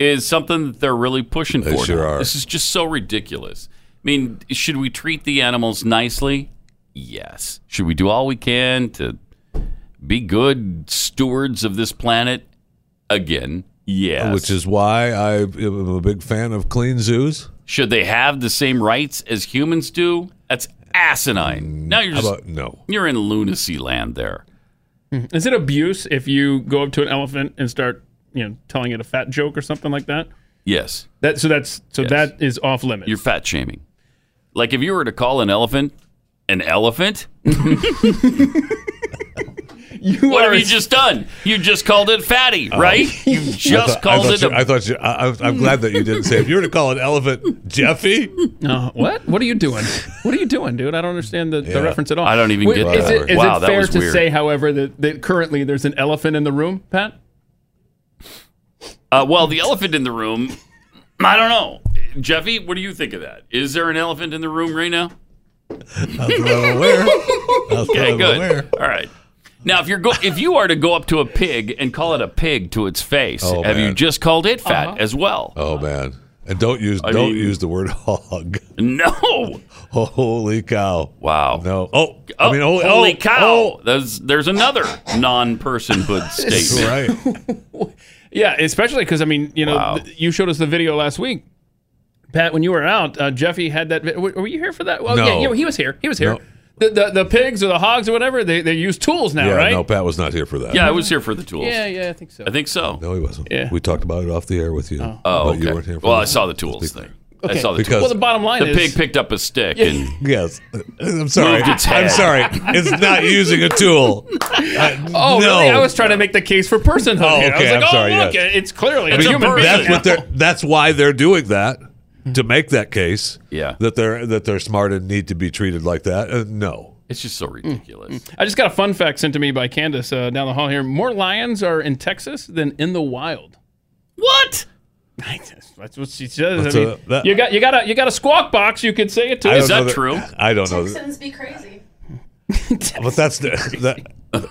S2: is something that they're really pushing
S7: They
S2: for.
S7: sure
S2: now.
S7: are.
S2: This is just so ridiculous. I mean, should we treat the animals nicely? Yes. Should we do all we can to be good stewards of this planet? Again, yes.
S7: Which is why I am a big fan of clean zoos.
S2: should they have the same rights as humans do? That's asinine. Now you're
S7: How
S2: just
S7: about no?
S2: you're in lunacy land there.
S3: Is it abuse if you go up to an elephant and start, you know, telling it a fat joke or something like that?
S2: Yes.
S3: That so that's so that is off limits.
S2: You're fat shaming. Like if you were to call an elephant an elephant,
S7: [laughs]
S2: what have you just done? You just called it fatty,
S7: [laughs]
S2: right? You
S7: Oh. I
S2: just
S7: thought-
S2: called
S7: I
S2: it
S7: thought
S2: a
S7: you, I thought you. I, I- I'm glad that you didn't say. If you were to call an elephant Jeffy, [laughs]
S3: Uh, what? What are you doing? What are you doing, dude? I don't understand the,
S7: Yeah.
S3: the reference at all.
S7: I don't even
S3: Wait,
S7: get
S3: is
S7: that.
S3: it- is
S2: Wow,
S3: it
S2: that
S3: fair
S2: was
S3: to
S2: weird.
S3: say, however, that, that currently there's an elephant in the room, Pat?
S2: Uh, well, the elephant in the room. I don't know, Jeffy. What do you think of that? Is there an elephant in the room right now?
S7: that's what I'm
S2: [laughs]
S7: aware. That's what
S2: Okay,
S7: I'm
S2: good.
S7: aware.
S2: All right. Now, if you're go- if you are to go up to a pig and call it a pig to its face,
S7: Oh,
S2: have you
S7: man.
S2: just called it fat as well?
S7: Oh man, And don't use
S2: I
S7: don't
S2: mean-
S7: use the word [laughs] hog.
S2: No.
S7: Holy cow!
S2: Wow.
S7: No. Oh,
S2: Oh,
S7: I mean,
S2: holy,
S7: holy, oh,
S2: cow! There's there's another
S7: [laughs]
S2: non-personhood statement.
S7: Right.
S2: [laughs]
S3: Yeah, especially because I mean, you know, th- you showed us the video last week, Pat. When you were out, uh, Jeffy had that. Vi- were were you here for that? Well, yeah,
S7: No.
S3: you know, he was here. He was here.
S7: No.
S3: The, the the pigs or the hogs or whatever they, they use tools now,
S7: yeah.
S3: right?
S7: No, Pat was not here for that.
S2: Yeah, I was here for the tools.
S3: Yeah, yeah, I think so.
S2: I think so.
S7: No, he wasn't. Yeah. We talked about it off the air with you. Oh,
S2: Oh,
S7: but
S2: okay.
S7: you weren't here. For
S2: well, I
S7: that.
S2: saw the tools thing. I
S7: Okay.
S2: saw the
S7: Because-
S2: tools.
S7: Well, the bottom line
S2: the
S7: is-
S2: pig picked up a stick
S7: Yeah.
S2: and
S7: Yes. I'm sorry.
S2: Moved its
S7: I'm
S2: head.
S7: sorry. It's not using a tool.
S2: [laughs]
S3: Oh,
S7: No.
S3: really? I was trying to make the case for personhood.
S7: Oh,
S3: here. I
S7: okay,
S3: was like,
S7: I'm
S3: oh,
S7: sorry,
S3: look,
S7: yes.
S3: it's clearly
S7: I
S3: a
S7: mean,
S3: human being.
S7: that's what they're. That's why they're doing that
S3: Hmm.
S7: to make that case.
S2: Yeah.
S7: That they're that they're smart and need to be treated like that. Uh, no.
S2: It's just so
S3: Mm.
S2: ridiculous.
S3: I just got a fun fact sent to me by Candace uh, down the hall here. More lions are in Texas than in the wild.
S2: What?
S3: [laughs] That's what she says.
S7: That's
S3: I mean,
S7: a- that-
S3: you got you got a you got a squawk box. You could say it to.
S7: I
S3: us.
S7: don't know I don't know.
S13: be crazy.
S7: But that's that.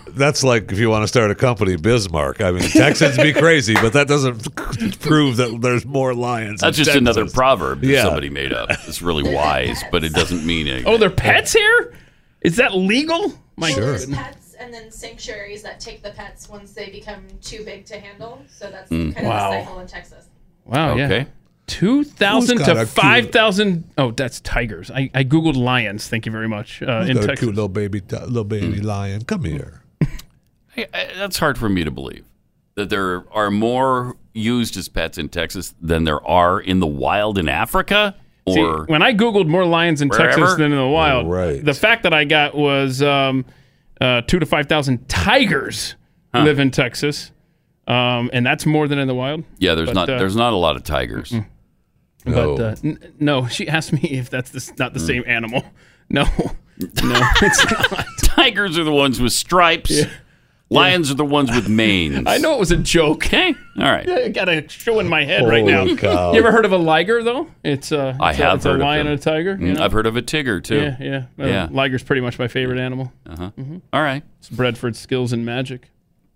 S7: That's like if you want to start a company, Bismarck. I mean, Texans be crazy, but that doesn't prove that there's more lions. in
S2: That's just
S7: Texas.
S2: another proverb that
S7: Yeah.
S2: somebody made up. It's really
S3: [laughs]
S2: wise, but it doesn't mean anything.
S3: Oh, they're pets here? Is that legal? My goodness.
S13: Pets and then sanctuaries that take the pets once they become too big to handle. So that's
S2: Hmm.
S3: Mm.
S13: kind
S3: Wow.
S13: of the cycle in Texas.
S3: Wow. Yeah.
S2: Okay.
S3: Two thousand
S7: Who's got a
S3: to
S7: cute-
S3: five thousand. Oh, that's tigers. I, I googled lions. Thank you very much. Uh,
S7: Who's
S3: in
S7: got a
S3: Texas.
S7: cute little baby, t- little baby
S2: Hmm.
S7: lion. Come here.
S2: I- I- Eh, that's hard for me to believe that there are more used as pets in Texas than there are in the wild in Africa.
S3: See,
S2: Or
S3: when I googled more lions in Texas
S2: Wherever?
S3: than in the wild, the fact that I got was um, uh, two to five thousand tigers live in Texas, um, and that's more than in the wild.
S2: yeah, there's
S3: But,
S2: not
S3: uh, Mm-hmm.
S2: there's not a lot of tigers.
S3: But uh, n- no, she asked me if that's the, s- not
S2: Mm.
S3: the same animal. [laughs] No, no, it's not.
S2: tigers are the ones with stripes. Lions are the ones
S7: [laughs]
S2: with manes.
S3: I know it was a joke.
S2: Okay, all
S3: [laughs]
S2: right.
S3: I got a show in my head right
S2: Holy
S3: now.
S2: cow.
S3: You ever heard of a liger though? It's uh,
S2: I
S3: it's a-
S2: have
S3: it's
S2: heard
S3: a lion
S2: of them.
S3: and a tiger. you
S2: Mm,
S3: know?
S2: I've heard of a tiger too.
S3: Yeah, yeah. Uh,
S2: yeah.
S3: Liger's pretty much my favorite animal.
S2: Uh-huh. All right.
S3: It's Bradford skills and magic.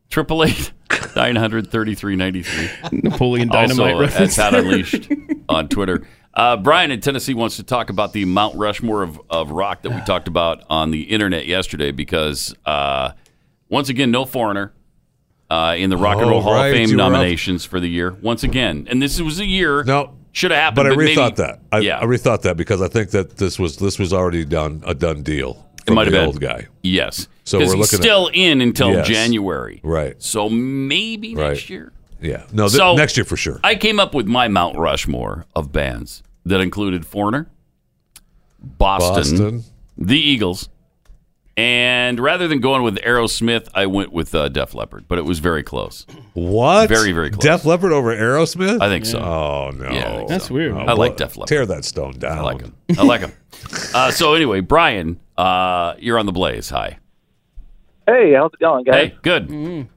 S2: Triple eight [laughs] nine hundred thirty three ninety three.
S3: Napoleon Dynamite
S2: also,
S3: reference
S2: That's Pat
S3: there.
S7: [laughs]
S2: Unleashed on Twitter. Uh, Brian in Tennessee wants to talk about the Mount Rushmore of, of
S7: [sighs]
S2: rock that we talked about on the internet yesterday because, uh, once again, no foreigner uh, in the Rock and
S7: Oh,
S2: Roll Hall
S7: right,
S2: of Fame
S7: you were up.
S2: nominations for the year. Once again. And this was a year
S7: no,
S2: should have happened.
S7: But I
S2: But, maybe-
S7: rethought that. I, I rethought that because I think that this was this was already done a done deal.
S2: It
S7: From
S2: might have
S7: the
S2: been.
S7: old guy.
S2: Yes.
S7: So
S2: 'Cause
S7: we're
S2: he's
S7: looking at-
S2: still in until
S7: Yes.
S2: January.
S7: Right.
S2: So maybe
S7: Right.
S2: next year.
S7: Yeah. No. Th-
S2: So-
S7: next year for sure.
S2: I came up with my Mount Rushmore of bands that included Foreigner, Boston,
S7: Boston.
S2: the Eagles, and rather than going with Aerosmith, I went with uh, Def Leppard, but it was very close.
S7: What?
S2: Very, very close.
S7: Def Leopard over Aerosmith?
S2: I think so.
S7: Oh no.
S2: Yeah, I think
S3: That's weird.
S2: I like Def Leppard.
S7: Tear that stone down. I like him.
S2: I like them. [laughs] Uh, so anyway, Brian, uh, you're on the Blaze. Hi.
S15: Hey, how's it going, guys?
S2: Hey, good.
S15: Um,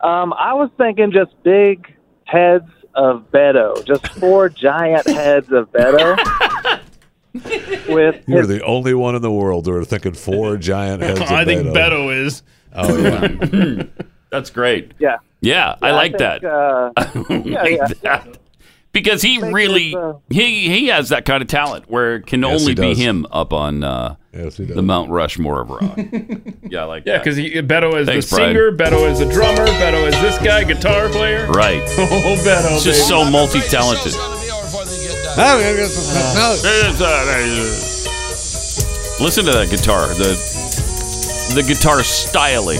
S15: I was thinking just big heads of Beto, just
S16: [laughs]
S15: four giant heads of Beto. with
S7: You're the only one in the world who are thinking four giant heads. Of
S3: [laughs] I think
S7: Beto.
S3: Beto is.
S7: Oh yeah.
S2: That's great.
S15: yeah,
S2: Yeah, I
S15: Yeah,
S2: like
S15: think,
S2: that. [laughs]
S15: Uh,
S2: I
S15: yeah,
S2: like
S15: yeah.
S2: that. Because he really he he has that kind of talent where it can
S7: Yes,
S2: only
S7: he
S2: be
S7: does.
S2: him up on uh, the Mount Rushmore of rock. yeah, I like
S3: Yeah,
S2: that.
S3: because Beto is
S2: Thanks,
S3: the
S2: Brian.
S3: singer, Beto is the drummer, Beto is this guy, guitar player.
S2: Right.
S3: Oh, Beto.
S2: It's just so
S3: baby.
S2: multi talented.
S3: [laughs]
S2: Listen to that guitar, the the guitar styling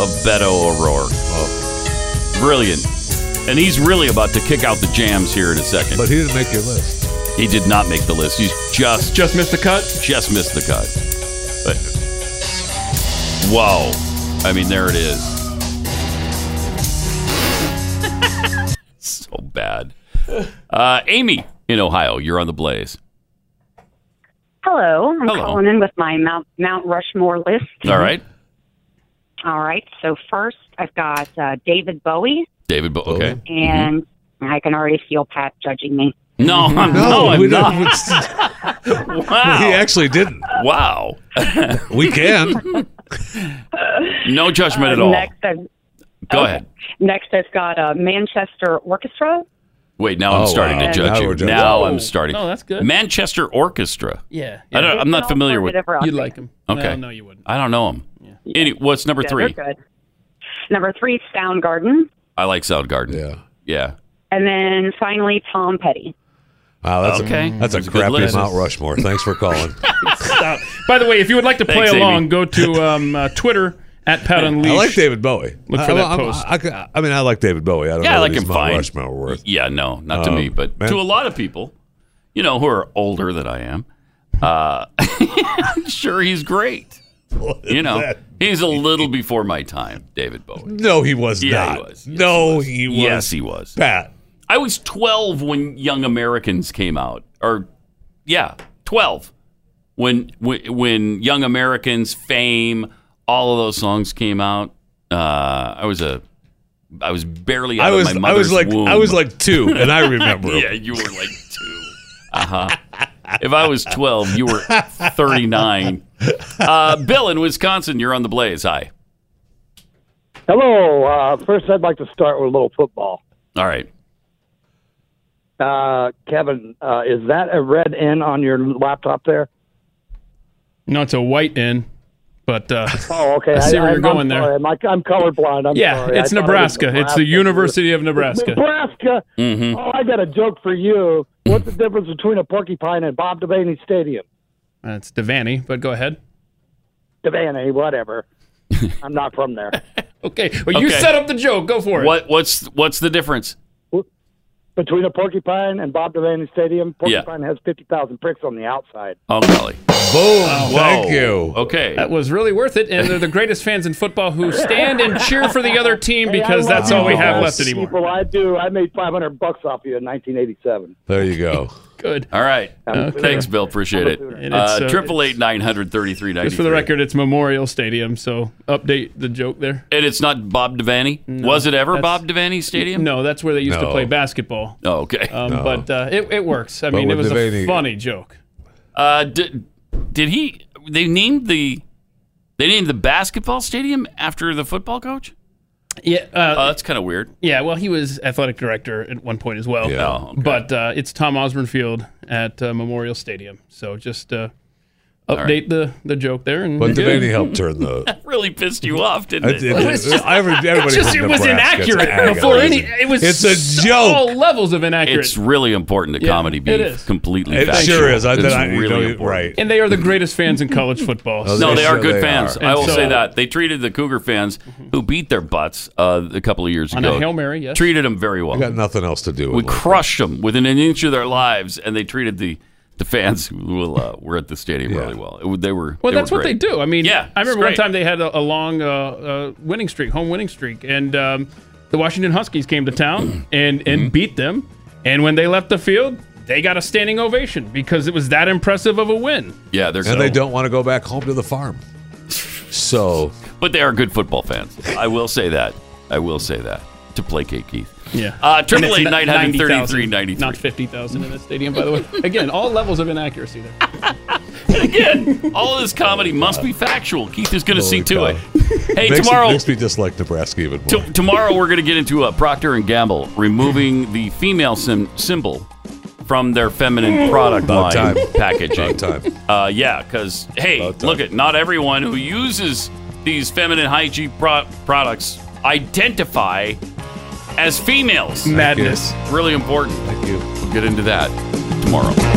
S2: of Beto O'Rourke. Brilliant. And he's really about to kick out the jams here in a second.
S7: But he didn't make your list.
S2: He did not make the list. He's just
S3: just missed the cut.
S2: Just missed the cut. But whoa, I mean, there it is. [laughs] so bad. Uh, Amy in Ohio, you're on the blaze.
S17: Hello. I'm
S2: Hello.
S17: calling in with my Mount, Mount Rushmore list.
S2: All
S7: Mm-hmm.
S2: right,
S17: All right. So first, I've got uh, David Bowie,
S2: David. Bo- okay.
S17: and
S2: Mm-hmm.
S17: I can already feel Pat judging me.
S2: No, I'm, no,
S7: [laughs] No, we
S2: I'm
S7: don't-
S2: not.
S3: [laughs]
S2: wow.
S7: [laughs] He actually didn't.
S2: Wow.
S7: We
S3: [laughs]
S7: can.
S2: No judgment at
S17: Uh,
S2: all.
S17: Next, I've,
S2: Go ahead.
S17: next I've got uh, Manchester Orchestra.
S2: Wait, now
S7: Oh,
S2: I'm starting
S7: wow.
S2: to judge
S7: Now
S2: you.
S7: we're judging.
S2: Now
S7: Whoa.
S17: Oh.
S2: I'm starting.
S3: No, that's good.
S2: Manchester Orchestra.
S3: Yeah,
S2: I
S3: yeah.
S2: don't, I'm not familiar with.
S17: alternative rock.
S3: You'd like him.
S2: Okay.
S3: No, no, you wouldn't.
S2: I don't know him. Any, what's number
S17: Yeah, they're
S2: three?
S17: good. Number three, Soundgarden,
S2: I like Soundgarden. Yeah. Yeah.
S17: and then finally Tom Petty.
S7: Wow, that's
S2: Okay.
S7: a that's a
S2: That's a good
S7: crappy
S2: list.
S7: Mount Rushmore. Thanks for
S3: [laughs]
S7: calling.
S3: [laughs] Stop. By the way, if you would like to play
S7: Thanks, Amy.
S3: along, go to um, uh, Twitter at Pat Unleashed.
S7: I like David Bowie.
S3: Look
S7: I,
S3: for that
S7: I'm-
S3: post.
S7: I, I- I mean, I like David Bowie. I don't
S2: Yeah,
S7: know
S2: I
S7: what
S2: like
S7: his
S2: him
S7: Mount
S2: fine.
S7: Rushmore are worth.
S2: Yeah, no, not to
S7: Um,
S2: me, but
S7: man.
S2: to a lot of people, you know, who are older than I am. Uh, [laughs] I'm sure he's great. You
S7: [laughs]
S2: know,
S7: that
S2: he's a little before my time, David Bowie.
S7: No, he was
S2: Yeah,
S7: not.
S2: he was.
S7: no, he was.
S2: Yes, he was.
S7: Pat.
S2: I was 12 when Young Americans came out, or yeah, 12 when when, when Young Americans, Fame, all of those songs came out. Uh, I was a I was barely out
S7: I was.
S2: of my
S7: I
S2: mother's
S7: was like.
S2: womb.
S7: I was like two, and I remember. him.
S2: [laughs] yeah, you were like two. Uh huh. If I was 12, you were 39. Uh, Bill in Wisconsin, you're on the blaze. Hi.
S16: Hello. Uh, first, I'd like to start with a little football.
S2: All right.
S16: Uh, Kevin, uh, is that a red N on your laptop there?
S3: No, it's a white N, but uh,
S16: [laughs] Oh, okay.
S3: I see where
S16: I,
S3: you're
S16: I'm-
S3: going
S16: I'm
S3: there.
S16: sorry. I'm, I'm colorblind. I'm
S3: yeah,
S16: sorry. I
S3: it's
S16: thought it was
S3: Nebraska. It's the University of Nebraska.
S16: [laughs] Nebraska.
S3: Mhm.
S16: Oh, I got a joke for you. What's the difference between a porcupine and Bob Devaney Stadium?
S3: Uh, it's Devaney, but go ahead.
S16: Devaney, whatever. I'm not from there. [laughs]
S3: Okay. Well, you
S2: Okay.
S3: set up the joke. Go for it.
S2: What what's what's the difference?
S16: Between a porcupine and Bob Devaney Stadium,
S2: Yeah.
S16: porcupine has 50,000 pricks on the outside.
S2: Oh, golly.
S7: Boom.
S2: Oh, Whoa. Okay.
S3: That was really worth it, and they're the greatest fans in football who stand and cheer for the other team
S16: Hey, I
S3: because
S16: love
S3: that's all we
S16: you
S3: have
S16: guys.
S3: left anymore.
S16: People, I do. I made 500 bucks off you in 1987.
S7: There you go.
S3: Good.
S2: All right. Uh,
S3: Okay.
S2: Thanks, Bill. Appreciate it.
S3: And it's, uh,
S2: Triple eight nine hundred thirty three ninety.
S3: Just for the record, it's Memorial Stadium, so update the joke there.
S2: and it's not Bob Devaney.
S3: No,
S2: was it ever
S3: that's-
S2: Bob Devaney Stadium?
S3: No, that's where they used to
S2: No.
S3: play basketball.
S2: Oh, okay.
S3: Um, But uh, it, it works. I
S2: But
S3: mean, it
S2: with
S3: was
S2: Devaney-
S3: a funny joke.
S2: uh, did, did he? They named the they named the basketball stadium after the football coach.
S3: Yeah, uh,
S2: oh, that's kind of weird.
S3: Yeah, well, he was athletic director at one point as well.
S2: Yeah. Oh, okay.
S3: But uh, it's Tom Osborne Field at uh, Memorial Stadium. So just uh,
S2: All
S3: update
S2: right.
S3: the, the joke there. And
S7: But Devaney helped turn
S2: [laughs]
S7: the.
S2: That really pissed you off, didn't it?
S7: It- it- it- every- everybody
S3: Just-
S7: from
S3: it was
S7: Nebraska, it's
S3: inaccurate
S7: agonizing.
S3: before any- it was
S7: It's a
S3: so-
S7: joke.
S3: all levels of inaccurate.
S2: It's really important to
S3: Yeah,
S2: comedy
S3: it
S2: be
S3: is.
S2: completely.
S7: It
S2: factual.
S7: sure is. I-
S2: it's
S7: then I- you
S2: really
S7: know, you-
S2: important.
S7: right.
S3: and they are the greatest fans in college football.
S2: No,
S3: So-
S2: they are good fans.
S3: And
S2: I will
S3: so- Mm-hmm.
S2: say that they treated the Cougar fans who beat their butts uh, a couple of years
S3: On
S2: ago.
S3: a Hail Mary, yes.
S2: Treated them very well.
S7: I got nothing else to do.
S2: we
S7: With life.
S2: crushed them within an inch of their lives, and they treated the the fans who uh, were at the stadium really well. It, they were.
S3: Well,
S2: they
S3: that's
S2: were
S3: what they
S2: great.
S3: do. I mean,
S2: Yeah,
S3: I
S2: it's
S3: remember one
S2: great.
S3: time they had a, a long uh, uh, winning streak, home winning streak, and um, the Washington Huskies came to town [clears throat] and
S2: Mm-hmm.
S3: and beat them. And when they left the field, they got a standing ovation because it was that impressive of a win.
S2: Yeah, they're.
S7: and they don't want to go back home to the farm. So,
S2: But they are good football fans. I will say that. I will say that to placate Keith.
S3: Yeah.
S2: Uh,
S3: And
S2: triple
S3: it's
S2: eight
S3: not
S2: nine hundred thirty
S3: 90,000,
S2: three ninety three.
S3: Not 50,000 in the stadium, by the
S2: [laughs]
S3: way. Again, all levels of inaccuracy there.
S2: Again, all of this comedy must be factual. Keith is going to see
S7: Holy
S2: to
S7: cow.
S2: it. Hey,
S7: makes,
S2: tomorrow.
S7: makes me dislike Nebraska even more.
S2: T- tomorrow we're going to get into uh, Procter and Gamble removing the female sim- symbol from their feminine product
S7: About
S2: line
S7: time.
S2: [laughs] packaging. Uh, yeah, because hey, look at not everyone who uses these feminine hygiene pro- products identify as females.
S3: Madness.
S2: Really important. Thank
S7: you.
S2: We'll get into that tomorrow.